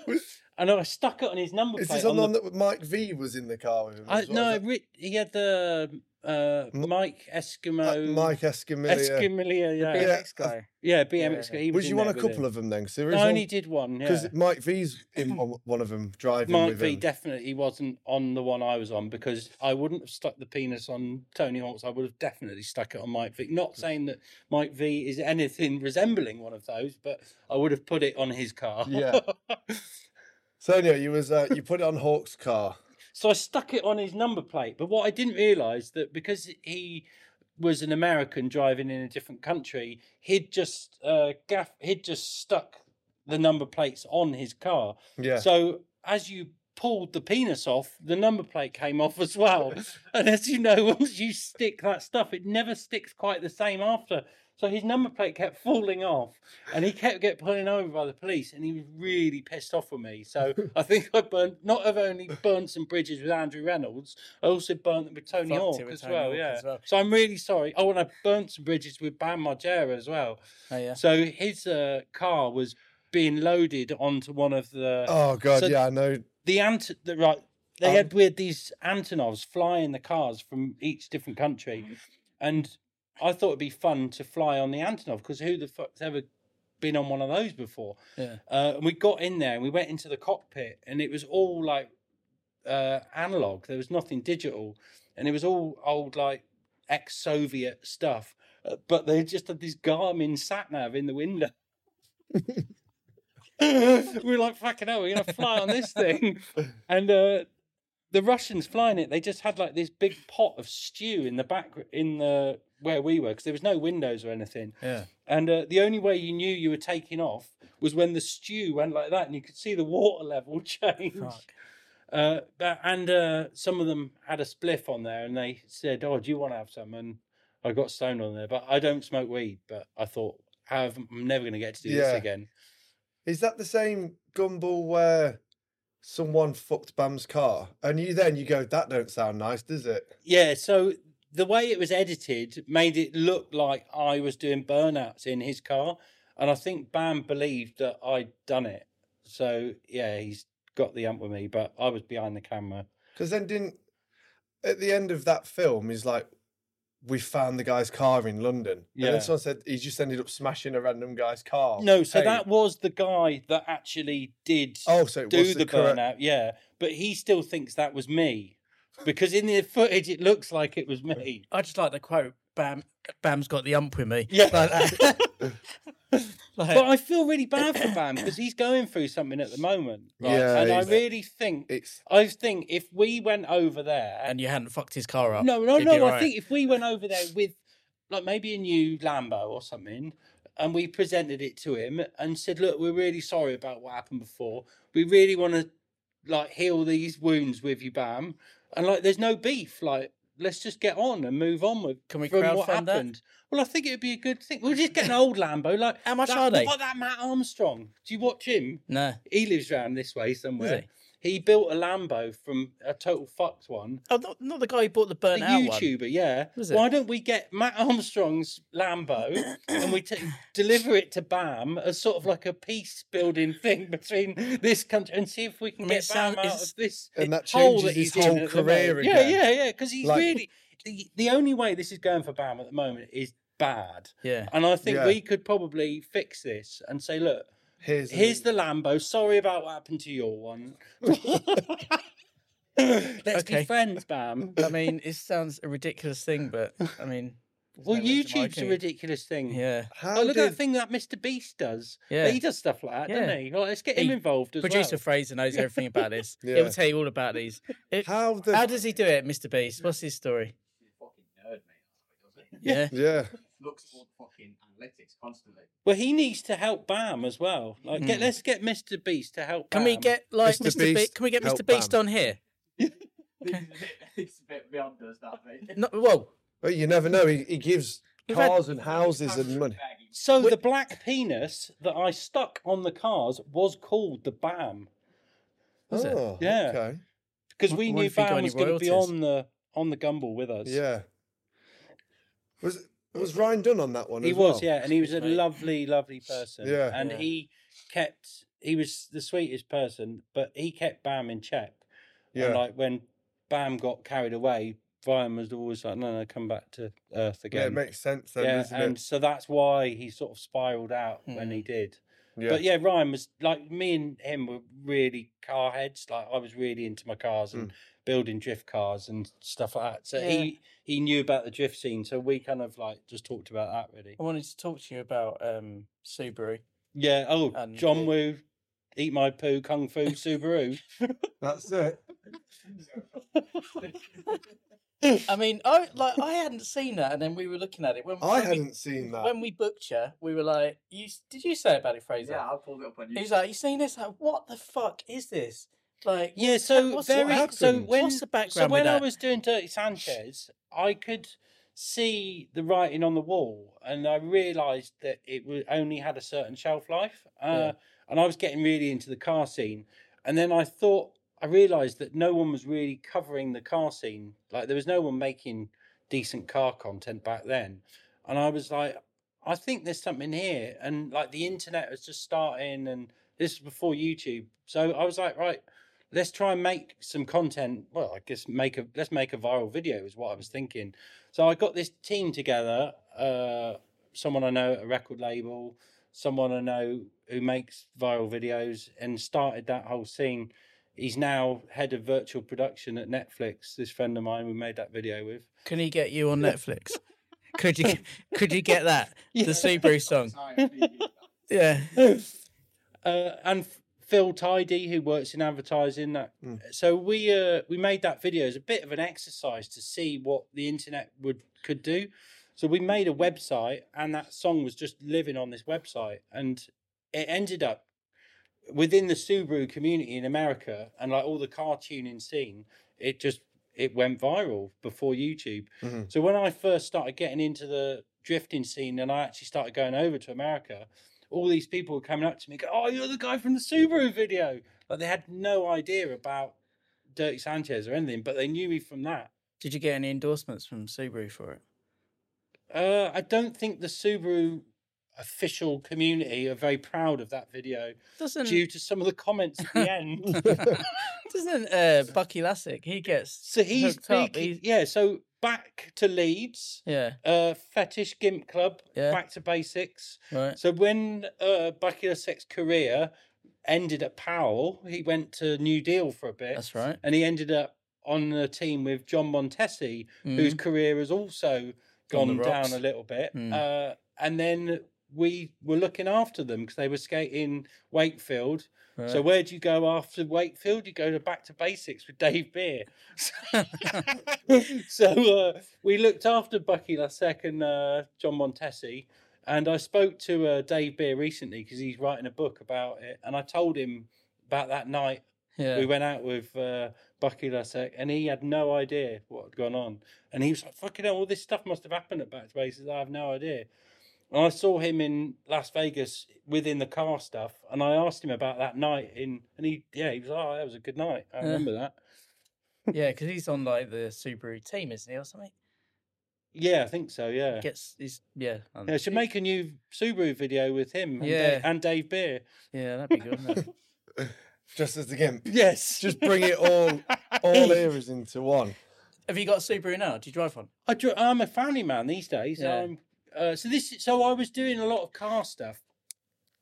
Speaker 2: and I stuck it on his number
Speaker 1: Is
Speaker 2: plate.
Speaker 1: this on the one that Mike V was in the car with him?
Speaker 2: I,
Speaker 1: as well?
Speaker 2: no,
Speaker 1: Is
Speaker 2: Ri- he had the uh,
Speaker 1: M-
Speaker 2: Mike
Speaker 1: that- that
Speaker 2: Eskimo.
Speaker 1: Mike Escamilla.
Speaker 2: Escamilia, yeah,
Speaker 1: Yeah.
Speaker 3: BMX guy.
Speaker 2: yeah, BMX.
Speaker 3: Yeah.
Speaker 2: He
Speaker 1: Was
Speaker 2: in
Speaker 1: you on
Speaker 2: there
Speaker 1: a
Speaker 2: with him.
Speaker 1: couple of them then? 'Cause there is
Speaker 2: I
Speaker 1: one-
Speaker 2: only did one. Yeah.
Speaker 1: Because Mike V's
Speaker 2: [CLEARS THROAT]
Speaker 1: in on one of them driving
Speaker 2: Mark
Speaker 1: with
Speaker 2: V
Speaker 1: him.
Speaker 2: definitely wasn't on the one I was on because I wouldn't have stuck the penis on Tony Hawk's. I would have definitely stuck it on Mike V. Not
Speaker 1: Hmm.
Speaker 2: saying that Mike V is anything [LAUGHS] resembling one of those, but I would have put it on his car. [LAUGHS]
Speaker 1: Yeah. so anyway, you was uh, you put it on Hawk's car.
Speaker 2: so I stuck it on his number plate. But what I didn't realise that because he was an American driving in a different country, he'd just uh, gaff, he'd just stuck the number plates on his car.
Speaker 1: Yeah.
Speaker 2: So as you pulled the penis off, the number plate came off as
Speaker 3: [LAUGHS]
Speaker 2: well. and as you know, [LAUGHS] once you stick that stuff, it never sticks quite the same after. So his number plate kept falling off, and he kept getting pulling over by the police, and he was really pissed off with me.
Speaker 3: [LAUGHS]
Speaker 2: So I think I burnt not have only burnt some bridges with Andrew Reynolds, I also burnt them with Tony
Speaker 3: Fucked it
Speaker 2: Hawk
Speaker 3: with
Speaker 2: as
Speaker 3: Tony
Speaker 2: well.
Speaker 3: Hawk
Speaker 2: yeah.
Speaker 3: as well.
Speaker 2: So I'm really sorry. Oh, and I burnt some bridges with Bam Margera as well.
Speaker 3: [LAUGHS] Oh, yeah.
Speaker 2: So his uh, car was being loaded onto one of the
Speaker 1: oh god,
Speaker 2: so-
Speaker 1: yeah, I know.
Speaker 2: the ant the, right they
Speaker 1: Um,
Speaker 2: had with these antonovs flying the cars from each different country and i thought it'd be fun to fly on the antonov because who the fuck's ever been on one of those before
Speaker 3: Yeah.
Speaker 2: uh, and we got in there and we went into the cockpit and it was all like uh, analog there was nothing digital and it was all old like ex-soviet stuff Uh, but they just had this garmin sat nav in the window [LAUGHS] we were like, fucking hell, we're gonna fly on this thing. And uh, the Russians flying it, they just had like this big pot of stew in the back in the where we were because there was no windows or anything.
Speaker 3: [LAUGHS] Yeah.
Speaker 2: And uh, the only way you knew you were taking off was when the stew went like that, and you could see the water level [LAUGHS] change.
Speaker 3: Fuck.
Speaker 2: Uh, but- and uh, some of them had a spliff on there, and they said, "Oh, do you want to have some?" And I got stoned on there, but I don't smoke weed. But I thought, "Have I'm never going to get to do
Speaker 1: Yeah.
Speaker 2: this again."
Speaker 1: Is that the same gumball where someone fucked Bam's car, and you then you go, that don't sound nice, does it?
Speaker 2: Yeah, so the way it was edited made it look like I was doing burnouts in his car, and I think Bam believed that I'd done it. So yeah, he's got the ump with me, but I was behind the camera.
Speaker 1: Because then didn't at the end of that film he's like, we found the guy's car in London. And
Speaker 2: Yeah.
Speaker 1: then someone said he just ended up smashing a random guy's car.
Speaker 2: No, so
Speaker 1: Hey.
Speaker 2: that was the guy that actually did
Speaker 1: Oh, so it
Speaker 2: do
Speaker 1: was
Speaker 2: the,
Speaker 1: the, correct.
Speaker 2: burnout. Yeah, but he still thinks that was me because in the footage it looks like it was me.
Speaker 3: I just like the quote. Bam, Bam's got the ump with me. [LAUGHS]
Speaker 1: uh,
Speaker 2: Yeah.
Speaker 3: Like,
Speaker 2: But I feel really bad for Bam because he's going through something at the moment. Right?
Speaker 1: Yeah,
Speaker 2: and I
Speaker 1: he's-
Speaker 2: really think
Speaker 1: It's
Speaker 2: I think if we went over there,
Speaker 3: and you hadn't fucked his car up.
Speaker 2: no, no,
Speaker 3: he'd
Speaker 2: no,
Speaker 3: be
Speaker 2: I
Speaker 3: alright.
Speaker 2: think if we went over there with like maybe a new Lambo or something, and we presented it to him and said, "Look, we're really sorry about what happened before. We really want to like heal these wounds with you, Bam." And like, there's no beef. Like, let's just get on and move on with.
Speaker 3: Can we
Speaker 2: from what
Speaker 3: crowdfund that?
Speaker 2: happened? Well, I think it would be a good thing. We'll just get an old Lambo. Like,
Speaker 3: How much
Speaker 2: that,
Speaker 3: are they?
Speaker 2: What about that Matt Armstrong? Do you watch him?
Speaker 3: No.
Speaker 2: He lives round this way
Speaker 3: Does
Speaker 2: somewhere. He? built a Lambo from a total fucked one.
Speaker 3: Oh, not, not the guy who bought the burnt
Speaker 2: The
Speaker 3: out one.
Speaker 2: YouTuber, yeah.
Speaker 3: Was it?
Speaker 2: Why don't we get Matt Armstrong's
Speaker 3: [COUGHS]
Speaker 2: Lambo and we t- deliver it to Bam as sort of like a peace building thing [LAUGHS] between this country and see if we can
Speaker 3: I mean,
Speaker 2: get
Speaker 3: it
Speaker 2: Bam
Speaker 3: sound-
Speaker 2: out
Speaker 3: it's-
Speaker 2: of this
Speaker 1: and that
Speaker 2: hole
Speaker 1: changes
Speaker 2: that
Speaker 1: his
Speaker 2: he's in
Speaker 1: whole
Speaker 2: at the moment.
Speaker 1: career
Speaker 2: Yeah,
Speaker 1: again.
Speaker 2: yeah, yeah. Because he's
Speaker 1: Like-
Speaker 2: really the, the only way this is going for Bam at the moment is bad.
Speaker 3: Yeah.
Speaker 2: And I think
Speaker 1: Yeah.
Speaker 2: we could probably fix this and say, look,
Speaker 1: Here's,
Speaker 2: Here's the Lambo. Sorry about what happened to your
Speaker 3: [LAUGHS]
Speaker 2: one. Let's
Speaker 3: Okay.
Speaker 2: be friends, Bam.
Speaker 3: I mean, it sounds a ridiculous thing, but I mean, there's
Speaker 2: Well,
Speaker 3: no reason why I
Speaker 2: YouTube's a
Speaker 3: couldn't.
Speaker 2: ridiculous thing.
Speaker 3: Yeah,
Speaker 1: How
Speaker 2: Oh, look at
Speaker 1: did
Speaker 2: that thing that Mr. Beast does.
Speaker 3: yeah.
Speaker 2: He does stuff like that,
Speaker 3: Yeah.
Speaker 2: doesn't he? Well, let's get him
Speaker 3: He-
Speaker 2: involved as
Speaker 3: Producer
Speaker 2: well.
Speaker 3: Fraser knows everything about this.
Speaker 1: Yeah.
Speaker 3: He'll tell you all about these. It- how,
Speaker 1: how the
Speaker 3: does he do it, Mr. Beast? What's his story?
Speaker 4: He's a fucking nerd, mate. That's what he does,
Speaker 3: Yeah.
Speaker 1: yeah
Speaker 4: it? Looks for fucking analytics [LAUGHS] constantly.
Speaker 2: Well, he needs to help Bam as well. Like, get,
Speaker 3: Mm.
Speaker 2: let's get Mr. Beast to help.
Speaker 3: Can we
Speaker 2: Bam.
Speaker 3: get like
Speaker 1: Mr.
Speaker 3: Mr. Beast?
Speaker 1: Beast,
Speaker 3: can we get
Speaker 1: help
Speaker 3: Mr. Beast
Speaker 1: Bam.
Speaker 3: on here?
Speaker 4: This is a bit, it's a bit beyond us, that,
Speaker 3: [LAUGHS]
Speaker 4: mate.
Speaker 3: No, whoa.
Speaker 1: But you never know. He, he gives
Speaker 3: We've had-
Speaker 1: cars and houses and money.
Speaker 4: Baggy.
Speaker 2: So the black penis that I stuck on the cars was called the Bam
Speaker 3: Was it?
Speaker 1: Oh,
Speaker 2: Yeah.
Speaker 1: Okay.
Speaker 2: because
Speaker 3: W-
Speaker 2: we
Speaker 3: wonder
Speaker 2: knew
Speaker 3: if he got
Speaker 2: Bam
Speaker 3: any
Speaker 2: was going to be
Speaker 3: royalties.
Speaker 2: on the on the gumball with us.
Speaker 1: Yeah. Was was Ryan Dunn on that one?
Speaker 2: he
Speaker 1: as
Speaker 2: was.
Speaker 1: well?
Speaker 2: Yeah, and he was a
Speaker 3: Mate.
Speaker 2: lovely, lovely person.
Speaker 1: Yeah.
Speaker 2: and
Speaker 3: Yeah.
Speaker 2: he kept he was the sweetest person, but he kept Bam in check. And
Speaker 1: Yeah.
Speaker 2: like when Bam got carried away, Brian was always like, "No, no, come back to Earth
Speaker 1: Yeah, it
Speaker 2: again."
Speaker 1: makes sense then,
Speaker 2: Yeah,
Speaker 1: doesn't
Speaker 2: and
Speaker 1: it?
Speaker 2: so that's why he sort of spiraled out when
Speaker 3: Mm.
Speaker 2: he did.
Speaker 1: Yeah.
Speaker 2: But yeah, Ryan was like me and him were really car heads. Like I was really into my cars
Speaker 1: Hmm.
Speaker 2: and building drift cars and stuff like that. So
Speaker 3: Yeah.
Speaker 2: he he knew about the drift scene. So we kind of like just talked about that really.
Speaker 3: I wanted to talk to you about um, Subaru.
Speaker 2: Yeah. Oh,
Speaker 3: And-
Speaker 2: John Woo, eat my poo, kung
Speaker 3: [LAUGHS]
Speaker 2: fu, Subaru.
Speaker 1: That's it.
Speaker 3: I mean, I like I hadn't seen that, and then we were looking at it when
Speaker 1: I
Speaker 3: when
Speaker 1: hadn't uh, seen
Speaker 3: We,
Speaker 1: that.
Speaker 3: when we booked you, we were like, "You s- did you say about it, Fraser?"
Speaker 4: [LAUGHS] Yeah, I pulled it up on YouTube.
Speaker 3: He's like, "You seen this? Like, what the fuck is this?" Like,
Speaker 2: yeah. So
Speaker 3: what's- what
Speaker 2: very. so
Speaker 1: happened?
Speaker 2: when
Speaker 3: what's the
Speaker 2: so
Speaker 3: background? with
Speaker 2: when I
Speaker 3: that?
Speaker 2: was doing Dirty Sanchez, I could see the writing on the wall, and I realised that it was, only had a certain shelf life. Uh,
Speaker 3: Yeah.
Speaker 2: And I was getting really into the car scene, and then I thought I realised that no one was really covering the car scene. Like there was no one making decent car content back then, and I was like, I think there's something here, and like the internet was just starting, and this was before YouTube, so I was like, right let's try and make some content well i guess make a let's make a viral video is what i was thinking so i got this team together uh someone i know at a record label someone i know who makes viral videos and started that whole scene he's now head of virtual production at netflix this friend of mine we made that video with
Speaker 3: Can he get you
Speaker 2: [LAUGHS]
Speaker 3: on Netflix? could you could you get that the Subaru song?
Speaker 4: [LAUGHS]
Speaker 3: Yeah,
Speaker 2: uh, and F- Phil Tidy, who works in advertising. That so we uh, we made that video as a bit of an exercise to see what the internet would could do. So we made a website, and that song was just living on this website, and it ended up within the Subaru community in America and like all the car tuning scene. It just it went viral before YouTube.
Speaker 1: Mhm.
Speaker 2: So when I first started getting into the drifting scene, and I actually started going over to America, all these people were coming up to me, go, "Oh, you're the guy from the Subaru video!" Like they had no idea about Dirty Sanchez or anything, but they knew me from that.
Speaker 3: Did you get any endorsements from Subaru for it?
Speaker 2: Uh, I don't think the Subaru official community are very proud of that video
Speaker 3: Doesn't
Speaker 2: [LAUGHS] due to some of the comments at
Speaker 3: [LAUGHS]
Speaker 2: the end.
Speaker 3: doesn't uh, Bucky Lassick? He gets
Speaker 2: so he's
Speaker 3: hooked up.
Speaker 2: speaking-
Speaker 3: He's-
Speaker 2: yeah. So back to Leeds,
Speaker 3: yeah,
Speaker 2: uh, fetish gimp club,
Speaker 3: Yeah.
Speaker 2: back to basics.
Speaker 3: right.
Speaker 2: So when uh, Bucky Sex career ended at Powell, he went to New Deal for a bit.
Speaker 3: That's right.
Speaker 2: And he ended up on a team with John Montesi, whose career has also
Speaker 3: On Hmm. the
Speaker 2: gone down
Speaker 3: rocks.
Speaker 2: a little bit.
Speaker 3: Mm.
Speaker 2: Uh, and then we were looking after them because they were skating Wakefield. So
Speaker 3: Mm, Right.
Speaker 2: where do you go after Wakefield? You go to back to basics with Dave
Speaker 3: [LAUGHS]
Speaker 2: Beer. [LAUGHS] so uh, we looked after Bucky Lasek and uh, John Montesi, and I spoke to uh, Dave Beer recently because he's writing a book about it, and I told him about that night
Speaker 3: yeah.
Speaker 2: we went out with uh, Bucky Lasek, and he had no idea what had gone on, and he was like, "Fucking hell, all this stuff must have happened at back to basics. I have no idea." And I saw him in Las Vegas within the car stuff, and I asked him about that night in, and he, yeah, he was like, "Oh, that was a good night. I
Speaker 3: Yeah.
Speaker 2: remember that."
Speaker 3: Yeah, because he's on like the Subaru team, isn't he, or something?
Speaker 2: Yeah, I think so. Yeah.
Speaker 3: Gets he's yeah. um,
Speaker 2: Yeah, I should make a new Subaru video with him and,
Speaker 3: Yeah.
Speaker 2: Dave, and Dave Beer.
Speaker 3: [LAUGHS]
Speaker 2: [LAUGHS]
Speaker 3: yeah, that'd be good. wouldn't it?
Speaker 1: Just as the
Speaker 2: [LAUGHS]
Speaker 1: gimp.
Speaker 2: Yes.
Speaker 1: [LAUGHS] Just bring it all
Speaker 2: [LAUGHS]
Speaker 1: all eras into one.
Speaker 3: Have you got a Subaru now? Do you drive one?
Speaker 2: I dri I'm a family man these days.
Speaker 3: Yeah.
Speaker 2: Um, uh, so this, so I was doing a lot of car stuff,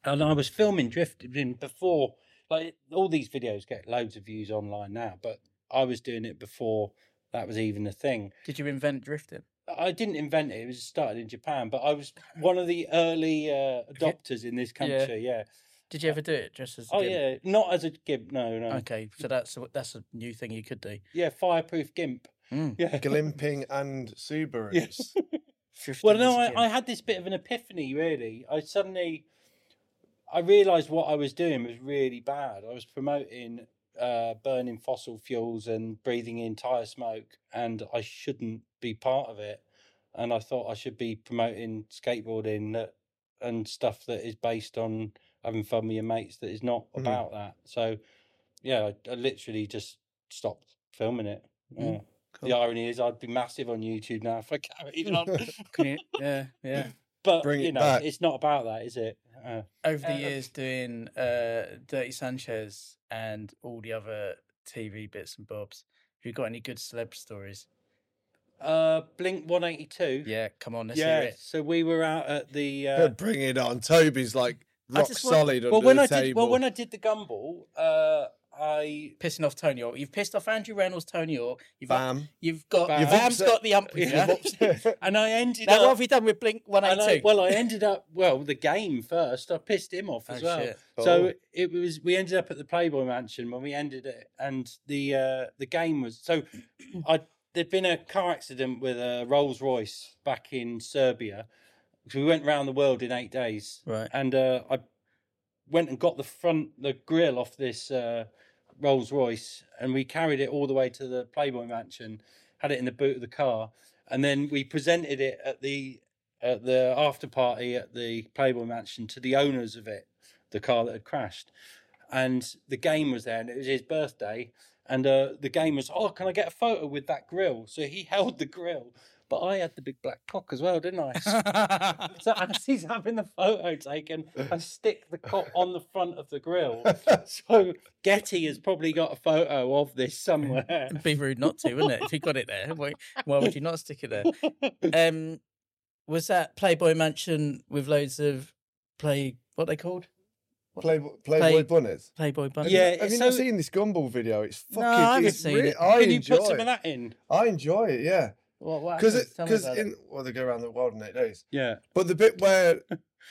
Speaker 2: and I was filming drifting before. Like all these videos get loads of views online now, but I was doing it before that was even a thing.
Speaker 3: Did you invent drifting?
Speaker 2: I didn't invent it; it was started in Japan, but I was one of the early uh, adopters in this
Speaker 3: Yeah.
Speaker 2: country. Yeah.
Speaker 3: Did you ever do it just as? a
Speaker 2: Oh
Speaker 3: gimp?
Speaker 2: yeah, not as a gimp. No, no.
Speaker 3: Okay, so that's a, that's a new thing you could do.
Speaker 2: Yeah, fireproof gimp.
Speaker 3: Mm.
Speaker 2: Yeah.
Speaker 1: Glimping and Subarus. [LAUGHS]
Speaker 3: Drifting
Speaker 2: Well,
Speaker 3: as
Speaker 2: no,
Speaker 3: a
Speaker 2: I, I
Speaker 3: gimp.
Speaker 2: had this bit of an epiphany. Really, I suddenly I realised what I was doing was really bad. I was promoting uh, burning fossil fuels and breathing in tyre smoke, and I shouldn't be part of it. And I thought I should be promoting skateboarding that, and stuff that is based on having fun with your mates that is not
Speaker 3: Mm-hmm.
Speaker 1: Mhm.
Speaker 2: about that. So, yeah, I, I literally just stopped filming it. Yeah.
Speaker 3: Mm, cool.
Speaker 2: The irony is, I'd be massive on YouTube now if I carried
Speaker 3: [LAUGHS]
Speaker 2: on.
Speaker 3: Can you- yeah, yeah.
Speaker 2: But
Speaker 1: Bring
Speaker 2: you
Speaker 1: it
Speaker 2: know,
Speaker 1: back.
Speaker 2: it's not about that, is it? Uh,
Speaker 3: [CLEARS THROAT] over the
Speaker 2: Uh,
Speaker 3: years doing uh, Dirty Sanchez and all the other TV bits and bobs. Have you got any good celeb stories?
Speaker 2: uh Blink One Eighty Two.
Speaker 3: Yeah, come on, let's
Speaker 2: yeah.
Speaker 3: hear it.
Speaker 2: So we were out at the. Uh,
Speaker 1: Yeah, Bring it on. Toby's like
Speaker 3: I
Speaker 1: rock
Speaker 3: just want-
Speaker 1: solid
Speaker 2: well,
Speaker 1: under
Speaker 2: when
Speaker 1: the
Speaker 2: I
Speaker 1: table.
Speaker 2: did well when I did the gumball, uh, I
Speaker 3: Pissing off Tony Hawk. You've pissed off Andrew Reynolds, Tony Hawk. You've
Speaker 1: Bam.
Speaker 3: you've got
Speaker 2: Bam.
Speaker 3: Bam's
Speaker 2: You've
Speaker 1: upset-
Speaker 3: got the ump with
Speaker 2: [LAUGHS] Yeah.
Speaker 3: you. [LAUGHS]
Speaker 2: [LAUGHS] and I ended
Speaker 3: Now what
Speaker 2: up.
Speaker 3: have you done with Blink One
Speaker 2: and
Speaker 3: Eight
Speaker 2: I-
Speaker 3: Two?
Speaker 2: well, I ended up well the game first. I pissed him
Speaker 3: Oh,
Speaker 2: off as well. So it was we ended up at the Playboy Mansion when we ended it, and the uh, the game was so I there'd been a car accident with a Rolls Royce back in Serbia. 'cause we went round the world in eight days,
Speaker 3: Right.
Speaker 2: and uh, I went and got the front the grill off this uh, Rolls Royce, and we carried it all the way to the Playboy Mansion, had it in the boot of the car, and then we presented it at the at the after party at the Playboy Mansion to the owners of it, the car that had crashed, and the game was there, and it was his birthday, and uh, the game was, oh, can I get a photo with that grill? So he [LAUGHS] held the grill, but I had the big black cock as well, didn't I?
Speaker 1: [LAUGHS]
Speaker 2: So as he's having the photo taken, I stick the cop on the front of the
Speaker 1: [LAUGHS]
Speaker 2: grill. So Getty has probably got a photo of this somewhere.
Speaker 3: [LAUGHS] It'd be rude not to, wouldn't it? If you got it there, why, why would you not stick it there? [LAUGHS] Um, was that Playboy Mansion with loads of play? What they called
Speaker 1: Playboy, Playboy Bunnies.
Speaker 3: Playboy Bunny?
Speaker 2: Yeah,
Speaker 1: Have you
Speaker 2: so-
Speaker 1: not seen this Gumball video? It's fucking.
Speaker 3: No, I haven't
Speaker 1: it's
Speaker 3: seen
Speaker 1: really-
Speaker 3: it.
Speaker 1: I
Speaker 2: Can you
Speaker 1: enjoy
Speaker 2: put some of
Speaker 1: it.
Speaker 2: that in?
Speaker 1: I enjoy it. Yeah,
Speaker 3: What? What?
Speaker 1: because
Speaker 3: happened? Tell me
Speaker 1: because
Speaker 3: about it.
Speaker 1: in well they go around the world in eight days.
Speaker 2: Yeah.
Speaker 1: But the bit where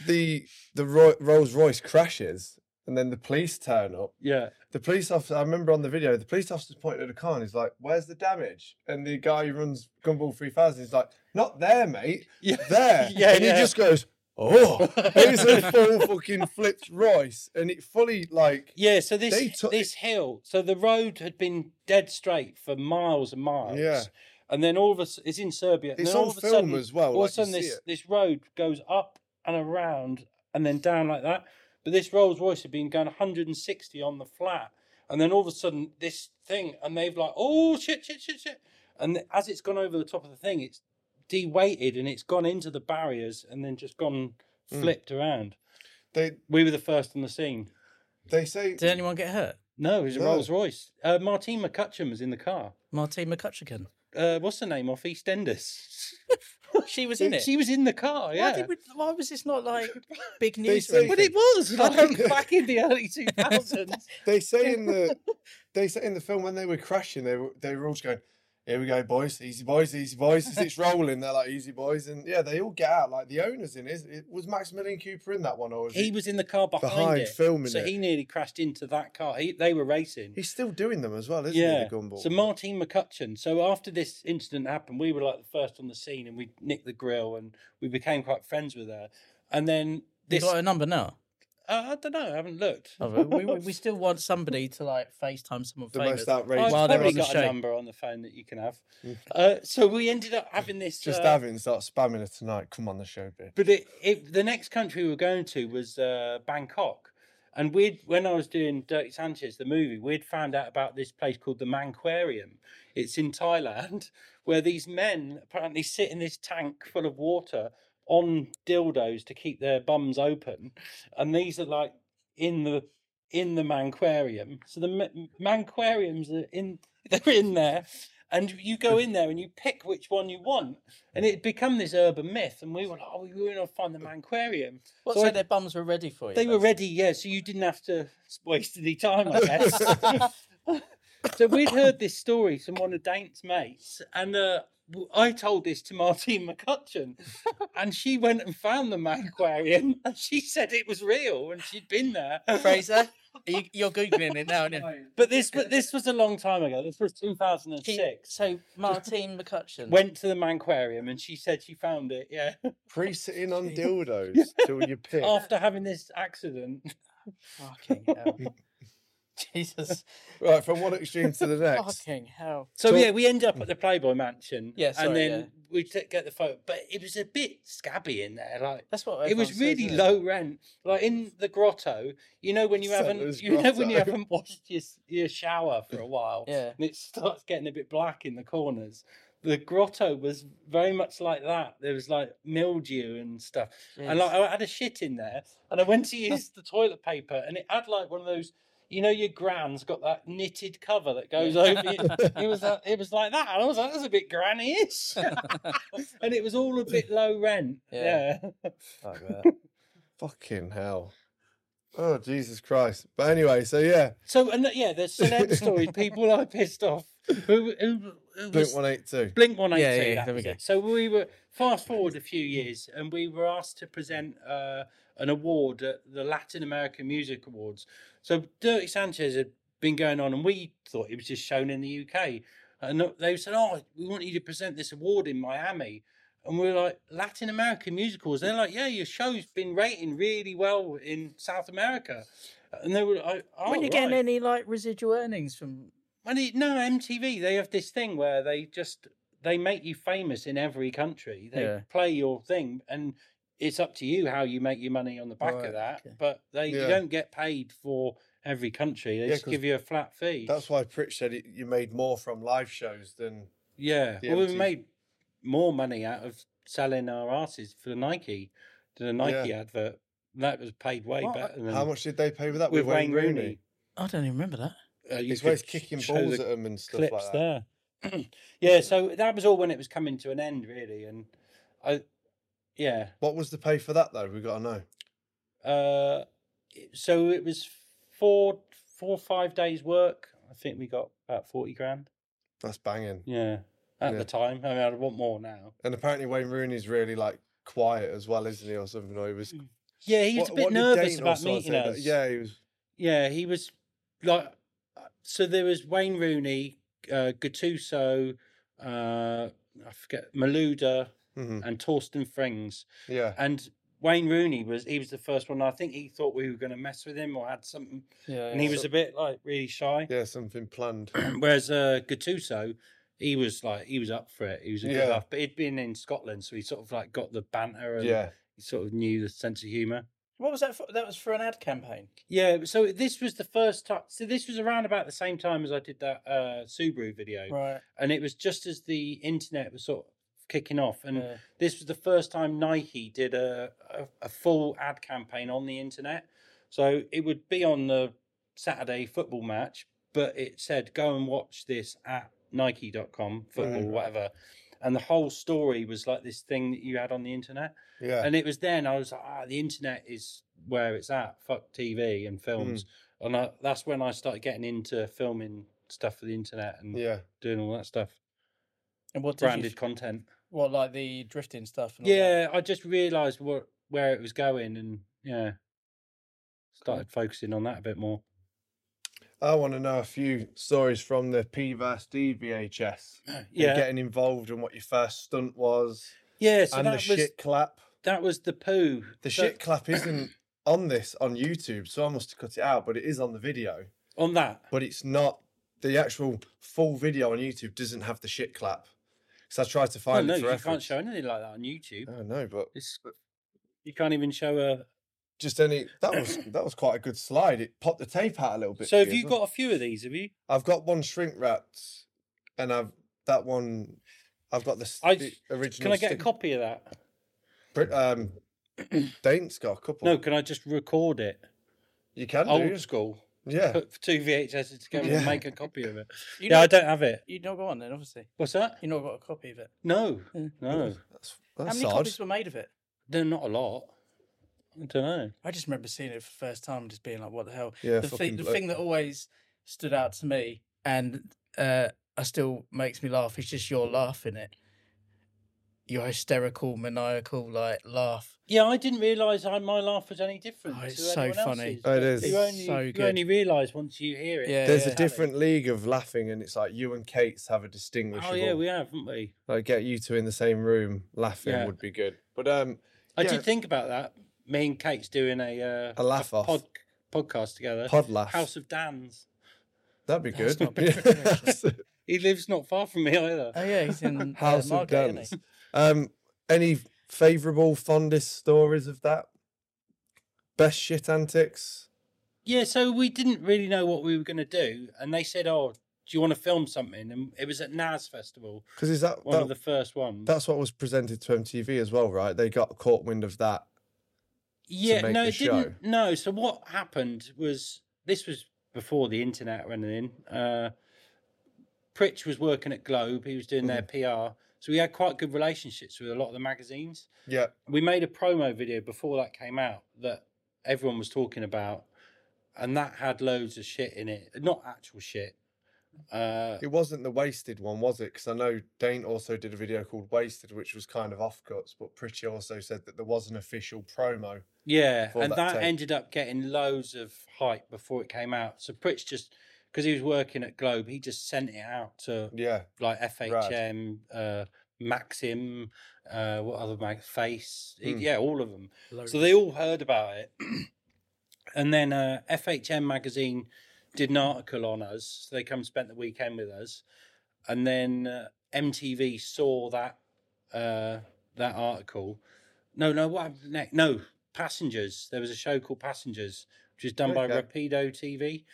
Speaker 1: the the Roy, Rolls Royce crashes and then the police turn up.
Speaker 2: Yeah.
Speaker 1: The police officer, I remember on the video, the police officer's pointing at the car and he's like, Where's the damage? And the guy who runs Gumball 3000 is like, Not there, mate,
Speaker 2: [LAUGHS] Yeah.
Speaker 1: there.
Speaker 2: Yeah,
Speaker 1: and
Speaker 2: yeah.
Speaker 1: he just goes,
Speaker 2: [LAUGHS]
Speaker 1: Oh, he's a full fucking flipped Royce. And it fully, like,
Speaker 2: Yeah, so this
Speaker 1: They took-
Speaker 2: this hill, so the road had been dead straight for miles and miles.
Speaker 1: Yeah.
Speaker 2: And then all of a s- it's in Serbia. and
Speaker 1: it's
Speaker 2: then all
Speaker 1: on
Speaker 2: of a
Speaker 1: film
Speaker 2: sudden,
Speaker 1: as well.
Speaker 2: all
Speaker 1: like,
Speaker 2: of a sudden
Speaker 1: you see
Speaker 2: this
Speaker 1: it.
Speaker 2: this road goes up and around and then down like that. But this Rolls Royce had been going 160 on the flat, and then all of a sudden this thing, and they've like, oh shit, shit, shit, shit, and th- as it's gone over the top of the thing, it's de-weighted and it's gone into the barriers and then just gone
Speaker 1: Mm.
Speaker 2: flipped around.
Speaker 1: They,
Speaker 2: We were the first on the scene.
Speaker 1: they say,
Speaker 3: Did anyone get hurt?
Speaker 2: No, it was a
Speaker 1: No.
Speaker 2: Rolls Royce. Uh, Martine McCutcheon was in the car.
Speaker 3: Martine
Speaker 2: [LAUGHS]
Speaker 3: McCutcheon.
Speaker 2: Uh, what's her name off EastEnders? [LAUGHS]
Speaker 3: She was in it.
Speaker 2: She was in the car.
Speaker 3: why,
Speaker 2: Yeah.
Speaker 3: did we, why was this
Speaker 2: [LAUGHS]
Speaker 3: not like big news? or
Speaker 1: say-
Speaker 2: But
Speaker 3: anything?
Speaker 2: it was
Speaker 1: I don't
Speaker 2: like
Speaker 1: know.
Speaker 2: [LAUGHS] back in the
Speaker 1: [LAUGHS]
Speaker 2: early two thousands. [LAUGHS]
Speaker 1: they say in the they say in the film when they were crashing, they were they were all just going, "Here we go, boys, easy boys, easy boys." As
Speaker 2: [LAUGHS]
Speaker 1: it's rolling, they're like, "Easy boys," and yeah, they all get out. Like the owners in it, it was Maximilian Cooper in that one, or was
Speaker 2: he
Speaker 1: he?
Speaker 2: was in the car behind,
Speaker 1: Behind
Speaker 2: it,
Speaker 1: filming
Speaker 2: so
Speaker 1: it.
Speaker 2: he nearly crashed into that car. He, they were racing.
Speaker 1: He's still doing them as well, isn't
Speaker 2: yeah.
Speaker 1: he? The gumball.
Speaker 2: So Martin McCutcheon. So after this incident happened, we were like the first on the scene, and we nicked the grill, and we became quite friends with her. And then
Speaker 3: You
Speaker 2: this,
Speaker 3: got a
Speaker 2: [LAUGHS]
Speaker 3: number now.
Speaker 2: uh, I don't know, I haven't looked.
Speaker 3: Oh, We, we, we still want somebody to like FaceTime someone
Speaker 1: the
Speaker 3: famous.
Speaker 1: most outrageous.
Speaker 2: I've
Speaker 3: While they're
Speaker 2: probably
Speaker 3: on the
Speaker 2: got
Speaker 3: show.
Speaker 2: a number on the phone that you can have. Uh, so we ended up having this.
Speaker 1: just
Speaker 2: uh,
Speaker 1: having start spamming her tonight. Come on the show, bit.
Speaker 2: But it, it, the next country we were going to was uh, Bangkok. And we'd, when I was doing Dirty Sanchez, the movie, we'd found out about this place called the Manquarium. It's in Thailand, [LAUGHS] where these men apparently sit in this tank full of water on dildos to keep their bums open. And these are like in the in the Manquarium. So the Ma- Manquariums are in, [LAUGHS] they're in there. and you go in there and you pick which one you want, and it become this urban myth. And we were like, oh, we were going to find the Manquarium.
Speaker 3: What,
Speaker 2: So
Speaker 3: so,
Speaker 2: I-
Speaker 3: their bums were ready for you?
Speaker 2: They were
Speaker 3: basically?
Speaker 2: ready, yeah, so you didn't have to [LAUGHS] waste any time, I guess. so we'd heard this story from one of Dane's mates, and uh, w- I told this to Martine McCutcheon, and she went and found the Manquarium, [LAUGHS] and she said it was real, and she'd been there.
Speaker 3: [LAUGHS] Fraser, you, you're googling it now. Aren't you?
Speaker 2: But this, but this was a long time ago. This was 2006.
Speaker 3: So Martine McCutcheon.
Speaker 2: Went to the Manquarium, and she said she found it, yeah,
Speaker 1: Pre sitting
Speaker 2: [LAUGHS]
Speaker 1: on dildos till you pick.
Speaker 2: after having this accident.
Speaker 3: Fucking
Speaker 2: [LAUGHS]
Speaker 3: hell. Jesus.
Speaker 1: Right, from one extreme to the
Speaker 2: [LAUGHS]
Speaker 1: next.
Speaker 3: Fucking hell.
Speaker 2: So,
Speaker 1: So-
Speaker 2: yeah, we end up at the Playboy Mansion.
Speaker 3: Yeah, sorry,
Speaker 2: and then
Speaker 3: yeah.
Speaker 2: we t- get the photo. But it was a bit scabby in there. Like
Speaker 3: That's what
Speaker 2: it was
Speaker 3: everyone says,
Speaker 2: really
Speaker 3: isn't it?
Speaker 2: low rent. Like in the grotto, you know when you haven't
Speaker 1: Settlers
Speaker 2: [LAUGHS] you know when you
Speaker 1: Grotto.
Speaker 2: haven't washed your s- your shower for a while,
Speaker 3: [LAUGHS] Yeah.
Speaker 2: and it starts getting a bit black in the corners. The grotto was very much like that. There was like mildew and stuff. And like I had a shit in there, and I went
Speaker 3: [LAUGHS]
Speaker 2: to use the toilet paper, and it had like one of those. You know, your gran's got that knitted cover that goes
Speaker 3: Yeah.
Speaker 2: over. It, it was that, it was like that, and I was like, "That's a bit granny-ish,"
Speaker 3: [LAUGHS]
Speaker 2: and it was all a bit low rent.
Speaker 3: Yeah.
Speaker 2: yeah.
Speaker 1: Fucking hell. Oh, Jesus Christ. But anyway, so yeah,
Speaker 2: So and yeah, the celeb story, people I pissed off. Who, who, who
Speaker 1: Blink
Speaker 2: was,
Speaker 1: 182.
Speaker 2: Blink One Eight Two.
Speaker 3: Yeah, yeah, yeah, there we go.
Speaker 2: So we were fast forward a few years, and we were asked to present uh, an award at the Latin American Music Awards. So Dirty Sanchez had been going on, and we thought it was just shown in the UK. And they said, "Oh, we want you to present this award in Miami." And we were like, Latin American musicals. They're like, yeah, your show's been rating really well in South America. And they were like, oh,
Speaker 3: when you're
Speaker 2: right.
Speaker 3: getting any like residual earnings from
Speaker 2: Well, it, no, MTV. They have this thing where they just they make you famous in every country. They
Speaker 3: Yeah.
Speaker 2: play your thing, and it's up to you how you make your money on the back
Speaker 3: Right,
Speaker 2: of that.
Speaker 3: okay.
Speaker 2: But they you
Speaker 1: Yeah.
Speaker 2: don't get paid for every country. They
Speaker 1: Yeah,
Speaker 2: just
Speaker 1: 'cause
Speaker 2: give you a flat fee.
Speaker 1: That's why Pritch said it, you made more from live shows than.
Speaker 2: yeah.
Speaker 1: the
Speaker 2: well, we
Speaker 1: MTV.
Speaker 2: made more money out of selling our asses for Nike than a Nike advert. That was paid way
Speaker 3: What?
Speaker 2: better than
Speaker 1: How much did they pay with that?
Speaker 2: Mm. with Wayne Rooney.
Speaker 3: I don't even remember that.
Speaker 2: Uh, you
Speaker 1: He's
Speaker 2: could
Speaker 1: always kicking
Speaker 2: show
Speaker 1: balls
Speaker 2: the-
Speaker 1: at them and stuff
Speaker 2: clips
Speaker 1: like that.
Speaker 2: there. [CLEARS THROAT] yeah, so that was all when it was coming to an end, really. And I, yeah,
Speaker 1: What was the pay for that though? We got to know.
Speaker 2: uh, it- so it was four, four or five days' work. I think we got about 40 grand.
Speaker 1: That's banging.
Speaker 2: Yeah, at
Speaker 1: Yeah.
Speaker 2: the time. I mean, I'd want more now.
Speaker 1: And apparently Wayne Rooney's really like quiet as well, isn't he, or something? Or he was.
Speaker 2: Yeah, he was
Speaker 1: What-
Speaker 2: a bit
Speaker 1: what did
Speaker 2: nervous
Speaker 1: Dane
Speaker 2: about
Speaker 1: also
Speaker 2: meeting
Speaker 1: say that-
Speaker 2: us.
Speaker 1: Yeah, he was.
Speaker 2: Yeah, he was like. uh, So there was Wayne Rooney, uh, Gattuso, uh, I forget Maluda,
Speaker 1: mhm,
Speaker 2: and Torsten Frings.
Speaker 1: Yeah.
Speaker 2: And Wayne Rooney was he was the first one. I think he thought we were going to mess with him or had something,
Speaker 3: Yeah,
Speaker 2: and he was a bit like really shy. [CLEARS THROAT]
Speaker 1: Yeah, something planned.
Speaker 2: Whereas uh, Gattuso, he was like he was up for it. He was a
Speaker 1: Yeah.
Speaker 2: good laugh, but he'd been in Scotland, so he sort of like got the banter and
Speaker 1: Yeah.
Speaker 2: he sort of knew the sense of humour.
Speaker 3: What was that? For? That was for an ad campaign.
Speaker 2: Yeah, so this was the first time. So this was around about the same time as I did that uh, Subaru video,
Speaker 3: Right.
Speaker 2: and it was just as the internet was sort of kicking off, and
Speaker 3: Yeah.
Speaker 2: this was the first time Nike did a, a, a full ad campaign on the internet. So it would be on the Saturday football match, but it said, go and watch this at nike.com, football,
Speaker 1: Right.
Speaker 2: whatever. And the whole story was like this thing that you had on the internet.
Speaker 1: Yeah.
Speaker 2: And it was then I was like, ah, the internet is where it's at. Fuck TV and films.
Speaker 1: Hmm.
Speaker 2: And I, that's when I started getting into filming stuff for the internet and
Speaker 1: yeah.
Speaker 2: doing all that stuff,
Speaker 3: And what did
Speaker 2: branded
Speaker 3: you?
Speaker 2: content.
Speaker 3: What like the drifting stuff? And all that?
Speaker 2: Yeah, I just realised what where it was going, and yeah, started focusing on that a bit more.
Speaker 1: I want to know a few stories from the PVAS DVHS. Yeah.
Speaker 2: Yeah,
Speaker 1: Getting involved and what your first stunt was.
Speaker 2: yeah. So
Speaker 1: and
Speaker 2: that
Speaker 1: the
Speaker 2: was
Speaker 1: shit clap.
Speaker 2: that was the poo.
Speaker 1: The
Speaker 2: So-
Speaker 1: shit clap
Speaker 2: [CLEARS THROAT]
Speaker 1: isn't on this on YouTube, so I must have cut it out, but it is on the video.
Speaker 2: on that.
Speaker 1: But it's not the actual full video on YouTube doesn't have the shit clap. So I tried to
Speaker 2: Oh,
Speaker 1: find
Speaker 2: no,
Speaker 1: it
Speaker 2: you
Speaker 1: for
Speaker 2: can't
Speaker 1: reference.
Speaker 2: show anything like that on YouTube.
Speaker 1: I know, but
Speaker 2: It's you can't even show a.
Speaker 1: just any that
Speaker 2: [CLEARS THROAT]
Speaker 1: was that was quite a good slide. It popped the tape out a little bit.
Speaker 2: So
Speaker 1: for
Speaker 2: have
Speaker 1: as
Speaker 2: you
Speaker 1: well.
Speaker 2: got a few of these? Have you?
Speaker 1: I've got one shrink wrapped, and I've that one. I've got the, s-
Speaker 2: I-
Speaker 1: the original.
Speaker 2: Can I get a
Speaker 1: stick-
Speaker 2: copy of that?
Speaker 1: Brit-
Speaker 2: [CLEARS THROAT]
Speaker 1: Um, Dane's got a couple.
Speaker 2: No, can I just record it?
Speaker 1: you can do.
Speaker 2: Old school.
Speaker 1: Yeah.
Speaker 2: put two VHSs together
Speaker 1: Yeah.
Speaker 2: and make a copy
Speaker 1: [LAUGHS]
Speaker 2: of it.
Speaker 3: You
Speaker 2: yeah,
Speaker 3: know,
Speaker 2: I don't have it.
Speaker 3: You don't got one then, obviously.
Speaker 2: What's that?
Speaker 3: You not got a copy of it.
Speaker 2: No,
Speaker 3: Yeah.
Speaker 2: no,
Speaker 1: That's,
Speaker 3: How
Speaker 1: that's
Speaker 3: many
Speaker 1: odd.
Speaker 3: copies were made of it?
Speaker 2: they're not a lot. I don't know.
Speaker 3: I just remember seeing it for the first time and just being like, "What the hell?"
Speaker 1: Yeah,
Speaker 3: the,
Speaker 1: fucking
Speaker 3: thing, the
Speaker 1: bloke.
Speaker 3: thing that always stood out to me and uh, I still makes me laugh is just your laugh in it. Your hysterical, maniacal, like
Speaker 2: [LAUGHS]
Speaker 3: laugh.
Speaker 2: Yeah, I didn't realise I- my laugh was any different.
Speaker 3: Oh,
Speaker 2: to
Speaker 3: it's so
Speaker 2: anyone
Speaker 3: funny.
Speaker 2: else's.
Speaker 1: Oh, it is.
Speaker 2: You only,
Speaker 3: so
Speaker 2: you
Speaker 3: good.
Speaker 2: only realise once you hear it.
Speaker 3: Yeah,
Speaker 1: There's
Speaker 3: yeah.
Speaker 1: a different league of laughing, and it's like you and Kate's have a distinguishable.
Speaker 2: Oh yeah, we have, haven't we?
Speaker 1: like get you two in the same room laughing
Speaker 2: Yeah.
Speaker 1: would be good. But um,
Speaker 2: I
Speaker 1: Yeah.
Speaker 2: did think about that. Me and Kate's doing a uh,
Speaker 1: A laugh off.
Speaker 2: pod, podcast together.
Speaker 1: pod laugh
Speaker 2: House of Dan's.
Speaker 1: that'd be
Speaker 3: That's
Speaker 1: good. [LAUGHS]
Speaker 3: not
Speaker 2: [LAUGHS]
Speaker 3: bad.
Speaker 2: He lives not far from me [LAUGHS] either.
Speaker 3: Oh yeah, he's in uh,
Speaker 1: House of
Speaker 3: Margate, isn't he?
Speaker 1: Dance. Um, any favourable, fondest stories of that? Best shit antics.
Speaker 2: Yeah, so we didn't really know what we were going to do, and they said, "Oh, do you want to film something?" And it was at NAS Festival,
Speaker 1: Because is that,
Speaker 2: one
Speaker 1: that
Speaker 2: of the first ones.
Speaker 1: that's what was presented to MTV as well, right? They got caught wind of that.
Speaker 2: yeah,
Speaker 1: make
Speaker 2: no,
Speaker 1: the
Speaker 2: it didn't. No, so what happened was this was before the internet or anything. Uh, Pritch was working at Globe; he was doing
Speaker 1: Mm-hmm.
Speaker 2: their PR, so we had quite good relationships with a lot of the magazines.
Speaker 1: Yeah,
Speaker 2: we made a promo video before that came out that everyone was talking about, and that had loads of shit in it. Not actual shit. Uh,
Speaker 1: it wasn't the wasted one, was it? Because I know Dane also did a video called "Wasted," which was kind of offcuts. But Pritchie also said that there was an official promo.
Speaker 2: yeah,
Speaker 1: For
Speaker 2: and
Speaker 1: that
Speaker 2: that
Speaker 1: tape.
Speaker 2: ended up getting loads of hype before it came out. So Pritch just, because he was working at Globe, he just sent it out to
Speaker 1: Yeah,
Speaker 2: like FHM, uh, Maxim, uh, what other mag- Face, he-
Speaker 1: Mm.
Speaker 2: yeah, all of them.
Speaker 3: Oh,
Speaker 2: So they all heard about it. [CLEARS THROAT] and then uh, FHM magazine did an article on us. They come spent the weekend with us. And then uh, MTV saw that uh, that article. No, no, what happened next? No, Passengers. There was a show called Passengers, which was done by
Speaker 1: Okay.
Speaker 2: Rapido TV.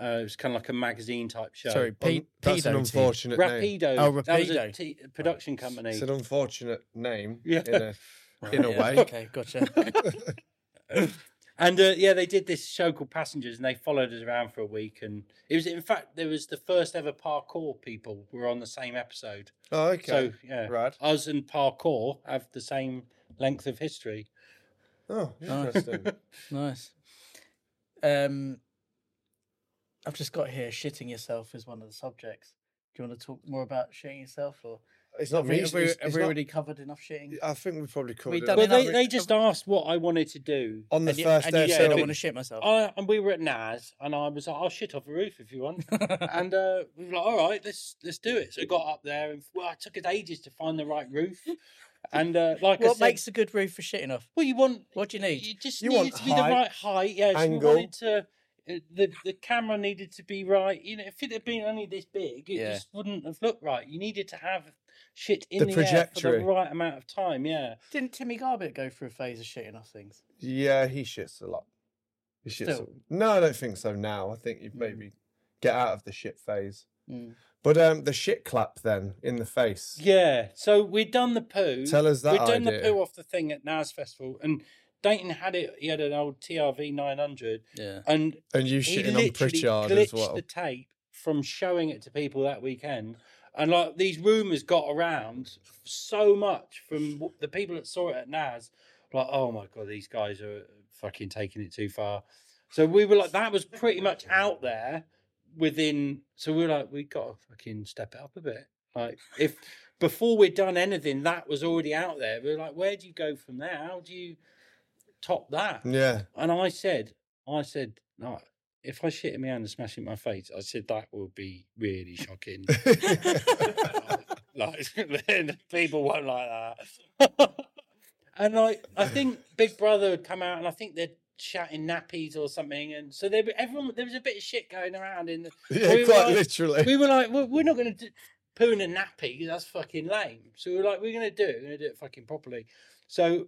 Speaker 2: Uh, it was kind of like a magazine type show.
Speaker 3: Sorry, P-
Speaker 1: Un- that's an
Speaker 3: Pedo team.
Speaker 1: unfortunate name.
Speaker 2: Rapido.
Speaker 3: Oh,
Speaker 2: That was a
Speaker 3: Rapido.
Speaker 2: t- production company.
Speaker 1: It's an unfortunate
Speaker 3: [LAUGHS]
Speaker 1: name
Speaker 2: Yeah.
Speaker 1: in a in a
Speaker 3: Yeah,
Speaker 1: way.
Speaker 3: Okay, gotcha.
Speaker 2: [LAUGHS] And uh, yeah, they did this show called Passengers, and they followed us around for a week. And it was, in fact, there was the first ever parkour people were on the same episode.
Speaker 3: [LAUGHS]
Speaker 1: Oh, okay.
Speaker 2: So yeah,
Speaker 1: Rad.
Speaker 2: us and parkour have the same length of history.
Speaker 1: Oh,
Speaker 3: Nice.
Speaker 1: interesting.
Speaker 3: nice. Um, I've just got here. Shitting yourself is one of the subjects. Do you want to talk more about shitting yourself, or
Speaker 1: it's not
Speaker 3: have we,
Speaker 1: me.
Speaker 3: have
Speaker 1: It's,
Speaker 3: we,
Speaker 1: it's,
Speaker 3: have
Speaker 1: it's
Speaker 3: we
Speaker 1: not-
Speaker 3: already covered enough shitting?
Speaker 1: I think we probably covered
Speaker 3: We've
Speaker 1: it.
Speaker 3: done
Speaker 2: Well,
Speaker 1: all.
Speaker 3: mean,
Speaker 2: they,
Speaker 3: I've-
Speaker 2: they just asked what I wanted to do.
Speaker 1: on the
Speaker 3: and you-
Speaker 1: first
Speaker 3: and you
Speaker 2: yeah,
Speaker 3: said I
Speaker 1: episode.
Speaker 2: we-
Speaker 3: want to shit myself.
Speaker 2: I, and we were at Nas, and I was like, "I'll shit off a roof if you want."
Speaker 3: Oh, [LAUGHS]
Speaker 2: and uh, we were like, "All right, let's let's do it." So I got up there, and well, I took it ages to find the right roof. And uh, like I
Speaker 3: what
Speaker 2: said,
Speaker 3: makes a good roof for shitting off?
Speaker 2: well, you want
Speaker 3: What do you need?
Speaker 2: You just
Speaker 1: You
Speaker 2: needed
Speaker 1: want
Speaker 2: to be the
Speaker 1: height,
Speaker 2: right height. Yeah, so we
Speaker 1: angle.
Speaker 2: wanted to. uh, The the camera needed to be right. You know, if it had been only this big, it
Speaker 3: Yeah.
Speaker 2: just wouldn't have looked right. You needed to have shit in
Speaker 1: The
Speaker 2: the, air for the
Speaker 1: trajectory.
Speaker 2: right amount of time. Yeah,
Speaker 3: Didn't Timmy Garbutt go through a phase of shitting off things?
Speaker 1: yeah, he shits a lot. He shits.
Speaker 3: Still.
Speaker 1: a- No, I don't think so. Now I think
Speaker 3: Hmm.
Speaker 1: you maybe get out of the shit phase.
Speaker 3: Mm.
Speaker 1: But um, the shit clap then in the face.
Speaker 2: yeah. So we'd done the poo.
Speaker 1: Tell us that
Speaker 2: We'd done the
Speaker 1: idea.
Speaker 2: poo off the thing at Nas Festival, and Dayton had it. He had an old TRV nine hundred,
Speaker 3: [LAUGHS] Yeah.
Speaker 2: and
Speaker 1: And you
Speaker 2: he
Speaker 1: shitting
Speaker 2: literally
Speaker 1: on Pritchard as
Speaker 2: glitched
Speaker 1: well.
Speaker 2: the tape from showing it to people that weekend, and like these rumors got around so much from w- the people that saw it at Nas, like, oh my god, these guys are fucking taking it too far. So we were like, that was pretty much out there within. So we were like, we got to fucking step it up a bit. Like if before we'd done anything, that was already out there. We were like, where do you go from there? How do you top that?
Speaker 1: Yeah. [LAUGHS]
Speaker 2: And I said, I said, no, if I shit in my hand and smash it in my face, I said that would be really
Speaker 1: [LAUGHS]
Speaker 2: shocking. like [LAUGHS] then people won't like that. [LAUGHS] and like I think Big Brother had come out, and I think they'd shouting nappies or something, and so there, everyone there was a bit of shit going around in the
Speaker 1: yeah,
Speaker 2: we were
Speaker 1: quite
Speaker 2: like-
Speaker 1: literally.
Speaker 2: we were like, we're, we're not going to do poo in a nappy. 'cause That's fucking lame. So we were like, we're going to do it. We're going to do it fucking properly. So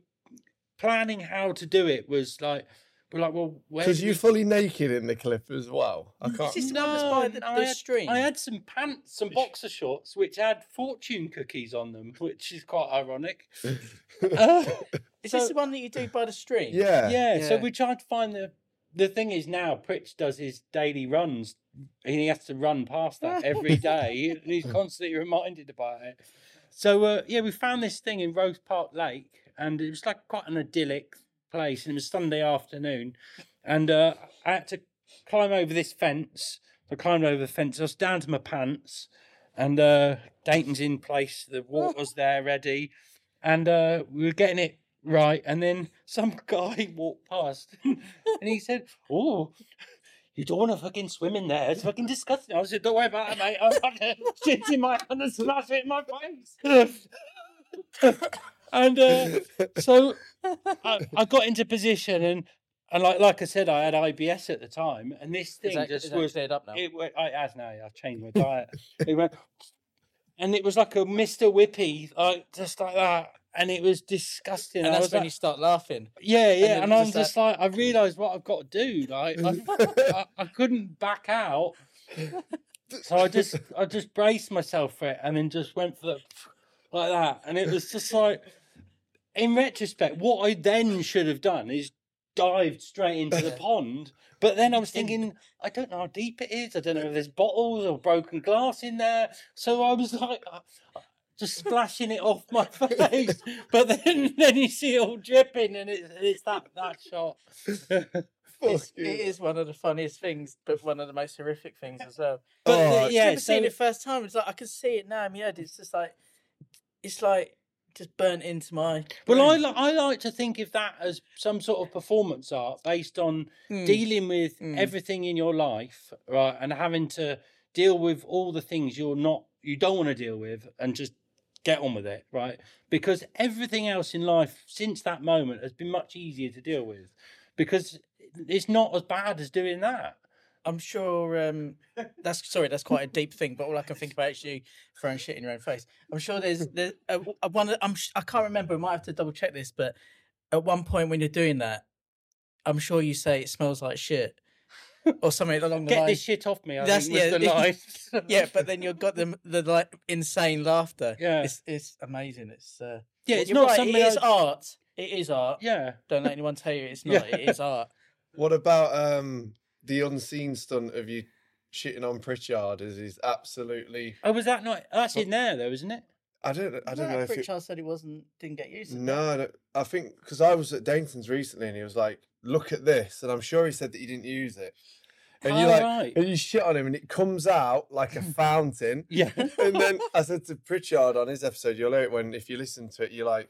Speaker 2: planning how to do it was like, we're like, well, where?
Speaker 1: Because
Speaker 2: do
Speaker 1: you
Speaker 2: we-
Speaker 1: fully naked in the clip as well. I can't.
Speaker 3: this the one that's by the-
Speaker 2: I
Speaker 3: the
Speaker 2: had-
Speaker 3: stream?
Speaker 2: I had some pants, some boxer shorts, which had fortune cookies on them, [LAUGHS] which is quite ironic. Uh,
Speaker 3: Is
Speaker 2: So-
Speaker 3: this the one that you do by the stream?
Speaker 1: Yeah.
Speaker 2: yeah, so
Speaker 3: Yeah.
Speaker 2: we tried to find the the thing is now Pritch does his daily runs and he has to run past that every day and he's constantly reminded about it. So uh, yeah, we found this thing in Rose Park Lake and it was like quite an idyllic place and it was Sunday afternoon and uh, I had to climb over this fence. I climbed over the fence, I was down to my pants and uh, Dayton's in place, the
Speaker 3: [LAUGHS]
Speaker 2: water's there ready and uh, we were getting it right. And then some [LAUGHS] guy walked past [LAUGHS] and he said, Oh, you don't want to fucking swim in there. It's fucking disgusting. I said, Don't worry about it, mate. I'm gonna [LAUGHS] shit in my hand and smash it in my face. [LAUGHS] and uh, so I, I got into position and. And like, like I said, I had IBS at the time, and this thing
Speaker 3: Is that,
Speaker 2: just
Speaker 3: is that
Speaker 2: was
Speaker 3: cleared up now?
Speaker 2: it went, I as now I changed my
Speaker 3: [LAUGHS]
Speaker 2: diet. it went, and it was like a Mister Whippy, like just like that, and it was disgusting.
Speaker 3: and
Speaker 2: I
Speaker 3: that's
Speaker 2: was
Speaker 3: when
Speaker 2: like,
Speaker 3: you start laughing.
Speaker 2: yeah, yeah,
Speaker 3: then
Speaker 2: and,
Speaker 3: it was
Speaker 2: I'm
Speaker 3: just that-
Speaker 2: just like, I realised what I've got to do. Like,
Speaker 3: [LAUGHS]
Speaker 2: I, I, I couldn't back out, so I just, I just braced myself for it, and then just went for the like that, and it was just like, in retrospect, what I then should have done is dived straight
Speaker 3: [LAUGHS]
Speaker 2: into the pond. But then I was thinking, I don't know how deep it is. I don't know if there's bottles or broken glass in there. So I was like, uh, just splashing it off my [LAUGHS] face. But then, [LAUGHS] then you see it all dripping, and it's it's that that shot.
Speaker 1: Fuck
Speaker 3: It's, it is one of the funniest things, but one of the most horrific things as well.
Speaker 2: But
Speaker 1: Oh,
Speaker 2: the,
Speaker 3: yeah,
Speaker 2: yeah,
Speaker 3: ever seen
Speaker 2: so
Speaker 3: it first time. It's like I can see it now in my head. It's just like it's like just burnt into my.
Speaker 2: well, I
Speaker 3: brain.
Speaker 2: li- I like to think of that as some sort of performance art based on
Speaker 3: Mm.
Speaker 2: dealing with
Speaker 3: Mm.
Speaker 2: everything in your life, right, and having to deal with all the things you're not, you don't want to deal with, and just get on with it, right? Because everything else in life since that moment has been much easier to deal with, because it's not as bad as doing that.
Speaker 3: I'm sure um, that's sorry, that's quite a deep thing. But all I can think about is you throwing shit in your own face. I'm sure there's there's uh, uh, one. of- I'm sh- I can't remember. I might have to double check this. But at one point when you're doing that, I'm sure you say it smells like shit or something along the
Speaker 2: Get
Speaker 3: lines.
Speaker 2: this shit off me. I
Speaker 3: That's-
Speaker 2: think was
Speaker 3: yeah,
Speaker 2: the line.
Speaker 3: [LAUGHS] yeah, but then you've got the the like insane laughter.
Speaker 2: Yeah.
Speaker 3: it's, it's amazing. It's uh,
Speaker 2: yeah,
Speaker 3: well,
Speaker 2: it's
Speaker 3: you're
Speaker 2: not
Speaker 3: right,
Speaker 2: something.
Speaker 3: It is
Speaker 2: I-
Speaker 3: art. It is art.
Speaker 2: yeah,
Speaker 3: Don't let anyone tell you it's
Speaker 2: Yeah.
Speaker 3: not. It is art.
Speaker 1: What about um the unseen stunt of you shitting on Pritchard? Is is absolutely?
Speaker 2: oh, was that not? That's in there though, isn't it?
Speaker 1: I don't. I don't know if it,
Speaker 3: Pritchard said he wasn't didn't get used to. it.
Speaker 1: No, I don't- I think because I was at Dainton's recently and he was like, "Look at this," and I'm sure he said that he didn't use it. And you
Speaker 2: Oh,
Speaker 1: like,
Speaker 2: right.
Speaker 1: and you shit on him, and it comes out like
Speaker 3: [LAUGHS]
Speaker 1: a fountain.
Speaker 2: Yeah.
Speaker 1: and then I said to Pritchard on his episode, you'll hear it when if you listen to it, you're like,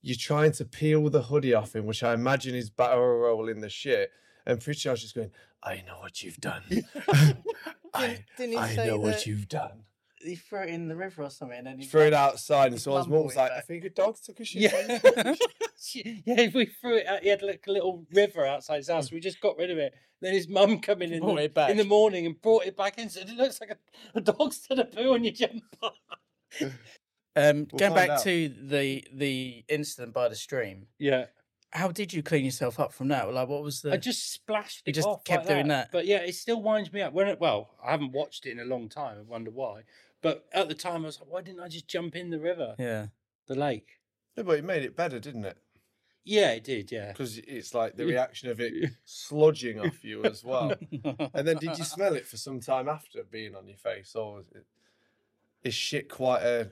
Speaker 1: you're trying to peel the hoodie off him, which I imagine is barrel roll in the shit. And Pritchard's just going, I know what you've
Speaker 3: [LAUGHS]
Speaker 1: done. [LAUGHS] I,
Speaker 3: Didn't he
Speaker 1: I
Speaker 3: say
Speaker 1: know
Speaker 3: that-
Speaker 1: what you've done.
Speaker 3: He threw it in the river or something, and then he
Speaker 1: Threw it outside, and
Speaker 3: His
Speaker 1: someone's
Speaker 3: mum
Speaker 1: mum
Speaker 3: brought
Speaker 1: was
Speaker 3: it
Speaker 1: like, I
Speaker 3: back.
Speaker 1: think a dog took a shit. on
Speaker 2: [LAUGHS] Yeah.
Speaker 1: you."
Speaker 2: [LAUGHS] yeah, we threw it out. He had like a little river outside his house. We just got rid of it. Then his mum come in in
Speaker 3: Mm. Brought
Speaker 2: the,
Speaker 3: it back.
Speaker 2: in the morning and brought it back in. Said it looks like a, a dog's done a poo on your jumper.
Speaker 3: Um,
Speaker 1: We'll
Speaker 3: going
Speaker 1: find
Speaker 3: back
Speaker 1: out.
Speaker 3: to the the incident by the stream,
Speaker 2: Yeah,
Speaker 3: how did you clean yourself up from that? Like, what was the?
Speaker 2: I just splashed. it
Speaker 3: You just
Speaker 2: off
Speaker 3: kept
Speaker 2: like
Speaker 3: doing that.
Speaker 2: But yeah, it still winds me up. When it, well, I haven't watched it in a long time. I wonder why. But at the time, I was like, why didn't I just jump in the river,
Speaker 3: [LAUGHS] [LAUGHS] yeah.
Speaker 2: the lake?
Speaker 1: Yeah, but it made it better, didn't it?
Speaker 2: Yeah, it did. Yeah.
Speaker 1: Because it's like
Speaker 3: [LAUGHS]
Speaker 1: the
Speaker 2: Yeah.
Speaker 1: reaction of it sludging off you as well. And then did you smell it for some time after being on your face, or was it, is shit quite a?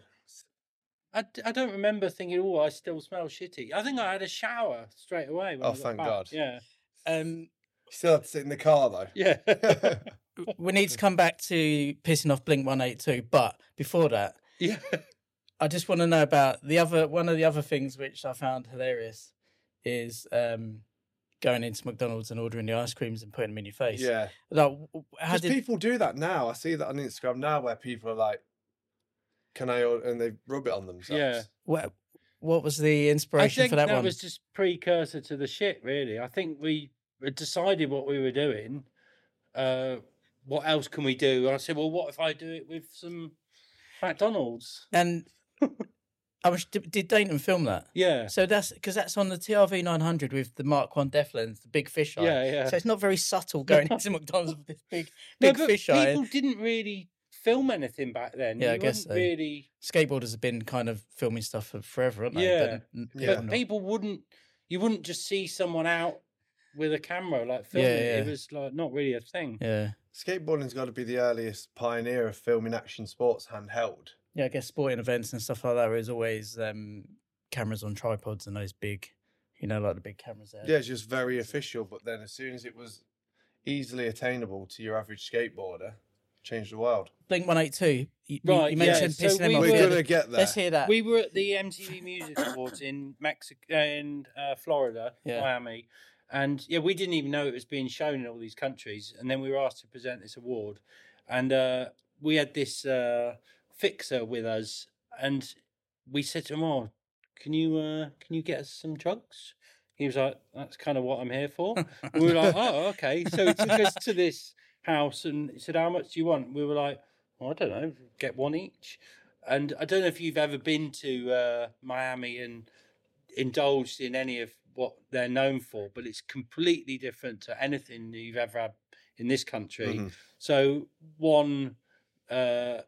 Speaker 2: I, d- I don't remember thinking, oh, I still smell shitty. I think I had a shower straight away. When I
Speaker 1: Oh,
Speaker 2: got
Speaker 1: thank
Speaker 2: back.
Speaker 1: God.
Speaker 2: Yeah.
Speaker 3: um,
Speaker 1: Still had to sit in the car though. [LAUGHS]
Speaker 2: Yeah. [LAUGHS]
Speaker 3: we need to come back to pissing off Blink One Eight Two, but before that,
Speaker 2: yeah.
Speaker 3: I just want to know about the other one of the other things which I found hilarious is um, going into McDonald's and ordering the ice creams and putting them in your face.
Speaker 1: yeah,
Speaker 3: Like, w- w- how
Speaker 1: because
Speaker 3: did?
Speaker 1: people do that now. I see that on Instagram now, where people are like, "Can I?" order and they rub it on themselves.
Speaker 2: Yeah.
Speaker 3: What, what was the
Speaker 2: I
Speaker 3: inspiration
Speaker 2: think
Speaker 3: for
Speaker 2: that,
Speaker 3: that, one?
Speaker 2: was just precursor to the shit, really. I think we had decided what we were doing. Uh, what else can we do? And I said, well, what if I do it with some McDonald's? [LAUGHS]
Speaker 3: And I was, did, did Dayton film that?
Speaker 2: Yeah.
Speaker 3: So that's because that's on the TRV 900 with the Mark One def lens, the big fish eye.
Speaker 2: Yeah, yeah.
Speaker 3: So it's not very subtle going into McDonald's with this big,
Speaker 2: No,
Speaker 3: big
Speaker 2: but
Speaker 3: fish eye.
Speaker 2: people didn't really film anything back then.
Speaker 3: Yeah, I
Speaker 2: You
Speaker 3: guess
Speaker 2: wouldn't
Speaker 3: so.
Speaker 2: Really,
Speaker 3: Skateboarders have been kind of filming stuff for forever, haven't they?
Speaker 2: Yeah.
Speaker 3: But n-
Speaker 1: Yeah.
Speaker 2: but people wouldn't. You wouldn't just see someone out with a camera, like filming.
Speaker 5: Yeah,
Speaker 2: It
Speaker 5: yeah.
Speaker 2: was like not really a thing.
Speaker 5: Yeah.
Speaker 1: Skateboarding's got to be the earliest pioneer of filming action sports handheld.
Speaker 5: Yeah, I guess sporting events and stuff like that is always um, cameras on tripods and those big, you know, like the big cameras there.
Speaker 1: Yeah, it's just very official. But then, as soon as it was easily attainable to your average skateboarder, changed the world.
Speaker 5: Blink 182. You, you-
Speaker 2: Right,
Speaker 5: you
Speaker 2: yeah,
Speaker 5: mentioned
Speaker 2: so
Speaker 5: pissing them
Speaker 2: we
Speaker 5: off.
Speaker 2: were-
Speaker 1: We're
Speaker 5: Yeah,
Speaker 1: gonna get there.
Speaker 5: Let's hear [LAUGHS] that.
Speaker 2: We were
Speaker 5: [COUGHS]
Speaker 2: at the MTV Music Awards in Mexico and uh, Florida,
Speaker 5: Yeah.
Speaker 2: Miami, and yeah, we didn't even know it was being shown in all these countries. And then we were asked to present this award, and uh, we had this uh, fixer with us, and we said to him, "Oh, can you uh, can you get us some drugs?" He was like, "That's kind of what I'm here for." we were like,
Speaker 5: [LAUGHS]
Speaker 2: "Oh, okay." So he took us to this house and he said, "How much do you want?" We were like, well, "I don't know, get one each." And I don't know if you've ever been to uh, Miami and indulged in any of what they're known for, but it's completely different to anything that you've ever had in this country.
Speaker 1: Mhm.
Speaker 2: So one uh,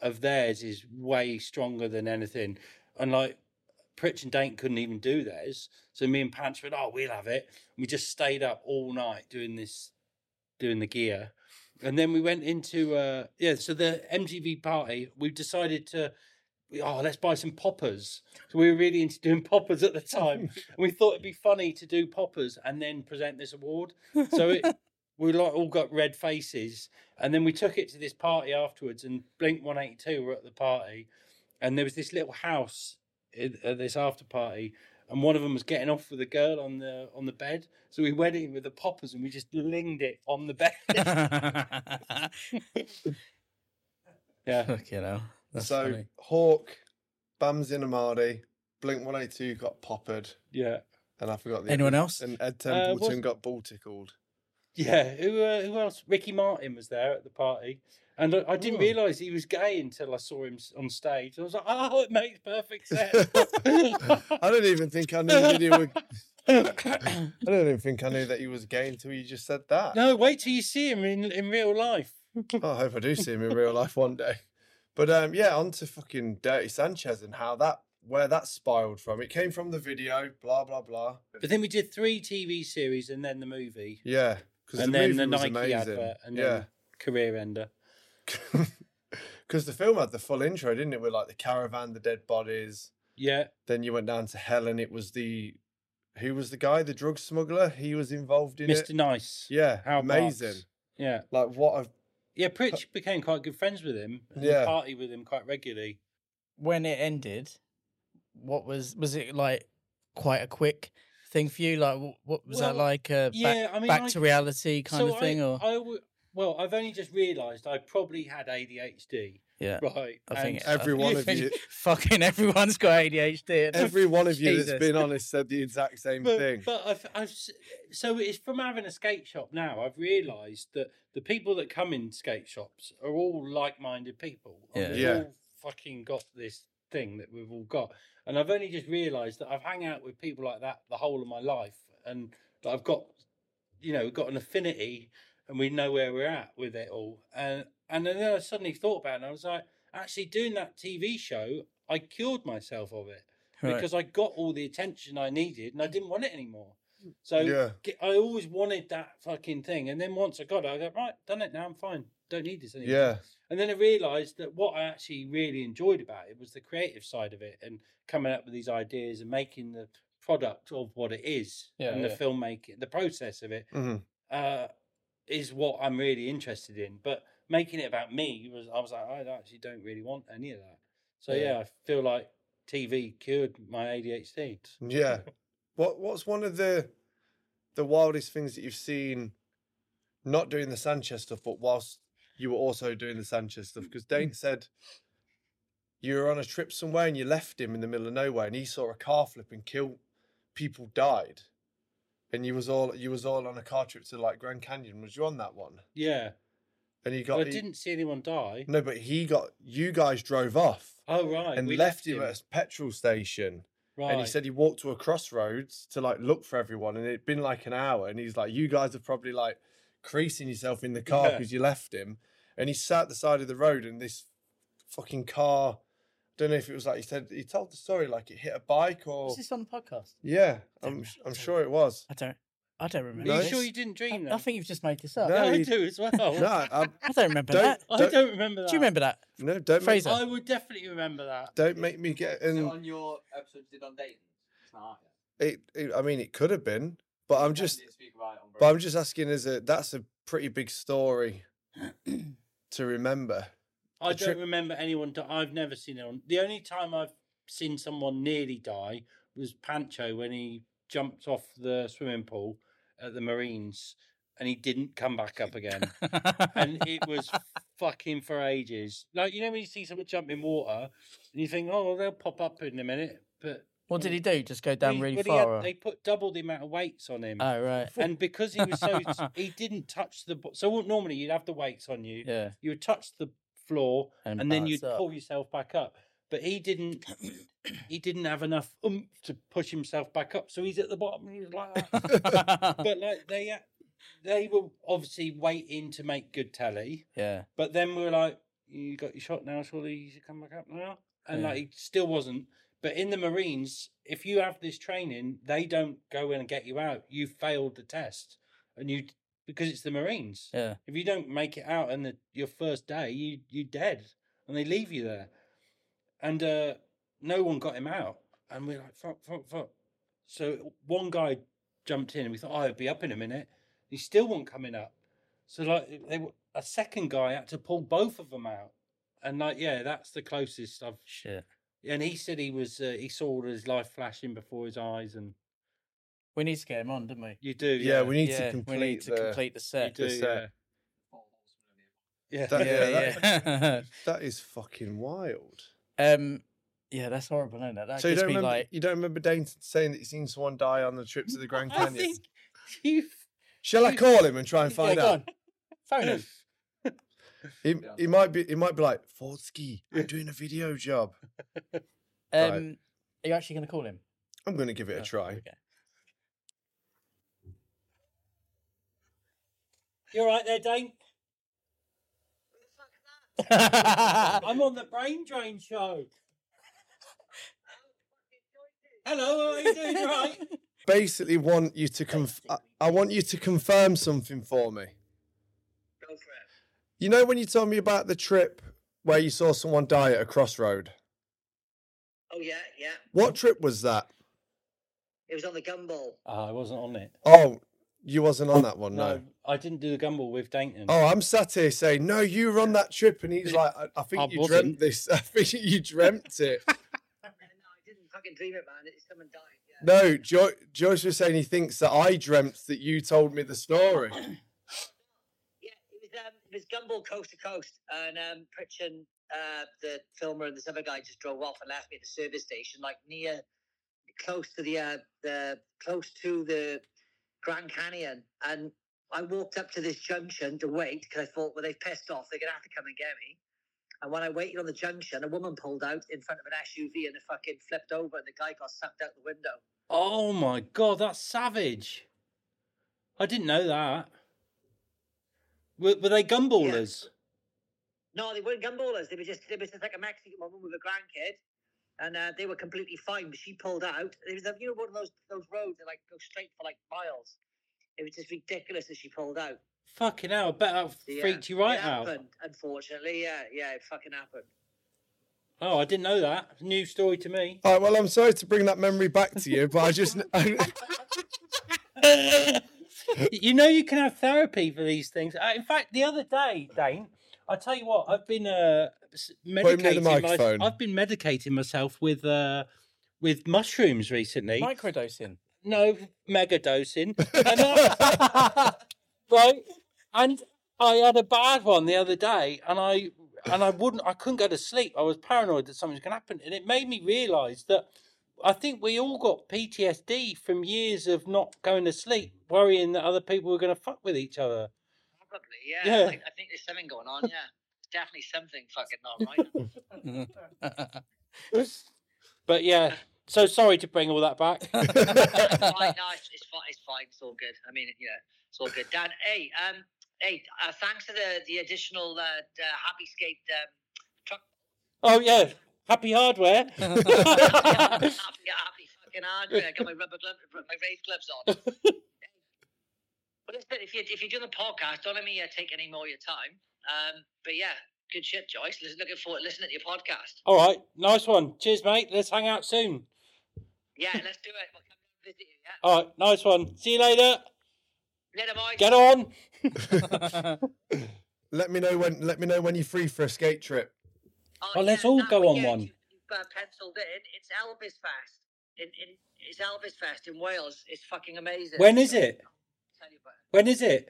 Speaker 2: of theirs is way stronger than anything, and like Pritch and Dane couldn't even do theirs. So me and Pants went, "Oh, we'll have it." We just stayed up all night doing this, doing the gear, and then we went into uh yeah. So the MTV party, we decided to. we- Oh, let's buy some poppers. So we were really into doing [LAUGHS] poppers at the time, and we thought it'd be funny to do poppers and then present this award. So it, we like all got red faces, and then we took it to this party afterwards. And Blink One Eighty Two were at the party, and there was this little house in- at this after party, and one of them was getting off with a girl on the on the bed. So we went in with the poppers and we just linged it on the bed. [LAUGHS] yeah.
Speaker 5: Fuck, you know. That's
Speaker 1: so
Speaker 5: funny.
Speaker 1: Hawk, Bams Inamadi, Blink One Eight Two got poppered,
Speaker 2: Yeah,
Speaker 1: and I forgot the
Speaker 5: Anyone else?
Speaker 1: [LAUGHS] And Ed
Speaker 2: Uh,
Speaker 1: Templeton
Speaker 2: what's-
Speaker 1: got ball
Speaker 2: [LAUGHS]
Speaker 1: tickled.
Speaker 2: yeah. Who uh, who else? Ricky Martin was there at the party, and I, I didn't
Speaker 1: Oh.
Speaker 2: realise he was gay until I saw him s- on stage. I was like, oh, it makes
Speaker 1: [LAUGHS]
Speaker 2: perfect sense.
Speaker 1: I don't even think I knew that he was. I don't even think I knew that he was gay until you just said that.
Speaker 2: [LAUGHS] no, wait till you see him in in real life.
Speaker 1: Well, I hope I do see him in real life one day. But um, yeah, on to fucking Dirty Sanchez and how that where that spiraled from. It came from the video, blah blah blah.
Speaker 2: But then we did three TV series and then the movie,
Speaker 1: Yeah, because
Speaker 2: and
Speaker 1: the
Speaker 2: then
Speaker 1: movie
Speaker 2: the
Speaker 1: was
Speaker 2: Nike
Speaker 1: amazing.
Speaker 2: advert, and
Speaker 1: yeah,
Speaker 2: then career ender.
Speaker 1: [LAUGHS] because the film had the full intro, didn't it? With like the caravan, the dead bodies.
Speaker 2: Yeah,
Speaker 1: Then you went down to hell, and it was the who was the guy, the drug smuggler? He was involved in
Speaker 2: Mr.
Speaker 1: it.
Speaker 2: Nice.
Speaker 1: Yeah,
Speaker 2: Hal Parks.
Speaker 1: amazing.
Speaker 2: Yeah,
Speaker 1: Like what a
Speaker 2: yeah. Pritch became quite good friends with him. And
Speaker 1: Yeah.
Speaker 2: party with him quite regularly.
Speaker 5: when it ended, what was was it like? Quite a quick thing for you. Like, wh- what was that
Speaker 2: Well,
Speaker 5: like? Uh, back,
Speaker 2: yeah, I mean,
Speaker 5: back
Speaker 2: I-
Speaker 5: to reality kind
Speaker 2: So
Speaker 5: of thing,
Speaker 2: I,
Speaker 5: or
Speaker 2: I w- well, I've only just realised I probably had ADHD.
Speaker 5: yeah.
Speaker 2: Right.
Speaker 5: I think
Speaker 2: and-
Speaker 5: I
Speaker 1: every one of
Speaker 2: [LAUGHS]
Speaker 5: think [LAUGHS]
Speaker 1: you,
Speaker 5: Fucking everyone's got ADHD. and-
Speaker 1: every one of you
Speaker 5: Jesus.
Speaker 1: that's been honest said the exact same
Speaker 2: but,
Speaker 1: thing.
Speaker 2: but I've, I've s- so it's from having a skate shop now. I've realised that the people that come in skate shops are all like-minded people. and
Speaker 5: Yeah.
Speaker 2: we've
Speaker 1: Yeah.
Speaker 2: all fucking got this thing that we've all got, and I've only just realised that I've hung out with people like that the whole of my life, and that I've got, you know, got an affinity, and we know where we're at with it all. And and then I suddenly thought about it, and I was like, actually, doing that TV show, I cured myself of it
Speaker 5: Right.
Speaker 2: because I got all the attention I needed and I didn't want it anymore. So
Speaker 1: Yeah.
Speaker 2: ge- I always wanted that fucking thing. And then once I got it, I go, right, done it now, I'm fine. Don't need this anymore.
Speaker 1: yeah,
Speaker 2: And then I realized that what I actually really enjoyed about it was the creative side of it and coming up with these ideas and making the product of what it is
Speaker 5: Yeah,
Speaker 2: and the
Speaker 5: yeah.
Speaker 2: filmmaking, the process of it
Speaker 1: mhm.
Speaker 2: uh, is what I'm really interested in. But making it about me was, I was like, I actually don't really want any of that. So
Speaker 5: Yeah.
Speaker 2: yeah, I feel like TV cured my ADHD.
Speaker 1: yeah. What what's one of the the wildest things that you've seen? Not doing the Sanchez stuff, but whilst you were also doing the Sanchez stuff, because Dane said you were on a trip somewhere and you left him in the middle of nowhere, and he saw a car flip and kill people died, and you was all you was all on a car trip to like Grand Canyon. Was you on that one?
Speaker 2: Yeah,
Speaker 1: And you got
Speaker 2: but I
Speaker 1: he-
Speaker 2: didn't see anyone die.
Speaker 1: No, but he got you guys drove off
Speaker 2: Oh right,
Speaker 1: and
Speaker 2: we
Speaker 1: left, him at a petrol station.
Speaker 2: right.
Speaker 1: And he said he walked to a crossroads to like look for everyone, and it'd been like an hour. And he's like, "You guys are probably like creasing yourself in the car
Speaker 2: Yeah.
Speaker 1: because you left him." And he sat at the side of the road, and this fucking car. don't know if it was like he said he told the story like it hit a bike or
Speaker 5: Was this on the podcast?
Speaker 1: yeah.
Speaker 5: Don't
Speaker 1: I'm
Speaker 5: know.
Speaker 3: [LAUGHS]
Speaker 1: I'm sure it was.
Speaker 5: I don't. I don't remember.
Speaker 1: No.
Speaker 2: Are you
Speaker 5: this.
Speaker 2: sure you didn't dream
Speaker 5: I
Speaker 2: that?
Speaker 5: think you've just made this up.
Speaker 1: No.
Speaker 2: Yeah, I
Speaker 1: you-
Speaker 2: do as well.
Speaker 1: [LAUGHS] No, I,
Speaker 5: I don't remember
Speaker 1: Don't-
Speaker 5: that.
Speaker 2: I don't remember that.
Speaker 5: Do you remember that?
Speaker 1: no, don't make,
Speaker 5: Fraser.
Speaker 2: I would definitely remember that.
Speaker 1: don't make me get
Speaker 4: Is it
Speaker 1: in.
Speaker 4: on your episode you did on dating? It's not.
Speaker 1: It, it. I mean, it could have been, but I'm just
Speaker 4: Speak about it on
Speaker 1: But I'm just asking, is it that's a pretty big story to remember?
Speaker 2: I
Speaker 1: A
Speaker 2: don't
Speaker 1: trip-
Speaker 2: remember anyone. Di- I've never seen anyone. The only time I've seen someone nearly die was Pancho when he jumped off the swimming pool at the Marines and he didn't come back up again. and it was fucking for ages. Like, you know, when you see someone jump in water and you think, oh, they'll pop up in a minute. But
Speaker 5: [LAUGHS] What did he do? Just go down
Speaker 2: he-
Speaker 5: really
Speaker 2: but he had-
Speaker 5: far? or-
Speaker 2: they put double the amount of weights
Speaker 5: [LAUGHS]
Speaker 2: on him.
Speaker 5: Oh right.
Speaker 2: and because he was so, he didn't touch the. bo- So normally you'd have the weights on you.
Speaker 5: Yeah.
Speaker 2: You would touch the floor and, then
Speaker 5: bounce
Speaker 2: you'd
Speaker 5: up.
Speaker 2: pull [LAUGHS] yourself back up. But
Speaker 5: [CLEARS THROAT]
Speaker 2: he didn't. He didn't have enough oomph to push himself back up, so he's at the bottom. And he's like, that. but like they, a- they were obviously waiting to make good tally.
Speaker 5: [LAUGHS] yeah.
Speaker 2: But then we were like, "You got your shot now, surely you should come back up now." And
Speaker 5: Yeah.
Speaker 2: like, he still wasn't. But in the Marines, if you have this training, they don't go in and get you out. You failed the test, and you because it's the Marines.
Speaker 5: Yeah.
Speaker 2: If you don't make it out in the, your first day, you you dead, and they leave you there. And uh, no one got him out, and we're like, fuck, fuck, fuck. So one guy jumped in, and we thought, oh, he'll be up in a minute. He still wasn't coming up. So like, they were- a second guy had to pull both of them out, and like, yeah, that's the closest I've.
Speaker 5: Shit.
Speaker 2: And he said he was uh, he saw all his life flashing before his eyes, and
Speaker 5: We need to get him on, didn't we?
Speaker 2: you do, yeah,
Speaker 1: yeah, we need
Speaker 5: Yeah,
Speaker 1: to complete.
Speaker 5: We need to
Speaker 1: the-
Speaker 5: complete the
Speaker 1: [LAUGHS]
Speaker 2: you
Speaker 5: set.
Speaker 2: do,
Speaker 1: the set.
Speaker 2: yeah. Yeah.
Speaker 1: That-
Speaker 5: yeah, yeah. [LAUGHS]
Speaker 1: That is fucking wild.
Speaker 5: um, yeah, that's horrible, isn't it? That
Speaker 1: so you
Speaker 5: gives
Speaker 1: don't
Speaker 5: me
Speaker 1: remember?
Speaker 5: like
Speaker 1: You don't remember Dane saying that he's seen someone die on the trip to the Grand
Speaker 2: I
Speaker 1: Canyon?
Speaker 2: think [LAUGHS] you
Speaker 1: Shall I call him and try and
Speaker 5: Yeah,
Speaker 1: find
Speaker 5: go
Speaker 1: out?
Speaker 5: on. Phone him.
Speaker 1: He,
Speaker 4: Yeah.
Speaker 1: he might be. He might be like Fordsky. I'm doing a video job.
Speaker 5: Um,
Speaker 1: Right.
Speaker 5: Are you actually going to call
Speaker 2: [LAUGHS]
Speaker 5: him? [LAUGHS]
Speaker 1: I'm going to give it a
Speaker 5: Oh,
Speaker 1: try.
Speaker 5: okay.
Speaker 2: You're right there, Dane.
Speaker 5: Hello,
Speaker 2: I'm on the Brain Drain show. Hello, how are you doing? You right? [LAUGHS]
Speaker 1: Basically, want you to conf- I, I want you to confirm something for me.
Speaker 4: Go for it.
Speaker 1: You know when you told me about the trip where you saw someone die at a crossroad?
Speaker 6: Oh yeah, yeah.
Speaker 1: What trip was that?
Speaker 6: It was on the gumball.
Speaker 2: Ah, I wasn't on it.
Speaker 1: Oh, you wasn't on that one, no.
Speaker 2: I didn't do the gumball with Dayton.
Speaker 1: Oh, I'm sat here saying, no, you were on that trip. And he's like, I, I think
Speaker 5: I
Speaker 1: you
Speaker 5: wasn't.
Speaker 1: dreamt this. [LAUGHS] I think you dreamt it.
Speaker 6: No, I didn't fucking dream it, man. It's someone died. Yeah.
Speaker 1: No, jo- Josh was saying he thinks that I dreamt that you told me the story.
Speaker 6: Yeah, it was um, it was gumball coast to coast, and um, Pritchin, uh, the filmer, and this other guy just drove off and left me at the service station, like near, close to the uh, the close to the Grand Canyon, and I walked up to this junction to wait because I thought, well, they've pissed off. They're gonna have to come and get me. And when I waited on the junction, a woman pulled out in front of an SUV and it fucking flipped over, and the guy got sucked out the window.
Speaker 2: Oh my god, that's savage. I didn't know that. Were, were they gumballers?
Speaker 6: No, they weren't gumballers. They were just they were just like a Mexican woman with a grandkid, and uh, they were completely fine. But she pulled out. It was uh, you know one of those those roads that like go straight for like miles. It was just ridiculous that she pulled out.
Speaker 2: Fucking hell, I bet that
Speaker 6: The, uh,
Speaker 2: freaked you right
Speaker 6: it
Speaker 2: out.
Speaker 6: Happened, unfortunately, yeah, yeah, it fucking happened.
Speaker 2: Oh, I didn't know that. New story to me.
Speaker 1: All right, well, I'm sorry to bring that memory back to you, but [LAUGHS] I just.
Speaker 2: [LAUGHS] you know you can have therapy for these things. Uh, in fact, the other day, Dane, I tell you what, I've been uh, s-
Speaker 1: him near the
Speaker 2: medicating.
Speaker 1: microphone.
Speaker 2: My, I've been medicating myself with uh, with mushrooms recently.
Speaker 5: microdosing.
Speaker 2: No mega
Speaker 1: [LAUGHS]
Speaker 2: dosing. And I- right, and I had a bad one the other day, and I and I wouldn't, I couldn't go to sleep. I was paranoid that something's going to happen, and it made me realise that I think we all got PTSD from years of not going to sleep, worrying that other people were going to fuck with each other.
Speaker 6: Probably, yeah.
Speaker 2: Yeah.
Speaker 6: Like, I think there's something going on.
Speaker 2: [LAUGHS]
Speaker 6: Yeah, definitely something fucking not right.
Speaker 2: But yeah, so sorry to bring all that back.
Speaker 6: it's
Speaker 5: [LAUGHS]
Speaker 2: [LAUGHS]
Speaker 6: fine. No, it's, it's fine. It's fine. It's all good. I mean, you know, it's all good. Dan, hey, um, hey, uh, thanks for the the additional uh, uh, happy skate um, truck
Speaker 2: Oh yeah, happy hardware. [LAUGHS]
Speaker 6: happy, happy fucking hard. I got my rubber gloves, my race gloves on. But listen, if you if you're doing the podcast, don't let me uh, take any more of your time. Um, but yeah, good shit, Joyce. Listen, looking forward to listening to your podcast.
Speaker 2: All right, nice one. Cheers, mate. Let's hang out soon.
Speaker 6: Yeah, let's do it. We'll come and visit you. Yeah.
Speaker 2: All right, nice one. See you later.
Speaker 6: Later, boys.
Speaker 2: Get on.
Speaker 1: [LAUGHS] Let me know when. Let me know when you're free for a skate trip.
Speaker 2: Oh, let's all
Speaker 6: that
Speaker 2: go on
Speaker 6: weekend
Speaker 2: one.
Speaker 6: you- You've uh, penciled in. It's Elvis Fest. In, in, it's Elvis Fest in Wales. It's fucking amazing.
Speaker 2: When is it?
Speaker 6: Tell you about it.
Speaker 2: When is it?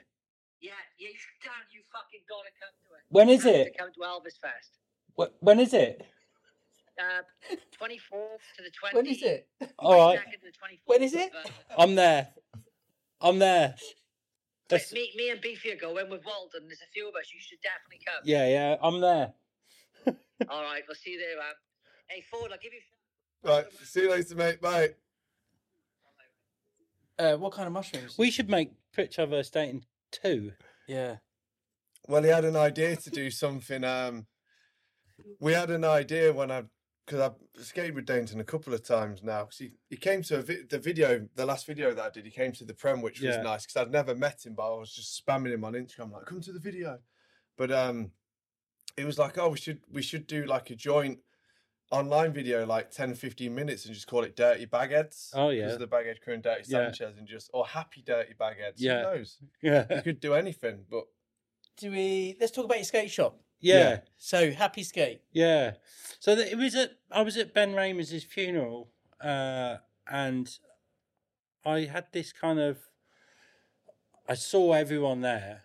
Speaker 6: Yeah, yeah, you, Dan, you fucking gotta come to it.
Speaker 2: When is
Speaker 6: You have
Speaker 2: it?
Speaker 6: To come to Elvis Fest.
Speaker 2: Wh- When is it?
Speaker 6: Uh, 24th to the 20th.
Speaker 3: When is it?
Speaker 2: All right,
Speaker 6: To the 24th
Speaker 3: When is it?
Speaker 6: Of, uh,
Speaker 2: I'm there. I'm there. Let's-
Speaker 6: me, me and Beefy are going with Walden. There's a few of us. You should definitely come.
Speaker 2: yeah, yeah, I'm there.
Speaker 6: All right, we'll see you there, man. Hey, Ford, I'll give you.
Speaker 1: Right. See you later, mate. Bye.
Speaker 3: Uh, what kind of mushrooms?
Speaker 2: We should make Pritchard versus Dayton two.
Speaker 3: yeah.
Speaker 1: Well, he had an idea to do something. Um, we had an idea when I because I skated with Dainton a couple of times now. 'cause he, he came to a vi- the video, the last video that I did. He came to the prem, which
Speaker 2: Yeah.
Speaker 1: was nice because I'd never met him, but I was just spamming him on Instagram like, "Come to the video." But um, it was like, "Oh, we should we should do like a joint." Online video like 10 15 minutes and just call it Dirty Bagheads.
Speaker 2: Oh,
Speaker 1: 'cause
Speaker 2: yeah.
Speaker 1: of the Baghead crew and Dirty
Speaker 2: Yeah.
Speaker 1: Sanchez and just or Happy Dirty Bagheads.
Speaker 2: Yeah.
Speaker 1: Who knows?
Speaker 2: [LAUGHS]
Speaker 1: You
Speaker 2: Yeah, [LAUGHS] yeah.
Speaker 1: could do anything, but
Speaker 3: Do we? Let's talk about your skate shop.
Speaker 2: yeah.
Speaker 3: So happy skate.
Speaker 2: Yeah. So that it was at I was at Ben Raymond's funeral, uh, and I had this kind of I saw everyone there,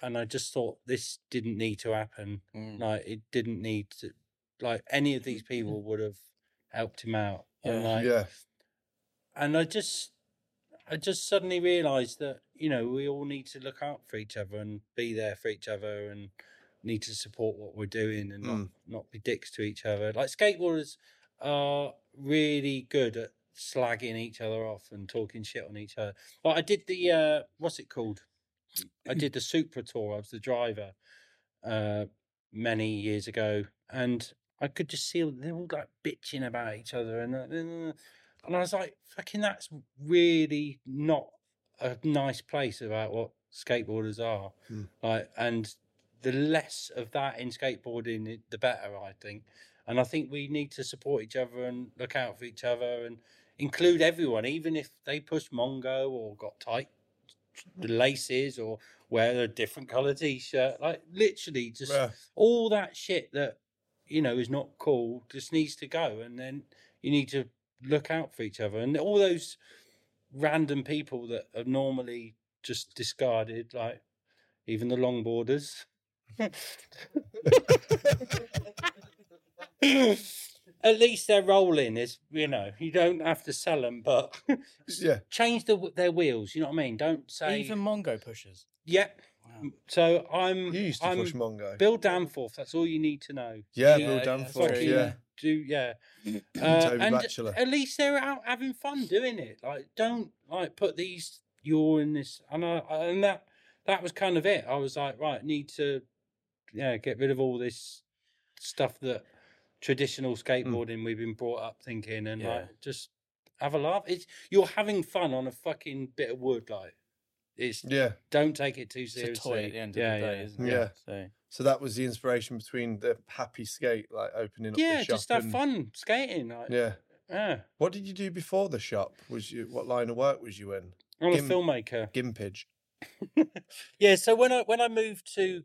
Speaker 2: and I just thought this didn't need to happen.
Speaker 5: Mm.
Speaker 2: Like it didn't need to. Like any of these people would have helped him out. And
Speaker 3: Yeah.
Speaker 2: like,
Speaker 1: yeah.
Speaker 2: and I just I just suddenly realised that you know we all need to look out for each other and be there for each other and need to support what we're doing and not,
Speaker 1: Mm.
Speaker 2: not be dicks to each other. Like skateboarders are really good at slagging each other off and talking shit on each other. But I did the uh, what's it called? I did the Supra tour. I was the driver uh, many years ago, and I could just see they were all like bitching about each other, and uh, and I was like, fucking, that's really not a nice place about what skateboarders are.
Speaker 1: Mm.
Speaker 2: Like, and the less of that in skateboarding, it- the better, I think. And I think we need to support each other and look out for each other and include everyone, even if they push Mongo or got tight laces or wear a different color t-shirt. Like, literally, just
Speaker 1: Yeah.
Speaker 2: all that shit that you know is not cool just needs to go and then you need to look out for each other and all those random people that are normally just discarded like even the longboarders [SNIFFS] at least they're rolling is you know you don't have to sell them but [LAUGHS]
Speaker 1: [LAUGHS] Yeah.
Speaker 2: change the, their wheels you know what i mean don't say
Speaker 3: Even Mongo pushers.
Speaker 2: yep
Speaker 5: Mm.
Speaker 3: Wow.
Speaker 2: so i'm
Speaker 1: You used to
Speaker 2: I'm
Speaker 1: push Mongo. [LAUGHS]
Speaker 2: bill danforth that's all you need to know
Speaker 1: yeah,
Speaker 3: Yeah,
Speaker 1: Bill
Speaker 3: yeah,
Speaker 1: Danforth.
Speaker 3: sorry,
Speaker 2: fucking
Speaker 1: yeah.
Speaker 2: do yeah.
Speaker 3: [LAUGHS]
Speaker 2: Uh,
Speaker 1: Toby
Speaker 2: and
Speaker 1: Batchelor.
Speaker 2: at least they're out having fun doing it. Like, don't like put these you're in this and I and that that was kind of it. I was like, right, need to yeah get rid of all this stuff that traditional skateboarding we've been brought up thinking and
Speaker 3: Hmm. Yeah.
Speaker 2: like just have a laugh. It's you're having fun on a fucking bit of wood, like it's
Speaker 1: yeah.
Speaker 2: don't take it too
Speaker 3: It's a
Speaker 2: seriously.
Speaker 3: toy at the end of
Speaker 2: yeah,
Speaker 3: the day,
Speaker 2: yeah.
Speaker 3: isn't it?
Speaker 1: Yeah.
Speaker 3: So
Speaker 5: Mm.
Speaker 1: So that was the inspiration between the happy skate, like opening up
Speaker 2: Yeah,
Speaker 1: the shop.
Speaker 2: just have
Speaker 1: and-
Speaker 2: fun skating. Like, yeah.
Speaker 1: Yeah. What did you do before the shop? Was you what line of work was you in?
Speaker 2: I'm a
Speaker 1: Gim-
Speaker 2: filmmaker.
Speaker 1: Gimpage.
Speaker 2: Yeah, so when I when I moved to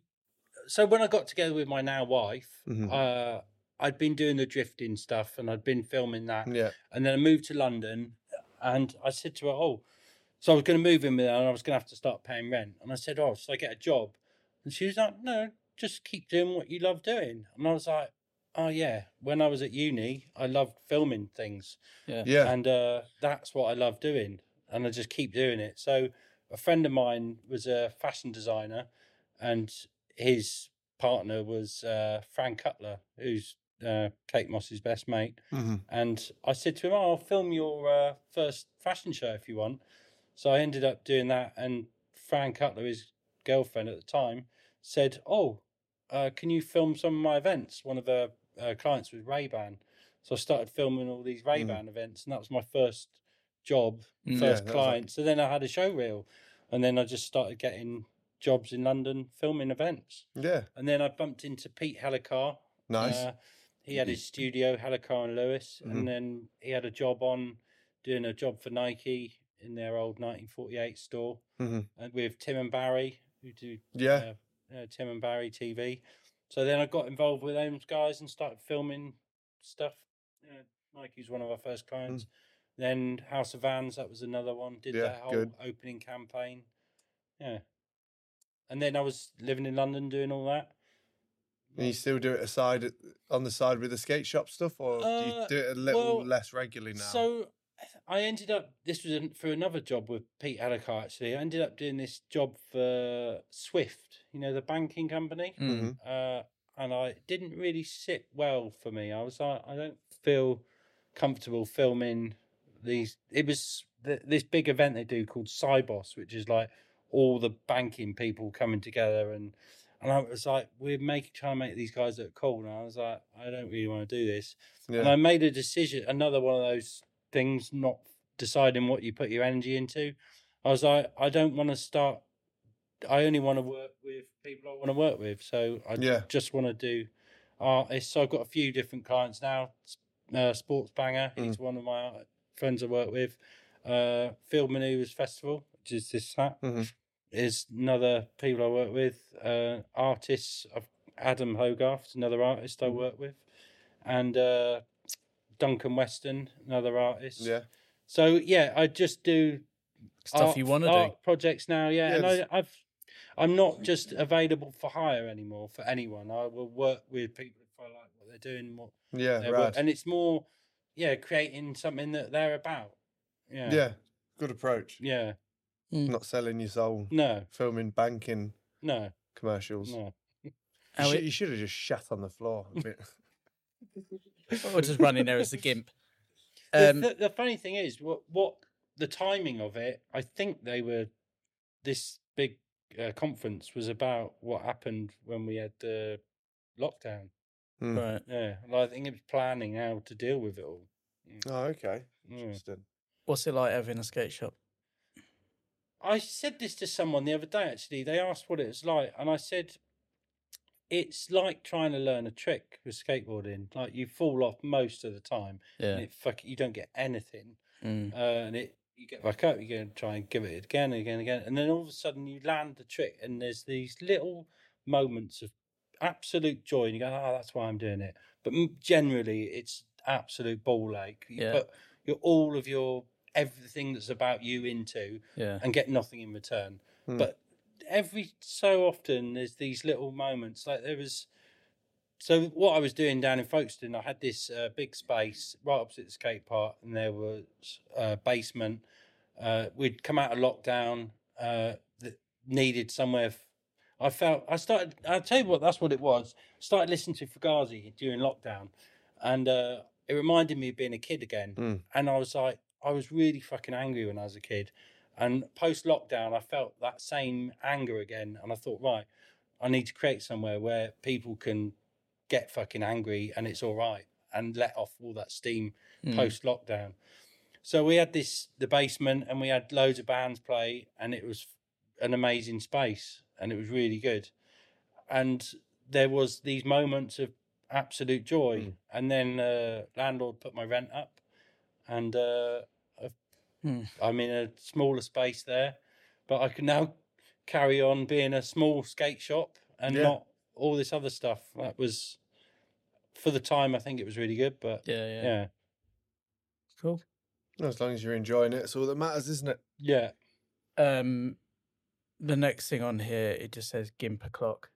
Speaker 2: so when I got together with my now wife,
Speaker 1: Mhm.
Speaker 2: uh I'd been doing the drifting stuff and I'd been filming that.
Speaker 1: Yeah.
Speaker 2: And then I moved to London and I said to her, Oh, so I was gonna move in with her and I was gonna have to start paying rent. And I said, Oh, should I get a job? And she was like, No, just keep doing what you love doing. And I was like, Oh yeah. When I was at uni, I loved filming things
Speaker 1: Yeah.
Speaker 2: and uh, that's what I love doing, and I just keep doing it. So, a friend of mine was a fashion designer, and his partner was uh, Fran Cutler, who's uh, Kate Moss's best mate.
Speaker 1: Mhm.
Speaker 2: And I said to him, oh, "I'll film your uh, first fashion show if you want." So I ended up doing that, and Fran Cutler, his girlfriend at the time, said, "Oh, uh, can you film some of my events?" One of her uh, clients was Ray Ban, so I started filming all these Ray Ban events, and that was my first job,
Speaker 1: Hmm. Yeah,
Speaker 2: first
Speaker 3: Mm.
Speaker 1: that was like-
Speaker 2: client. So then I had a show reel, and then I just started getting jobs in London filming events.
Speaker 1: Yeah.
Speaker 2: And then I bumped into Pete Hallicar.
Speaker 1: Nice.
Speaker 2: Uh, he had his studio, Hallicar and Lewis,
Speaker 1: Mhm.
Speaker 2: and then he had a job on doing a job for Nike in their old 1948 store,
Speaker 1: Mhm.
Speaker 2: and with Tim and Barry, who do
Speaker 1: yeah.
Speaker 2: uh, Tim and Barry TV. So then I got involved with those guys and started filming stuff. Uh, Nike's one of our first clients. Then House of Vans, that was another one. Did
Speaker 1: Mm. Yeah,
Speaker 2: that whole
Speaker 1: good.
Speaker 2: opening campaign. Yeah. And then I was living in London doing all that.
Speaker 1: And you still do it aside on the side with the skate shop stuff, or do you
Speaker 2: Uh,
Speaker 1: do it a little
Speaker 2: well,
Speaker 1: less regularly now?
Speaker 2: So I ended up, this was an- for another job with Pete Alicar actually. I ended up doing this job for Swift, you know, the banking company.
Speaker 3: Mm-hmm.
Speaker 5: Mm-hmm.
Speaker 1: Mhm.
Speaker 2: uh, and I it didn't really sit well for me. I was like, I don't feel comfortable filming these. It was th- this big event they do called Cybos, which is like all the banking people coming together, and and I was like, we're making trying to make these guys look cool, and I was like, I don't really want to do this,
Speaker 1: Mm-hmm. yeah.
Speaker 2: and I made a decision. Another one of those things, not deciding what you put your energy into. I was like, I don't want to start. I only want to work with people I want to work with. So I
Speaker 1: Yeah.
Speaker 2: just want to do artists. So I've got a few different clients now. S- Uh, Sports Banger, he's one of my art- friends I work with. Uh, Field Maneuvers Festival, which is this sat,
Speaker 1: Mhm.
Speaker 2: is another people I work with. Uh, artists, I've Adam Hogarth, another artist I work with, and uh, Duncan Weston, another artist.
Speaker 1: yeah.
Speaker 2: So yeah, I just do
Speaker 5: Stuff
Speaker 2: art-
Speaker 5: you want to do.
Speaker 2: art projects now. Yeah,
Speaker 1: Yeah,
Speaker 2: and
Speaker 1: there's-
Speaker 2: I, I've I'm not just available for hire anymore for anyone. I will work with people if I like what they're doing, what
Speaker 1: Yeah.
Speaker 2: they're
Speaker 1: Right.
Speaker 2: and it's more yeah creating something that they're about. Yeah,
Speaker 1: yeah. Good approach.
Speaker 2: yeah.
Speaker 1: Not selling your soul.
Speaker 2: No,
Speaker 1: Filming banking
Speaker 2: no,
Speaker 1: commercials.
Speaker 2: no.
Speaker 1: You,
Speaker 5: Oh,
Speaker 1: should,
Speaker 5: it-
Speaker 1: you should have just shat on the floor. a bit.
Speaker 5: [LAUGHS] or just running there as the [LAUGHS] gimp.
Speaker 2: The-
Speaker 5: Um,
Speaker 2: the, the funny thing is, what what the timing of it? I think they were this big uh, conference was about what happened when we had the lockdown.
Speaker 5: right.
Speaker 2: Yeah, like, I think it was planning how to deal with it all.
Speaker 1: oh, okay.
Speaker 2: Yeah.
Speaker 1: Interesting.
Speaker 5: What's it like having a skate shop?
Speaker 2: I said this to someone the other day actually. They asked what it was like, and I said, "It's like trying to learn a trick with skateboarding. Like you fall off most of the time, and
Speaker 5: Yeah.
Speaker 2: it fuck you don't get anything.
Speaker 5: Mm.
Speaker 2: uh, and it you get back up, you're going to try and give it again and again and again, and then all of a sudden you land the trick, and there's these little moments of absolute joy, and you go, "Ah, that's why I'm doing it." But m- generally, it's absolute ball ache. You
Speaker 5: Yeah.
Speaker 2: put your all of your everything that's about you into,
Speaker 5: Yeah.
Speaker 2: and get nothing in return.
Speaker 1: Hmm.
Speaker 2: But every so often, there's these little moments. Like there was, so what I was doing down in Folkestone, I had this uh, big space right opposite the skate park, and there was a basement. Uh, we'd come out of lockdown, uh, that needed somewhere. F- I felt I started. I'll tell you what, that's what it was. Started listening to Fugazi during lockdown, and uh, it reminded me of being a kid again.
Speaker 1: Hmm.
Speaker 2: And I was like, I was really fucking angry when I was a kid. And post lockdown, I felt that same anger again. And I thought, right, I need to create somewhere where people can get fucking angry and it's all right and let off all that steam
Speaker 5: Mm.
Speaker 2: post lockdown. So we had this, the basement, and we had loads of bands play, and it was an amazing space and it was really good. And there was these moments of absolute joy.
Speaker 5: Hmm.
Speaker 2: And then uh, landlord put my rent up and uh, I've-
Speaker 5: Hmm.
Speaker 2: I'm in a smaller space there, but I can now carry on being a small skate shop and
Speaker 1: Yeah.
Speaker 2: not all this other stuff. That was for the time. I think it was really good, but
Speaker 5: Yeah, yeah.
Speaker 2: yeah,
Speaker 5: Cool.
Speaker 1: As long as you're enjoying it, it's all that matters, isn't it?
Speaker 2: yeah.
Speaker 5: Um, the next thing on here, it just says gimp o'clock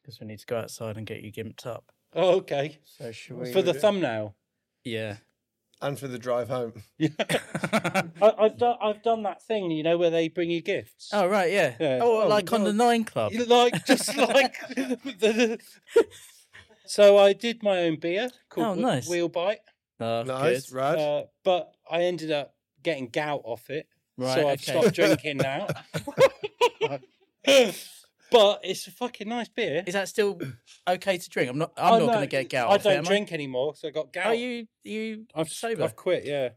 Speaker 5: because we need to go outside and get you gimped up.
Speaker 2: Oh, okay.
Speaker 5: So should we?
Speaker 2: for the
Speaker 1: do.
Speaker 2: thumbnail, [LAUGHS]
Speaker 5: [LAUGHS] Yeah.
Speaker 1: And for the drive home.
Speaker 2: yeah. I, I've done. I've done that thing, you know, where they bring you gifts.
Speaker 5: oh right, yeah.
Speaker 2: Yeah.
Speaker 5: Oh,
Speaker 2: Oh,
Speaker 5: like on the Nine Club.
Speaker 2: You Like [LAUGHS] just like the. So I did my own beer called
Speaker 5: Oh,
Speaker 2: Wh-
Speaker 5: nice.
Speaker 2: Wheel Bite.
Speaker 5: Oh,
Speaker 1: nice,
Speaker 5: good.
Speaker 1: Rad.
Speaker 2: Uh, but I ended up getting gout off it,
Speaker 5: Right,
Speaker 2: so I've
Speaker 5: okay. [LAUGHS]
Speaker 2: stopped drinking now. but it's a fucking nice beer.
Speaker 5: Is that still okay to drink? I'm not.
Speaker 2: I
Speaker 5: I'm not
Speaker 2: know-
Speaker 5: going to get gout.
Speaker 2: Oh, I
Speaker 5: off it,
Speaker 2: don't
Speaker 5: am
Speaker 2: drink anymore, so I got gout.
Speaker 5: Are you you
Speaker 2: I've
Speaker 5: sober?
Speaker 2: I've quit. Yeah.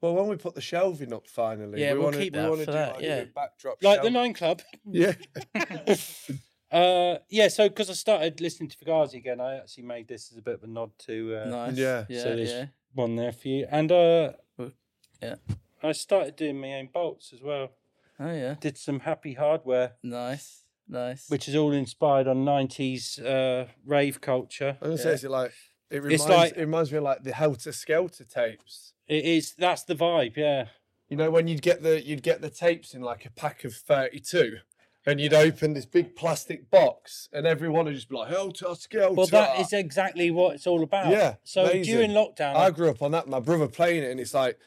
Speaker 1: Well, when we put the shelving up finally,
Speaker 5: Yeah,
Speaker 1: we
Speaker 5: we'll
Speaker 1: wanna,
Speaker 5: keep
Speaker 1: we
Speaker 5: that
Speaker 1: wanna
Speaker 5: for
Speaker 1: do
Speaker 5: that,
Speaker 1: like
Speaker 5: yeah.
Speaker 1: a backdrop
Speaker 2: Like the
Speaker 1: shelf.
Speaker 2: Nine Club.
Speaker 1: Yeah,
Speaker 2: Uh, yeah, so because I started listening to Fugazi again, I actually made this as a bit of a nod to uh,
Speaker 5: Nice.
Speaker 1: yeah.
Speaker 5: Yeah.
Speaker 2: So there's-
Speaker 5: yeah.
Speaker 2: one there for you. And uh,
Speaker 5: Ooh, yeah.
Speaker 2: I started doing my own bolts as well.
Speaker 5: Oh yeah.
Speaker 2: Did some happy hardware,
Speaker 5: Nice. Nice.
Speaker 2: which is all inspired on 90s uh, rave culture.
Speaker 1: I'm gonna say it's like Oh, it reminds,
Speaker 2: like-
Speaker 1: it reminds me of like the Helter Skelter tapes.
Speaker 2: It is, that's the vibe, yeah.
Speaker 1: You know when you'd get the you'd get the tapes in like a pack of thirty two, and you'd open this big plastic box, and everyone would just be like Helter Skelter.
Speaker 2: Well, that is exactly what it's all about.
Speaker 1: Yeah,
Speaker 2: So
Speaker 1: amazing.
Speaker 2: during lockdown,
Speaker 1: I grew up on that. My brother playing it, and it's like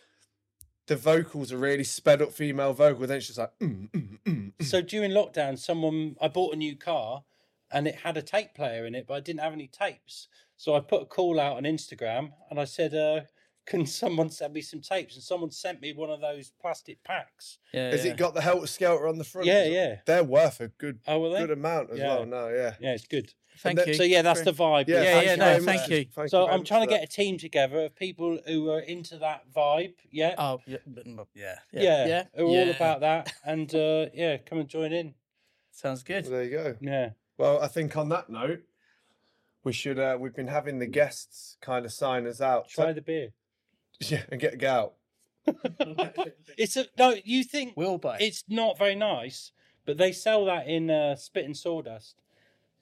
Speaker 1: the vocals are really sped up female vocal. Then it's just like, mm, mm, mm, mm.
Speaker 2: so during lockdown, someone I bought a new car, and it had a tape player in it, but I didn't have any tapes. So I put a call out on Instagram, and I said, uh, [LAUGHS] "Can someone send me some tapes?" And someone sent me one of those plastic packs.
Speaker 5: yeah,
Speaker 1: has
Speaker 5: yeah.
Speaker 1: it got the Helter Skelter on the front?
Speaker 2: Yeah,
Speaker 1: as well?
Speaker 2: yeah.
Speaker 1: They're worth a good
Speaker 2: Oh, were they?
Speaker 1: good amount as
Speaker 2: Yeah.
Speaker 1: well. No, yeah,
Speaker 2: Yeah, it's good.
Speaker 5: Thank
Speaker 1: that-
Speaker 5: you.
Speaker 2: So yeah, that's the vibe.
Speaker 5: Yeah,
Speaker 1: thank
Speaker 5: yeah,
Speaker 1: you
Speaker 5: no,
Speaker 1: very
Speaker 5: thank
Speaker 1: much.
Speaker 5: you.
Speaker 1: Thank
Speaker 2: So
Speaker 1: very
Speaker 2: I'm
Speaker 1: much
Speaker 2: trying to
Speaker 1: for that.
Speaker 2: get a team together of people who are into that vibe. Yeah.
Speaker 5: Oh yeah. but- but- Yeah.
Speaker 2: yeah.
Speaker 5: Yeah.
Speaker 2: Who are all
Speaker 5: Yeah. [LAUGHS]
Speaker 2: about that. And uh, yeah, come and join in.
Speaker 5: Sounds good.
Speaker 1: There you go.
Speaker 2: Yeah.
Speaker 1: Well, I think on that note, we should. Uh, we've been having the guests kind of sign us out.
Speaker 2: Try
Speaker 1: So-
Speaker 5: [LAUGHS]
Speaker 2: the beer.
Speaker 1: [LAUGHS] yeah, and get, get out.
Speaker 2: It's a no, you think
Speaker 5: Will buy.
Speaker 2: it's not very nice, but they sell that in uh, spit and sawdust.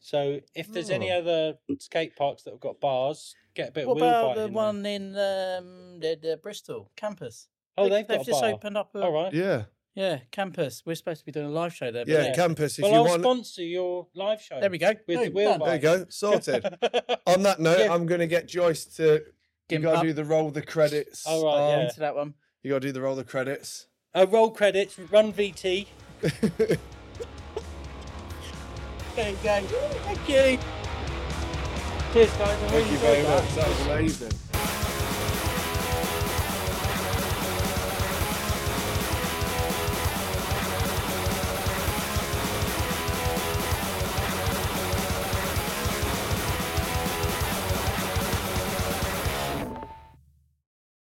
Speaker 2: So if there's any
Speaker 1: Oh.
Speaker 2: other skate parks that have got bars, get a bit
Speaker 5: What
Speaker 2: of wheel
Speaker 5: about
Speaker 2: bite
Speaker 5: the
Speaker 2: in there.
Speaker 5: one in um, the, the Bristol campus?
Speaker 2: Oh,
Speaker 5: They-
Speaker 2: they've got a
Speaker 5: just
Speaker 2: bar.
Speaker 5: opened up. A,
Speaker 2: All right.
Speaker 1: Yeah,
Speaker 5: Yeah, campus. We're supposed to be doing a live show there. but
Speaker 1: yeah.
Speaker 2: Yeah.
Speaker 1: Campus, if
Speaker 2: Well,
Speaker 1: you
Speaker 2: I'll
Speaker 1: want,
Speaker 2: sponsor your live show.
Speaker 5: There we go.
Speaker 2: With
Speaker 5: Boom,
Speaker 2: the wheel
Speaker 5: done.
Speaker 1: there you go.
Speaker 2: [LAUGHS]
Speaker 1: Sorted.
Speaker 2: bike.
Speaker 1: on that note,
Speaker 2: Yeah.
Speaker 1: I'm gonna get Joyce to. You
Speaker 5: Gimp
Speaker 1: gotta
Speaker 5: up.
Speaker 1: do the roll the credits.
Speaker 2: All right,
Speaker 1: um,
Speaker 2: yeah.
Speaker 5: Into that one.
Speaker 1: You gotta do the roll the credits.
Speaker 2: uh, roll credits.
Speaker 5: [LAUGHS]
Speaker 2: Run VT.
Speaker 5: There you go. Thank you.
Speaker 2: Cheers, guys. I really
Speaker 1: Thank you
Speaker 2: enjoyed
Speaker 1: very
Speaker 2: that.
Speaker 1: much. That was amazing.